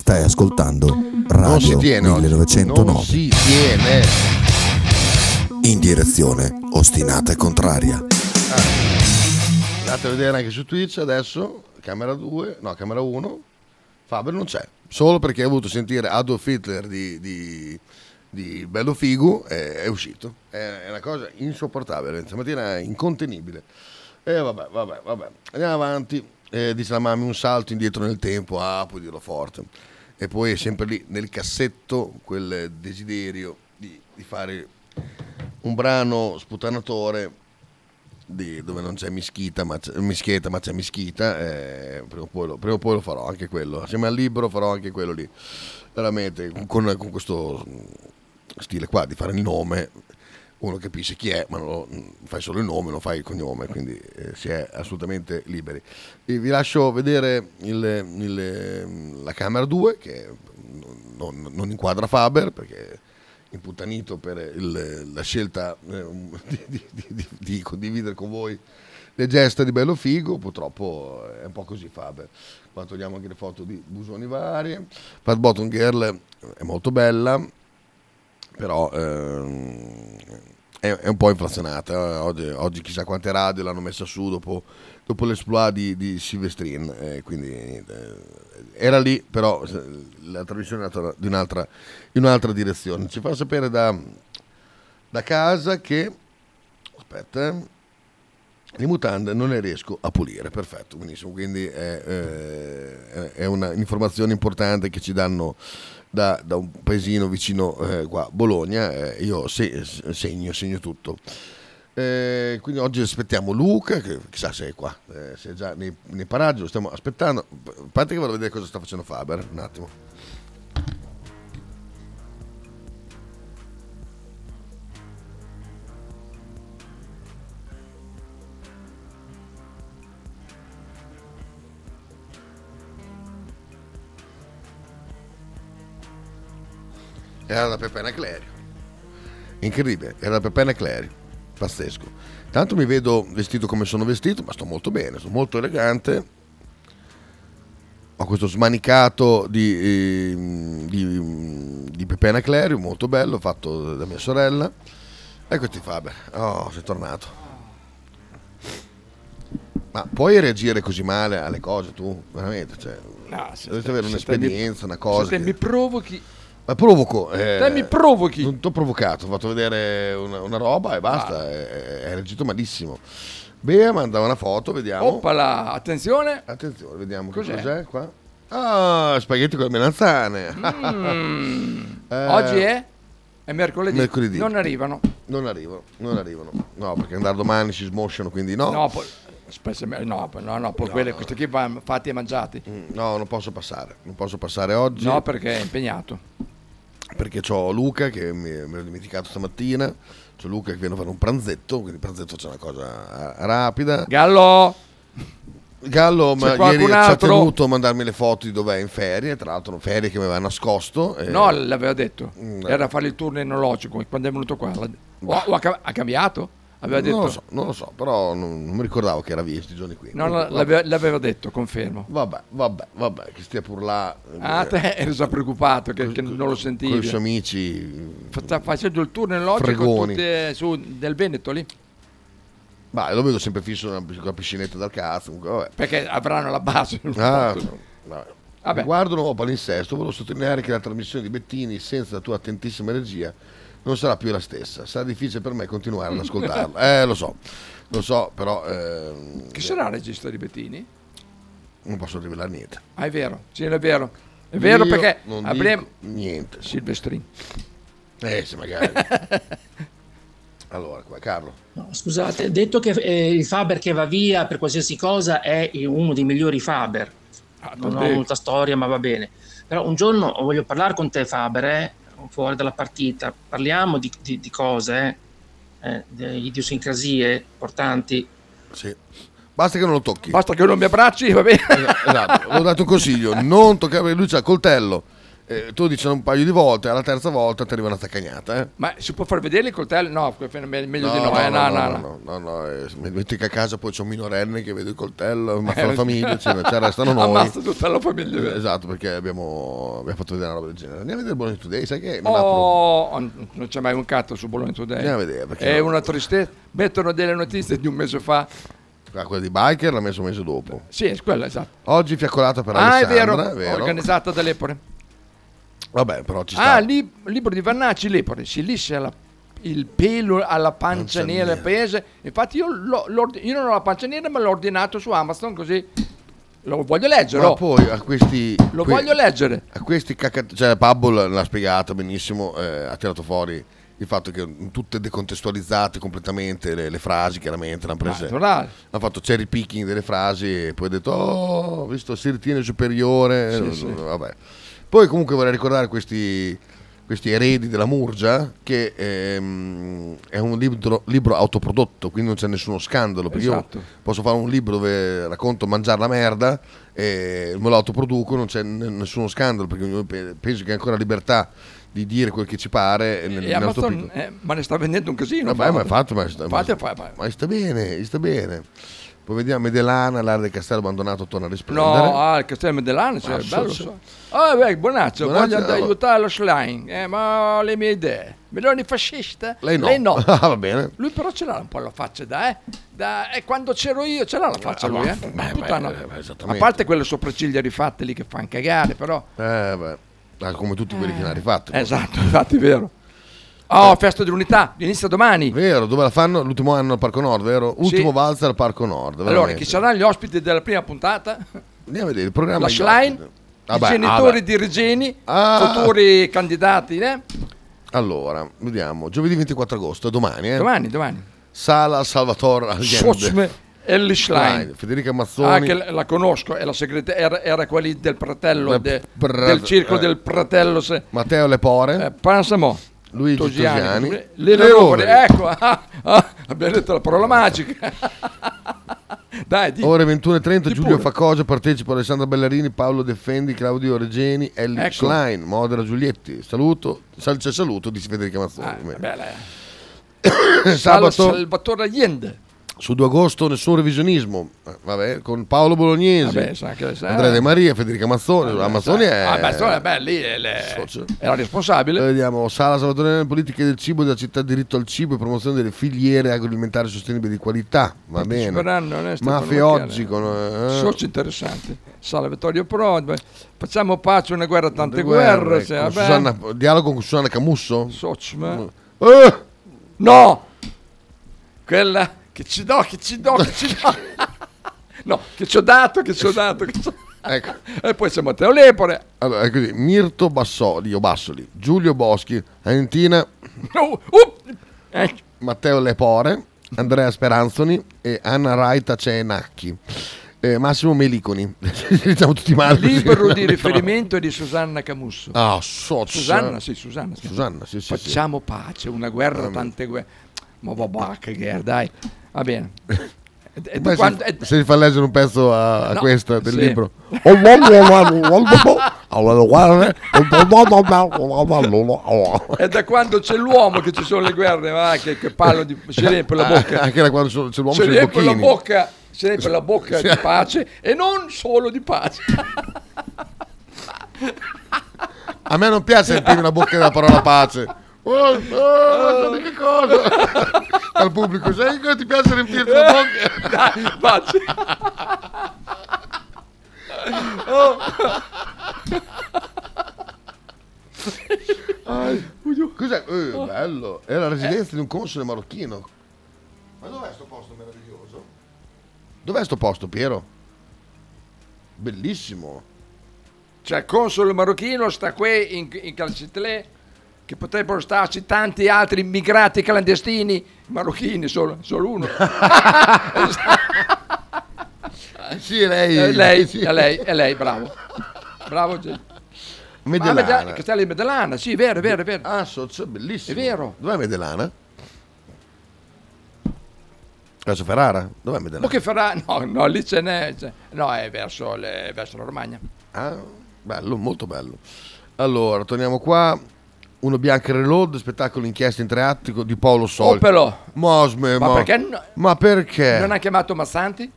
Speaker 19: Stai ascoltando Radio 1909
Speaker 5: Si tiene.
Speaker 19: in direzione ostinata e contraria.
Speaker 5: Ah. Andate a vedere anche su Twitch adesso, camera 2, no, camera 1. Fabio non c'è, solo perché ha voluto sentire Adolf Hitler di, di- di Bello Figu e è uscito. È, è una cosa insopportabile, stamattina è incontenibile. E vabbè, vabbè, vabbè. Andiamo avanti. Eh, dice la mamma un salto indietro nel tempo, ah, puoi dirlo forte. E poi è sempre lì nel cassetto quel desiderio di, di fare un brano sputanatore di- dove non c'è mischita, ma c'è, mischieta, ma c'è mischita. eh, prima, o poi lo, prima o poi lo farò anche quello. Assieme al libro farò anche quello lì. Veramente, con, con questo stile qua di fare il nome, uno capisce chi è, ma non lo- fai solo il nome, non fai il cognome, quindi eh, si è assolutamente liberi. E vi lascio vedere il- il- la camera 2 che non, non inquadra Faber perché imputanito per il- la scelta eh, um, di, di- di- di- di condividere con voi le gesta di Bello Figo, purtroppo è un po' così Faber. Qua togliamo anche le foto di Busoni varie. Pat Bottom Girl è molto bella, però ehm, è, è un po' inflazionata. eh. Oggi, oggi chissà quante radio l'hanno messa su dopo, dopo l'esploit di, di Silvestrin, eh, quindi niente, eh, era lì, però eh, la trasmissione è andata di un'altra, in un'altra direzione. Ci fa sapere da, da casa che... Aspetta, eh. le mutande non le riesco a pulire, perfetto, benissimo, quindi è, eh, è una- un'informazione importante che ci danno da, da un paesino vicino eh, qua, Bologna, eh, io se- segno, segno tutto. Eh, quindi oggi aspettiamo Luca, che chissà se è qua, eh, se è già nei, nei paraggi, lo stiamo aspettando. A parte che vado a vedere cosa sta facendo Faber, un attimo. Era da Pepena Clerio. Incredibile, era da Pepena Clerio. Pazzesco. Tanto mi vedo vestito come sono vestito, ma sto molto bene, sono molto elegante. Ho questo smanicato di, ehm, di, di Pepena Clerio, molto bello, fatto da mia sorella. Ecco, Eccoti Faber, oh, sei tornato. Ma puoi reagire così male alle cose tu? Veramente, cioè,
Speaker 4: No, se te-
Speaker 5: dovresti avere
Speaker 4: se te
Speaker 5: un'esperienza,
Speaker 4: mi-
Speaker 5: una cosa.
Speaker 4: se te
Speaker 5: che-
Speaker 4: mi provochi
Speaker 5: ma provoco. eh,
Speaker 4: Te mi provochi.
Speaker 5: Non ti ho provocato, ho fatto vedere una, una roba e basta.
Speaker 4: Ah.
Speaker 5: eh, È, reagito malissimo. Bea manda una foto, vediamo.
Speaker 4: Oppala, attenzione.
Speaker 5: Attenzione, vediamo che
Speaker 4: cos'è.
Speaker 5: cos'è qua. Ah, spaghetti con le melanzane.
Speaker 4: Mm.
Speaker 5: Eh,
Speaker 4: Oggi è? È mercoledì.
Speaker 5: mercoledì.
Speaker 4: Non arrivano.
Speaker 5: Non arrivano, non arrivano. No, perché andare domani si smosciano, quindi no.
Speaker 4: No, poi, spesso- no, poi- no, no, poi
Speaker 5: No, Mm,
Speaker 4: quelle,
Speaker 5: no.
Speaker 4: questi qui vanno fatti e mangiati.
Speaker 5: No, non posso passare. Non posso passare oggi.
Speaker 4: No, perché è impegnato.
Speaker 5: perché ho Luca che mi, me l'ho dimenticato stamattina. C'ho Luca che viene a fare un pranzetto, quindi pranzetto c'è una cosa eh, rapida.
Speaker 4: Gallo!
Speaker 5: Gallo
Speaker 4: C'è
Speaker 5: ma ieri
Speaker 4: qualcun
Speaker 5: ci ha
Speaker 4: altro?
Speaker 5: tenuto a mandarmi le foto di dov'è in ferie, tra l'altro ferie che mi aveva nascosto. eh. e-
Speaker 4: No, l'aveva detto.
Speaker 5: Mm,
Speaker 4: Era a fare il turno enologico quando è venuto qua. l'ha- O,
Speaker 5: Bah.
Speaker 4: o ha, ca- ha cambiato? Aveva
Speaker 5: non
Speaker 4: detto.
Speaker 5: lo so, non lo so, però non, non mi ricordavo che era via questi giorni qui.
Speaker 4: No, no, l'aveva, l'aveva detto, confermo.
Speaker 5: Vabbè, vabbè, vabbè, che stia pur là.
Speaker 4: Ah,
Speaker 5: eh,
Speaker 4: te eri già preoccupato che, che non lo
Speaker 5: Con i
Speaker 4: sentivi.
Speaker 5: suoi amici.
Speaker 4: Sta facendo il turno enologico
Speaker 5: Fregoni.
Speaker 4: tutte, su, del Veneto lì.
Speaker 5: Ma lo vedo sempre fisso con la piscinetta dal cazzo. Comunque, vabbè.
Speaker 4: Perché avranno la base.
Speaker 5: Ah,
Speaker 4: Tutto.
Speaker 5: vabbè.
Speaker 4: Vabbè.
Speaker 5: Riguardo il nuovo palinsesto, volevo sottolineare che la trasmissione di Bettini, senza la tua attentissima regia, non sarà più la stessa. Sarà difficile per me continuare ad ascoltarla. Eh, lo so, lo so, però. ehm,
Speaker 4: Chi sarà il regista di Bettini?
Speaker 5: Non posso rivelare niente.
Speaker 4: Ah, è vero, sì, è vero. È vero
Speaker 5: Io
Speaker 4: perché
Speaker 5: non
Speaker 4: avremo.
Speaker 5: dico niente.
Speaker 4: Silvestrin.
Speaker 5: Eh, se magari. allora, qua, Carlo.
Speaker 11: Scusate, detto che eh, il Faber che va via per qualsiasi cosa è uno dei migliori Faber. non ho
Speaker 5: te.
Speaker 11: molta storia, ma va bene. Però un giorno voglio parlare con te, Faber, eh, fuori dalla partita. Parliamo di, di- di cose, eh, eh, di idiosincrasie importanti.
Speaker 5: Sì. Basta che non lo tocchi.
Speaker 4: Basta che non mi abbracci, va bene.
Speaker 5: Esatto, ho dato un consiglio, non toccare perché lui c'ha il coltello. Eh, tu dici un paio di volte, alla terza volta ti arriva una taccagnata, eh.
Speaker 4: Ma si può far vedere il coltello? No, è meglio di no. eh, no, no, no.
Speaker 5: no, no, no, eh, mi metti che a casa poi c'è un minorenne che vede il coltello, ammazza
Speaker 4: Eh,
Speaker 5: la famiglia, cioè, cioè, restano noi.
Speaker 4: Ammazza tutta la famiglia.
Speaker 5: Eh, Esatto, perché abbiamo, abbiamo fatto vedere una roba del genere. Andiamo a vedere Bonnie Today, sai che mi eh, ha dato-
Speaker 4: Oh, n- non c'è mai un cazzo su Bologna Today.
Speaker 5: Andiamo a vedere, perché
Speaker 4: È
Speaker 5: no?
Speaker 4: una tristezza. Mettono delle notizie di un mese fa.
Speaker 5: Ah, quella di Biker l'ha messo un mese dopo.
Speaker 4: Sì, è quella, esatto.
Speaker 5: Oggi fiaccolata per
Speaker 4: ah, è
Speaker 5: Alessandra,
Speaker 4: vero, organizzata da Lepore.
Speaker 5: Vabbè, però ci sta.
Speaker 4: Ah, lì, libro di Vannacci, Lepore. Si liscia la- il pelo alla pancia
Speaker 5: Pancia
Speaker 4: nera
Speaker 5: nera.
Speaker 4: paese. Infatti io, l'ho- l'ho ord- io non ho la pancia nera, ma l'ho ordinato su Amazon così lo voglio leggere.
Speaker 5: Ma
Speaker 4: oh.
Speaker 5: poi a questi.
Speaker 4: Lo voglio leggere.
Speaker 5: A questi cacca... Cioè, Pablo l'ha spiegato benissimo, eh, ha tirato fuori il fatto che tutte decontestualizzate completamente le, le frasi, chiaramente l'hanno prese.
Speaker 4: naturale.
Speaker 5: Hanno fatto cherry picking delle frasi e poi ha detto: Oh, visto, si ritiene superiore.
Speaker 4: Sì,
Speaker 5: eh,
Speaker 4: sì.
Speaker 5: Vabbè. Poi comunque vorrei ricordare questi. Questi eredi della Murgia, che ehm, è un libro, libro autoprodotto, quindi non c'è nessuno scandalo. Perché io
Speaker 4: Esatto.
Speaker 5: posso fare un libro dove racconto mangiare la merda e me lo autoproduco, non c'è n- nessuno scandalo perché ognuno pe- penso che ancora libertà di dire quel che ci pare nel,
Speaker 4: E
Speaker 5: nel nostro
Speaker 4: Amazon,
Speaker 5: piccolo.
Speaker 4: eh, ma ne sta vendendo un casino.
Speaker 5: Vabbè, ma infatti, ma, sta- ma-
Speaker 4: Infatti, fa- fa-
Speaker 5: ma sta bene, gli sta bene. Poi vediamo Medelana, l'area del castello abbandonato torna a risplendere.
Speaker 4: No, ah, il castello Medellano, cioè,
Speaker 5: Ma
Speaker 4: è
Speaker 5: so-
Speaker 4: bello.
Speaker 5: so-
Speaker 4: so. Ah, beh, Bonaccio,
Speaker 5: Bonaccio, eh,
Speaker 4: voglio ad-
Speaker 5: allora.
Speaker 4: aiutare lo slime, eh, ma ho le mie idee. Meloni fascista?
Speaker 5: Lei no. Ah, va bene.
Speaker 4: Lui però ce l'ha un po' la faccia, da, eh. Da, eh, quando c'ero io ce l'ha la faccia
Speaker 5: Ah,
Speaker 4: lui,
Speaker 5: ma-
Speaker 4: eh.
Speaker 5: beh,
Speaker 4: Puttana.
Speaker 5: beh, beh,
Speaker 4: A
Speaker 5: esattamente.
Speaker 4: parte quelle sopracciglia rifatte lì che fanno cagare, però.
Speaker 5: Eh, beh, ah, come tutti quelli che l'hanno rifatto.
Speaker 4: Eh. Esatto, infatti, vero. Oh, festa dell'unità, inizia domani.
Speaker 5: Vero, dove la fanno? L'ultimo anno al Parco Nord, vero? Ultimo valzer al Parco Nord.
Speaker 4: Allora,
Speaker 5: veramente.
Speaker 4: chi saranno gli ospiti della prima puntata?
Speaker 5: Andiamo a vedere il programma.
Speaker 4: La
Speaker 5: di
Speaker 4: slime,
Speaker 5: ospite.
Speaker 4: i
Speaker 5: Vabbè,
Speaker 4: genitori
Speaker 5: vabbè.
Speaker 4: di Regeni,
Speaker 5: Ah.
Speaker 4: futuri candidati, eh.
Speaker 5: Allora, vediamo. Giovedì 24 agosto, domani, eh?
Speaker 4: Domani, domani.
Speaker 5: Sala Salvatore
Speaker 4: Sosme
Speaker 5: Allende.
Speaker 4: Ellie Schlein.
Speaker 5: Federica
Speaker 4: Ah,
Speaker 5: Mazzoni.
Speaker 4: che la la conosco, è la segreta- era, era quella lì del fratello,
Speaker 5: La
Speaker 4: de-
Speaker 5: bra-
Speaker 4: del circo
Speaker 5: eh.
Speaker 4: del fratello. Se,
Speaker 5: Matteo Lepore.
Speaker 4: eh, Pansamo.
Speaker 5: Luigi Tosiani.
Speaker 4: L'Eleonore,
Speaker 5: Leone.
Speaker 4: ecco, ah, ah, abbiamo detto la parola magica. Dai, di,
Speaker 5: Ore 21.30
Speaker 4: Di
Speaker 5: Giulio
Speaker 4: pure.
Speaker 5: Facogia partecipa Alessandra Bellarini, Paolo Defendi, Claudio Regeni, Ellie
Speaker 4: Ecco.
Speaker 5: Schlein, Modera Giulietti. Saluto, sal- c'è saluto di Federica Mazzoni. Bene.
Speaker 4: Bella, eh. Sala
Speaker 5: Sabato
Speaker 4: Salvatore Allende.
Speaker 5: su 2 agosto nessun revisionismo. Eh, Vabbè, con Paolo Bolognesi,
Speaker 4: Vabbè, sa che- sa-
Speaker 5: Andrea De Maria, Federica Mazzoni. Mazzoni è
Speaker 4: Ah, beh, sono- beh, lì è, le- era responsabile.
Speaker 5: Poi vediamo Sala Salvatore Politiche del Cibo della città diritto al cibo e promozione delle filiere agroalimentari sostenibili di qualità. Va
Speaker 4: Parteciperanno
Speaker 5: bene.
Speaker 4: Ernesto
Speaker 5: Mafia
Speaker 4: Bonochiale.
Speaker 5: oggi con eh,
Speaker 4: Socio interessante. Sala Vittorio Prodi. beh, Facciamo pace, una guerra, tante guerre.
Speaker 5: guerre,
Speaker 4: se-
Speaker 5: con
Speaker 4: vabbè.
Speaker 5: ecco, Susanna- dialogo con Susanna Camusso.
Speaker 4: Socio,
Speaker 5: Eh!
Speaker 4: No! Quella che ci do, che ci do, che ci do. No, che ci ho dato, che ci ho dato. Che ci ho-
Speaker 5: Ecco.
Speaker 4: E poi c'è Matteo Lepore.
Speaker 5: Allora, è così, Mirto Bassoli, o Bassoli, Giulio Boschi, Antina,
Speaker 4: Uh, uh, eh,
Speaker 5: Matteo Lepore, Andrea Speranzoni e Anna Raita Cenacchi. Eh, Massimo Meliconi, diciamo tutti male. così.
Speaker 4: Libro di riferimento è di Susanna Camusso.
Speaker 5: Ah, so,
Speaker 4: Susanna, sì, Susanna.
Speaker 5: Susanna, sì, sì, sì.
Speaker 4: Facciamo pace, una guerra,
Speaker 5: Veramente.
Speaker 4: tante guerre. Ma vabbè, che guerra, dai. Va bene. E- e
Speaker 5: Beh, se-
Speaker 4: quando- e-
Speaker 5: se gli fa leggere un pezzo a, a
Speaker 4: No,
Speaker 5: questa del
Speaker 4: sì.
Speaker 5: libro.
Speaker 4: È da quando c'è l'uomo che ci sono le guerre, ma che, che pallo di si riempie la bocca.
Speaker 5: Ah, Anche da quando c'è c'è l'uomo
Speaker 4: si
Speaker 5: c'è i
Speaker 4: riempie la
Speaker 5: bocchini.
Speaker 4: bocca, si riempie la bocca di pace e non solo di pace.
Speaker 5: A me non piace prima la bocca della parola pace. Oh, oh, di che cosa? Al pubblico, sai che ti piace riempirti la bocca?
Speaker 4: Dai, pace. Oh.
Speaker 5: Cos'è? Eh, bello. Era la residenza di un console marocchino. Ma dov'è sto posto meraviglioso? Dov'è sto posto, Piero? Bellissimo.
Speaker 4: Cioè, il console marocchino sta qui in, in Calcitlè, che potrebbero starci tanti altri immigrati clandestini marocchini, solo, solo uno.
Speaker 5: sì, lei.
Speaker 4: È lei,
Speaker 5: Sì.
Speaker 4: è lei, è lei, bravo. Bravo, Gigi.
Speaker 5: Medellana.
Speaker 4: Ah, Medellana, Castello di Medellana, sì, vero, vero, vero.
Speaker 5: Ah, Sozzo, bellissimo.
Speaker 4: È vero.
Speaker 5: Dov'è Medelana? Verso Ferrara? Dov'è
Speaker 4: Ma
Speaker 5: Medelana?
Speaker 4: che farà? No, no, lì ce n'è. c'è- No, è verso, le- verso la Romagna.
Speaker 5: Ah, bello, molto bello. Allora, torniamo qua. Uno bianco reload, spettacolo inchiesta in tre atti di Paolo Sol.
Speaker 4: Oh, però.
Speaker 5: Mosme,
Speaker 4: Ma
Speaker 5: Eh, mo-
Speaker 4: perché no-
Speaker 5: ma perché?
Speaker 4: Non ha chiamato Massanti?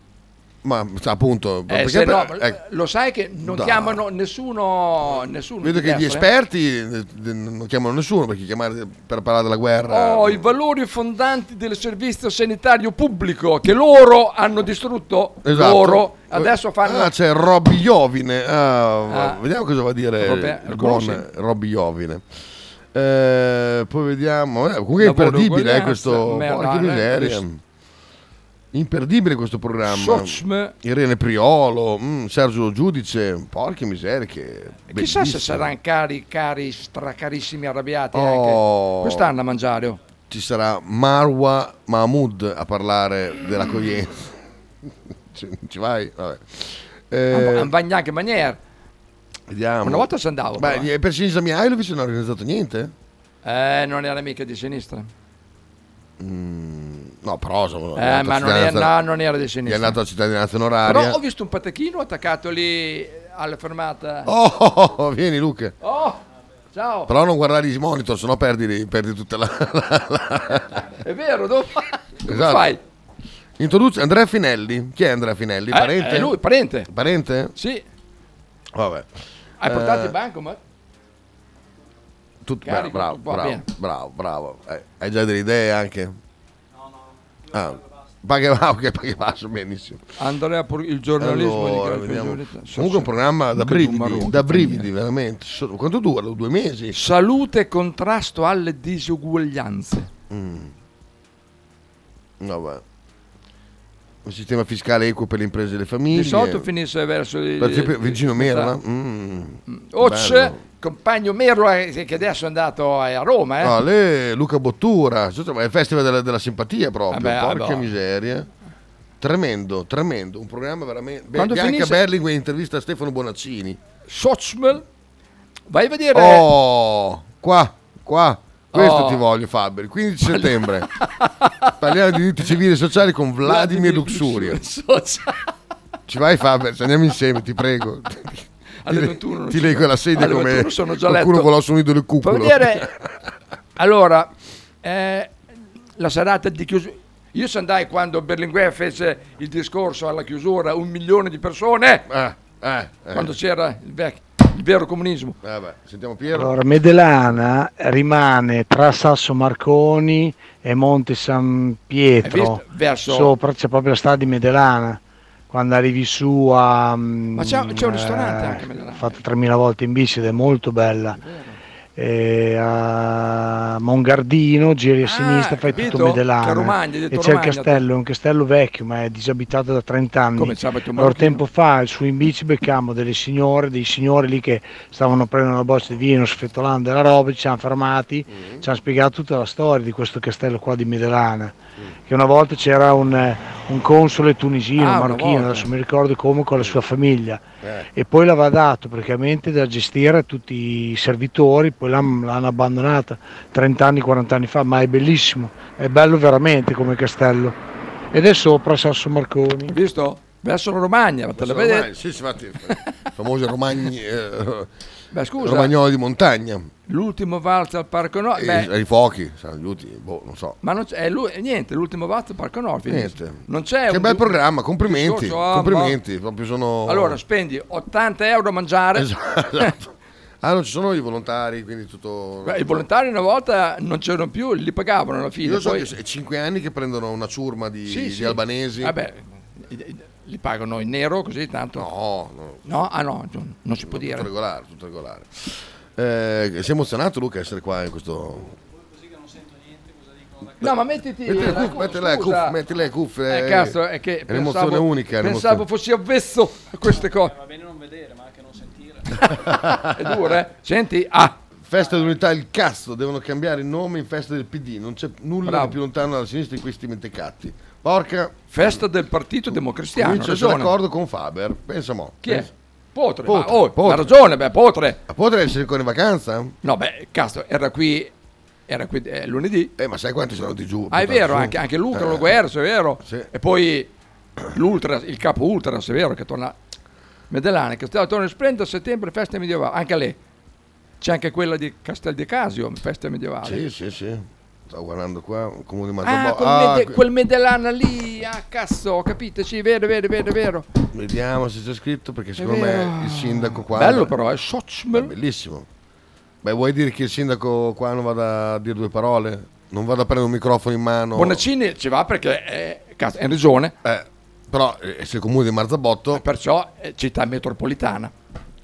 Speaker 5: Ma appunto,
Speaker 4: Eh,
Speaker 5: perché
Speaker 4: se
Speaker 5: per-
Speaker 4: no,
Speaker 5: ecco,
Speaker 4: lo sai che non
Speaker 5: Dai.
Speaker 4: chiamano nessuno. nessuno
Speaker 5: vedo
Speaker 4: di
Speaker 5: che gli
Speaker 4: destra, eh?
Speaker 5: esperti eh, eh, non chiamano nessuno perché chiamare per parlare della guerra.
Speaker 4: Oh, i valori fondanti del servizio sanitario pubblico che loro hanno distrutto.
Speaker 5: Esatto.
Speaker 4: Loro adesso fanno.
Speaker 5: Ah, c'è Robby Iovine. Ah, va-
Speaker 4: Ah.
Speaker 5: Vediamo cosa va a dire
Speaker 4: Vabbè,
Speaker 5: il
Speaker 4: lo
Speaker 5: buon
Speaker 4: conosci?
Speaker 5: Robby Iovine. Eh, poi vediamo. eh, comunque è
Speaker 4: Lavoro e
Speaker 5: imperdibile eh,
Speaker 4: uguaglianza,
Speaker 5: questo.
Speaker 4: merda,
Speaker 5: porca
Speaker 4: eh,
Speaker 5: miseria.
Speaker 4: questo-
Speaker 5: Imperdibile questo programma.
Speaker 4: Socme.
Speaker 5: Irene Priolo, mm, Sergio Giudice. Porca miseria, che.
Speaker 4: Chissà se
Speaker 5: bellissimo.
Speaker 4: saranno cari, cari, stracarissimi arrabbiati
Speaker 5: Oh.
Speaker 4: anche. Quest'anno a mangiare. oh.
Speaker 5: Ci sarà Marwa Mahmoud a parlare dell'accoglienza. ci, ci vai? Vabbè. Eh,
Speaker 4: Non va neanche maniera.
Speaker 5: Vediamo.
Speaker 4: Una volta ci andavo,
Speaker 5: Beh,
Speaker 4: però,
Speaker 5: gli- per Sinisa Mihailovic non ha organizzato niente?
Speaker 4: Eh, non era mica di sinistra.
Speaker 5: Mm, no, però. insomma, è
Speaker 4: Eh,
Speaker 5: andato
Speaker 4: ma
Speaker 5: a
Speaker 4: non era-
Speaker 5: cittadinanza-
Speaker 4: no, non era di
Speaker 5: Gli è
Speaker 4: sinistra.
Speaker 5: andato a cittadinanza onoraria.
Speaker 4: Però ho visto un patechino attaccato lì alla fermata.
Speaker 5: Oh, oh, oh, vieni, Luca.
Speaker 4: Oh, ciao.
Speaker 5: Però non guardare i monitor, sennò perdi, perdi tutta la. la- la-
Speaker 4: È vero, dove fa- come
Speaker 5: Esatto.
Speaker 4: fai?
Speaker 5: Introduce Andrea Finelli. Chi è Andrea Finelli?
Speaker 4: Eh,
Speaker 5: Parente?
Speaker 4: è lui, parente.
Speaker 5: Parente?
Speaker 4: Sì.
Speaker 5: Vabbè. Eh,
Speaker 4: Hai portato il
Speaker 5: banco?
Speaker 4: bancomat?
Speaker 5: Tutto,
Speaker 4: Carico,
Speaker 5: bravo,
Speaker 4: va
Speaker 5: bravo,
Speaker 4: bene.
Speaker 5: bravo, bravo. Eh, hai già delle idee anche? No, no. Ah, paghi basso, ok, paghi basso, benissimo.
Speaker 4: Andrea Pur- il giornalismo di
Speaker 5: Allora,
Speaker 4: gran
Speaker 5: vediamo.
Speaker 4: giornalità. So-
Speaker 5: Comunque è un programma da
Speaker 4: Che
Speaker 5: brividi,
Speaker 4: numero-
Speaker 5: da brividi veramente. So- Quanto dura? Due mesi?
Speaker 4: Salute e contrasto alle disuguaglianze.
Speaker 5: Mm. No, beh. Un sistema fiscale equo per le imprese e le famiglie.
Speaker 4: Di solito finisce verso il...
Speaker 5: Per esempio, Virginio Merla.
Speaker 4: Esatto.
Speaker 5: Mm.
Speaker 4: Oc,
Speaker 5: Bello.
Speaker 4: compagno Merlo eh, che adesso è andato a a Roma, eh.
Speaker 5: No, Ah, lei, Luca Bottura, Cioè, ma è il festival della, della simpatia proprio,
Speaker 4: Vabbè,
Speaker 5: porca
Speaker 4: vabbè.
Speaker 5: miseria. Tremendo, tremendo, un programma veramente... Beh,
Speaker 4: Quando
Speaker 5: Bianca
Speaker 4: finisce-
Speaker 5: Berlinguer intervista Stefano Bonaccini.
Speaker 4: Socmel, vai a vedere
Speaker 5: Oh, qua, qua, questo
Speaker 4: Oh.
Speaker 5: ti voglio Faber, il 15 settembre. Parliamo di diritti civili e sociali con Vladimir Luxuria.
Speaker 4: Socia-
Speaker 5: Ci vai Faber, ci andiamo insieme, ti prego.
Speaker 4: Alle
Speaker 5: Ti-
Speaker 4: 21 non
Speaker 5: ti
Speaker 4: c'è.
Speaker 5: leggo la sedia
Speaker 4: Alle
Speaker 5: come
Speaker 4: 21 sono già
Speaker 5: qualcuno
Speaker 4: letto.
Speaker 5: volò su un idolo il
Speaker 4: Fa
Speaker 5: cuculo.
Speaker 4: vedere. allora, eh, la serata di chiusura. Io se andai quando Berlinguer fece il discorso alla chiusura, un milione di persone,
Speaker 5: Eh,
Speaker 4: quando c'era il, vec- il vero comunismo.
Speaker 5: Eh, Vabbè, sentiamo Piero.
Speaker 13: Allora, Medelana rimane tra Sasso Marconi e Monte San
Speaker 4: Hai
Speaker 13: Pietro,
Speaker 4: visto? Verso-
Speaker 13: sopra c'è proprio la strada di Medelana. Quando arrivi su a. mm, eh,
Speaker 4: Ma c'è- c'è un ristorante anche a
Speaker 5: Eh.
Speaker 4: Medelana.
Speaker 13: Fatta 3000 volte in bici ed è molto bella. Eh, a Mongardino, giri a sinistra, fai
Speaker 4: Ah, capito?
Speaker 13: tutto Medelana.
Speaker 4: Che Romagna, hai detto
Speaker 13: e c'è il
Speaker 4: Romagna,
Speaker 13: castello, è un castello vecchio, ma è disabitato da 30 anni.
Speaker 4: Come sabato
Speaker 13: Allora,
Speaker 4: marocchino.
Speaker 13: tempo fa su in bici beccammo delle signore, dei signori lì che stavano prendendo una boccia di vino, sfettolando della roba, ci siamo fermati,
Speaker 4: Mm. Mm.
Speaker 13: ci hanno spiegato tutta la storia di questo castello qua di Medelana, che una volta c'era un, eh, un console tunisino,
Speaker 4: Ah, una
Speaker 13: marocchino,
Speaker 4: volta.
Speaker 13: adesso mi ricordo come con la sua famiglia e poi l'aveva dato praticamente da gestire a tutti i servitori, poi l'han- l'hanno abbandonata 30 anni, 40 anni fa, ma è bellissimo, è bello veramente come castello. Ed è sopra Sasso Marconi.
Speaker 4: Visto? Verso la Romagna, ma te la
Speaker 5: Verso la
Speaker 4: vedi?
Speaker 5: Romagna, Sì, sì, infatti, i famosi romagni, eh,
Speaker 4: Beh, scusa.
Speaker 5: romagnoli Eh, di montagna.
Speaker 4: L'ultimo valzer al Parco Nord.
Speaker 5: E-
Speaker 4: beh,
Speaker 5: e I fuochi, sono aiuti, boh, non so.
Speaker 4: ma non c'è, è lui- niente, l'ultimo valzer al Parco Nord. finisce.
Speaker 5: Niente.
Speaker 4: Non c'è
Speaker 5: Che
Speaker 4: un-
Speaker 5: bel programma, complimenti.
Speaker 4: discorso, ah,
Speaker 5: complimenti, proprio sono...
Speaker 4: boh. Allora, spendi 80 euro a mangiare.
Speaker 5: Esatto. Ah, non ci sono i volontari, quindi tutto...
Speaker 4: Beh, I volontari una volta non c'erano più, li pagavano alla fine.
Speaker 5: Io so
Speaker 4: poi-
Speaker 5: che è 5 anni che prendono una ciurma di,
Speaker 4: Sì,
Speaker 5: di
Speaker 4: sì.
Speaker 5: albanesi.
Speaker 4: Vabbè, li pagano in nero così tanto.
Speaker 5: No, no.
Speaker 4: No? Ah no, non si può dire.
Speaker 5: Tutto regolare, tutto regolare. Eh, sei emozionato Luca essere qua in questo...
Speaker 4: No, ma mettiti
Speaker 5: Metti le
Speaker 4: la
Speaker 5: cuff-
Speaker 4: cu-
Speaker 5: metti le
Speaker 4: scusa.
Speaker 5: cuff- metti le cuffie.
Speaker 4: Eh, cazzo, è che
Speaker 5: È un'emozione
Speaker 4: pensavo-
Speaker 5: unica, è
Speaker 4: Pensavo
Speaker 5: un'emozione.
Speaker 4: fossi avvezzo a queste cose. Eh, Va bene non vedere, ma anche non sentire. è duro, eh? Senti, ah,
Speaker 5: Festa dell'unità, il cazzo, devono cambiare il nome in festa del PD, non c'è nulla
Speaker 4: Bravo.
Speaker 5: di più lontano dalla sinistra di questi mentecatti. Porca...
Speaker 4: Festa del Partito Democristiano.
Speaker 5: Comincio a essere
Speaker 4: ragione.
Speaker 5: d'accordo con Faber, pensa mo.
Speaker 4: Chi è?
Speaker 5: Pensa-
Speaker 4: Potre. ma-
Speaker 5: Potre,
Speaker 4: oh,
Speaker 5: Potre.
Speaker 4: Ha ragione, beh, Potre.
Speaker 5: Ma Potre essere ancora in vacanza?
Speaker 4: No, beh, cazzo, era qui, era qui eh, lunedì.
Speaker 5: Eh, ma sai quanti sono di giù?
Speaker 4: Ah, è
Speaker 5: portati
Speaker 4: vero,
Speaker 5: su?
Speaker 4: anche, anche l'ultra,
Speaker 5: Eh.
Speaker 4: lo guerzo, è vero.
Speaker 5: Sì.
Speaker 4: E poi l'ultra, il capo ultra, se è vero, che torna Medellana, che torna in splendida a settembre, festa medievale, anche lei. C'è anche quella di Castel di Casio, festa medievale.
Speaker 5: Sì, sì, sì. Stavo guardando qua, comune di
Speaker 4: Ah,
Speaker 5: Manzobò.
Speaker 4: quel,
Speaker 5: Ah,
Speaker 4: Mede-
Speaker 5: que-
Speaker 4: quel Medellana lì, ah cazzo, ho capito, sì, vero, vero, vero, vero.
Speaker 5: Vediamo se c'è scritto, perché secondo me
Speaker 4: vero.
Speaker 5: il sindaco qua...
Speaker 4: Bello però, è Sochmel.
Speaker 5: Bellissimo. Beh, vuoi dire che il sindaco qua non vada a dire due parole? Non vada a prendere un microfono in mano?
Speaker 4: Bonaccini ci va perché è, cazzo, è in regione. Eh,
Speaker 5: Eh, però eh, se il comune di Marzabotto...
Speaker 4: Perciò è città metropolitana.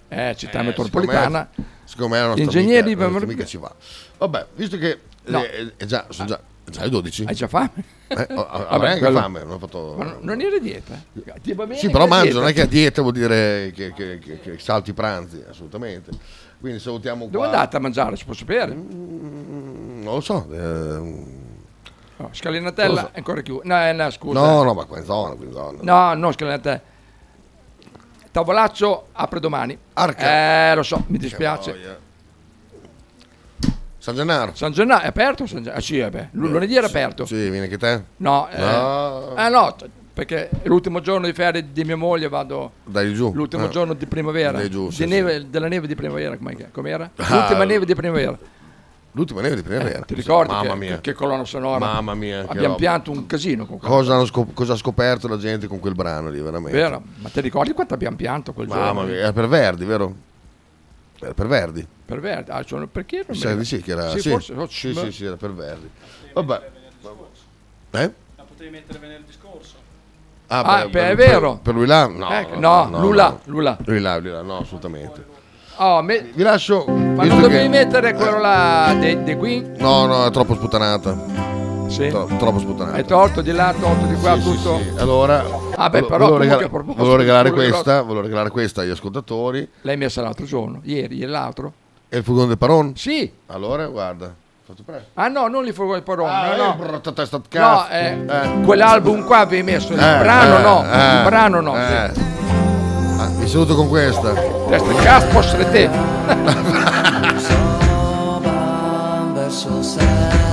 Speaker 4: È città
Speaker 5: Eh,
Speaker 4: metropolitana.
Speaker 5: Secondo me, secondo me la nostra
Speaker 4: Ingegneri
Speaker 5: amica, la nostra
Speaker 4: per-
Speaker 5: amica ci va. Vabbè, visto che...
Speaker 4: No.
Speaker 5: eh, è già, sono già, già le 12.
Speaker 4: Hai già fame?
Speaker 5: Eh, ho- ho- avrei
Speaker 4: Vabbè,
Speaker 5: anche
Speaker 4: quello-
Speaker 5: fame, non ho fatto...
Speaker 4: Ma no- non era dieta. Ti va bene
Speaker 5: Sì, però
Speaker 4: che
Speaker 5: mangio, non è
Speaker 4: dieta?
Speaker 5: che a dieta vuol dire che, che- che- che salti i pranzi, assolutamente. Quindi salutiamo qua. Mm.
Speaker 4: Dove andate a mangiare? Si può sapere?
Speaker 5: Non lo so. eh,
Speaker 4: No,
Speaker 5: Non lo
Speaker 4: scalinatella
Speaker 5: so.
Speaker 4: è ancora chiuso. No, eh, no, scusa.
Speaker 5: no, no, ma qua in zona, qui in zona.
Speaker 4: No, non scalinatella. Tavolaccio apre domani.
Speaker 5: Arca.
Speaker 4: Eh, lo so, mi
Speaker 5: Che
Speaker 4: dispiace.
Speaker 5: noia. San Gennaro.
Speaker 4: San Gennaro è aperto? San Gennaro? Ah, sì, eh beh, l- lunedì era aperto.
Speaker 5: Sì, viene che te?
Speaker 4: No, eh,
Speaker 5: No.
Speaker 4: ah, no, t- perché è l'ultimo giorno di ferie di mia moglie vado...
Speaker 5: Dai giù.
Speaker 4: L'ultimo
Speaker 5: Eh.
Speaker 4: giorno di primavera.
Speaker 5: Dai giù, sì,
Speaker 4: Di
Speaker 5: sì.
Speaker 4: neve- Della neve di primavera, com'è- com'era?
Speaker 5: Ah,
Speaker 4: L'ultima neve di primavera.
Speaker 5: L'ultima neve di primavera.
Speaker 4: Eh, ti ricordi
Speaker 5: Mamma
Speaker 4: che,
Speaker 5: mia.
Speaker 4: che colonna sonora?
Speaker 5: Mamma mia, che
Speaker 4: Abbiamo
Speaker 5: roba.
Speaker 4: pianto un casino con quello.
Speaker 5: Cosa, hanno scop- cosa ha scoperto la gente con quel brano lì, veramente?
Speaker 4: Vero? Ma ti ricordi quanto abbiamo pianto quel giorno?
Speaker 5: Mamma mia, era per Verdi, vero? Era per Verdi.
Speaker 4: Per Verdi. Ah, sono- perché non mi
Speaker 5: Mi sa
Speaker 4: ricordo?
Speaker 5: di sì, che era...
Speaker 4: Sì,
Speaker 5: Sì,
Speaker 4: forse. no,
Speaker 5: sì,
Speaker 4: ma-
Speaker 5: sì, sì, era per Verdi. Vabbè. Eh?
Speaker 11: La potevi mettere venerdì scorso.
Speaker 4: Ah, per- è vero.
Speaker 5: Per, lui là? No,
Speaker 4: Ecco, no, Lula, Lula.
Speaker 5: Lui là, lui là, no, assolutamente.
Speaker 4: Oh, me-
Speaker 5: Vi lascio.
Speaker 4: Ma
Speaker 5: visto
Speaker 4: non dovevi
Speaker 5: che- Eh.
Speaker 4: mettere quello là de- de qui?
Speaker 5: No, no, è troppo sputanata.
Speaker 4: Sì.
Speaker 5: troppo sputanata.
Speaker 4: Hai tolto di là, tolto di qua, tutto.
Speaker 5: Allora,
Speaker 4: Ah, beh,
Speaker 5: vo-
Speaker 4: però
Speaker 5: volevo,
Speaker 4: comunque
Speaker 5: regala-
Speaker 4: a proposito,
Speaker 5: volevo regalare
Speaker 4: quello che
Speaker 5: questa, volevo regalare questa agli ascoltatori.
Speaker 4: Lei mi ha l'altro giorno, ieri, ieri l'altro.
Speaker 5: E il furgone del Paron?
Speaker 4: Sì.
Speaker 5: Allora, guarda. ho Fatto presto.
Speaker 4: Ah no, non li fuori il parone,
Speaker 5: Ah,
Speaker 4: no,
Speaker 5: eh,
Speaker 4: no.
Speaker 5: brutta testa di
Speaker 4: No,
Speaker 5: cazzo.
Speaker 4: eh,
Speaker 5: Eh.
Speaker 4: quell'album qua avevi messo il
Speaker 5: Eh,
Speaker 4: brano,
Speaker 5: eh,
Speaker 4: no,
Speaker 5: eh,
Speaker 4: il brano no.
Speaker 5: eh. Ah, vi saluto con questa.
Speaker 4: Testa di cazzo, te.
Speaker 3: Soban verso sé Oh,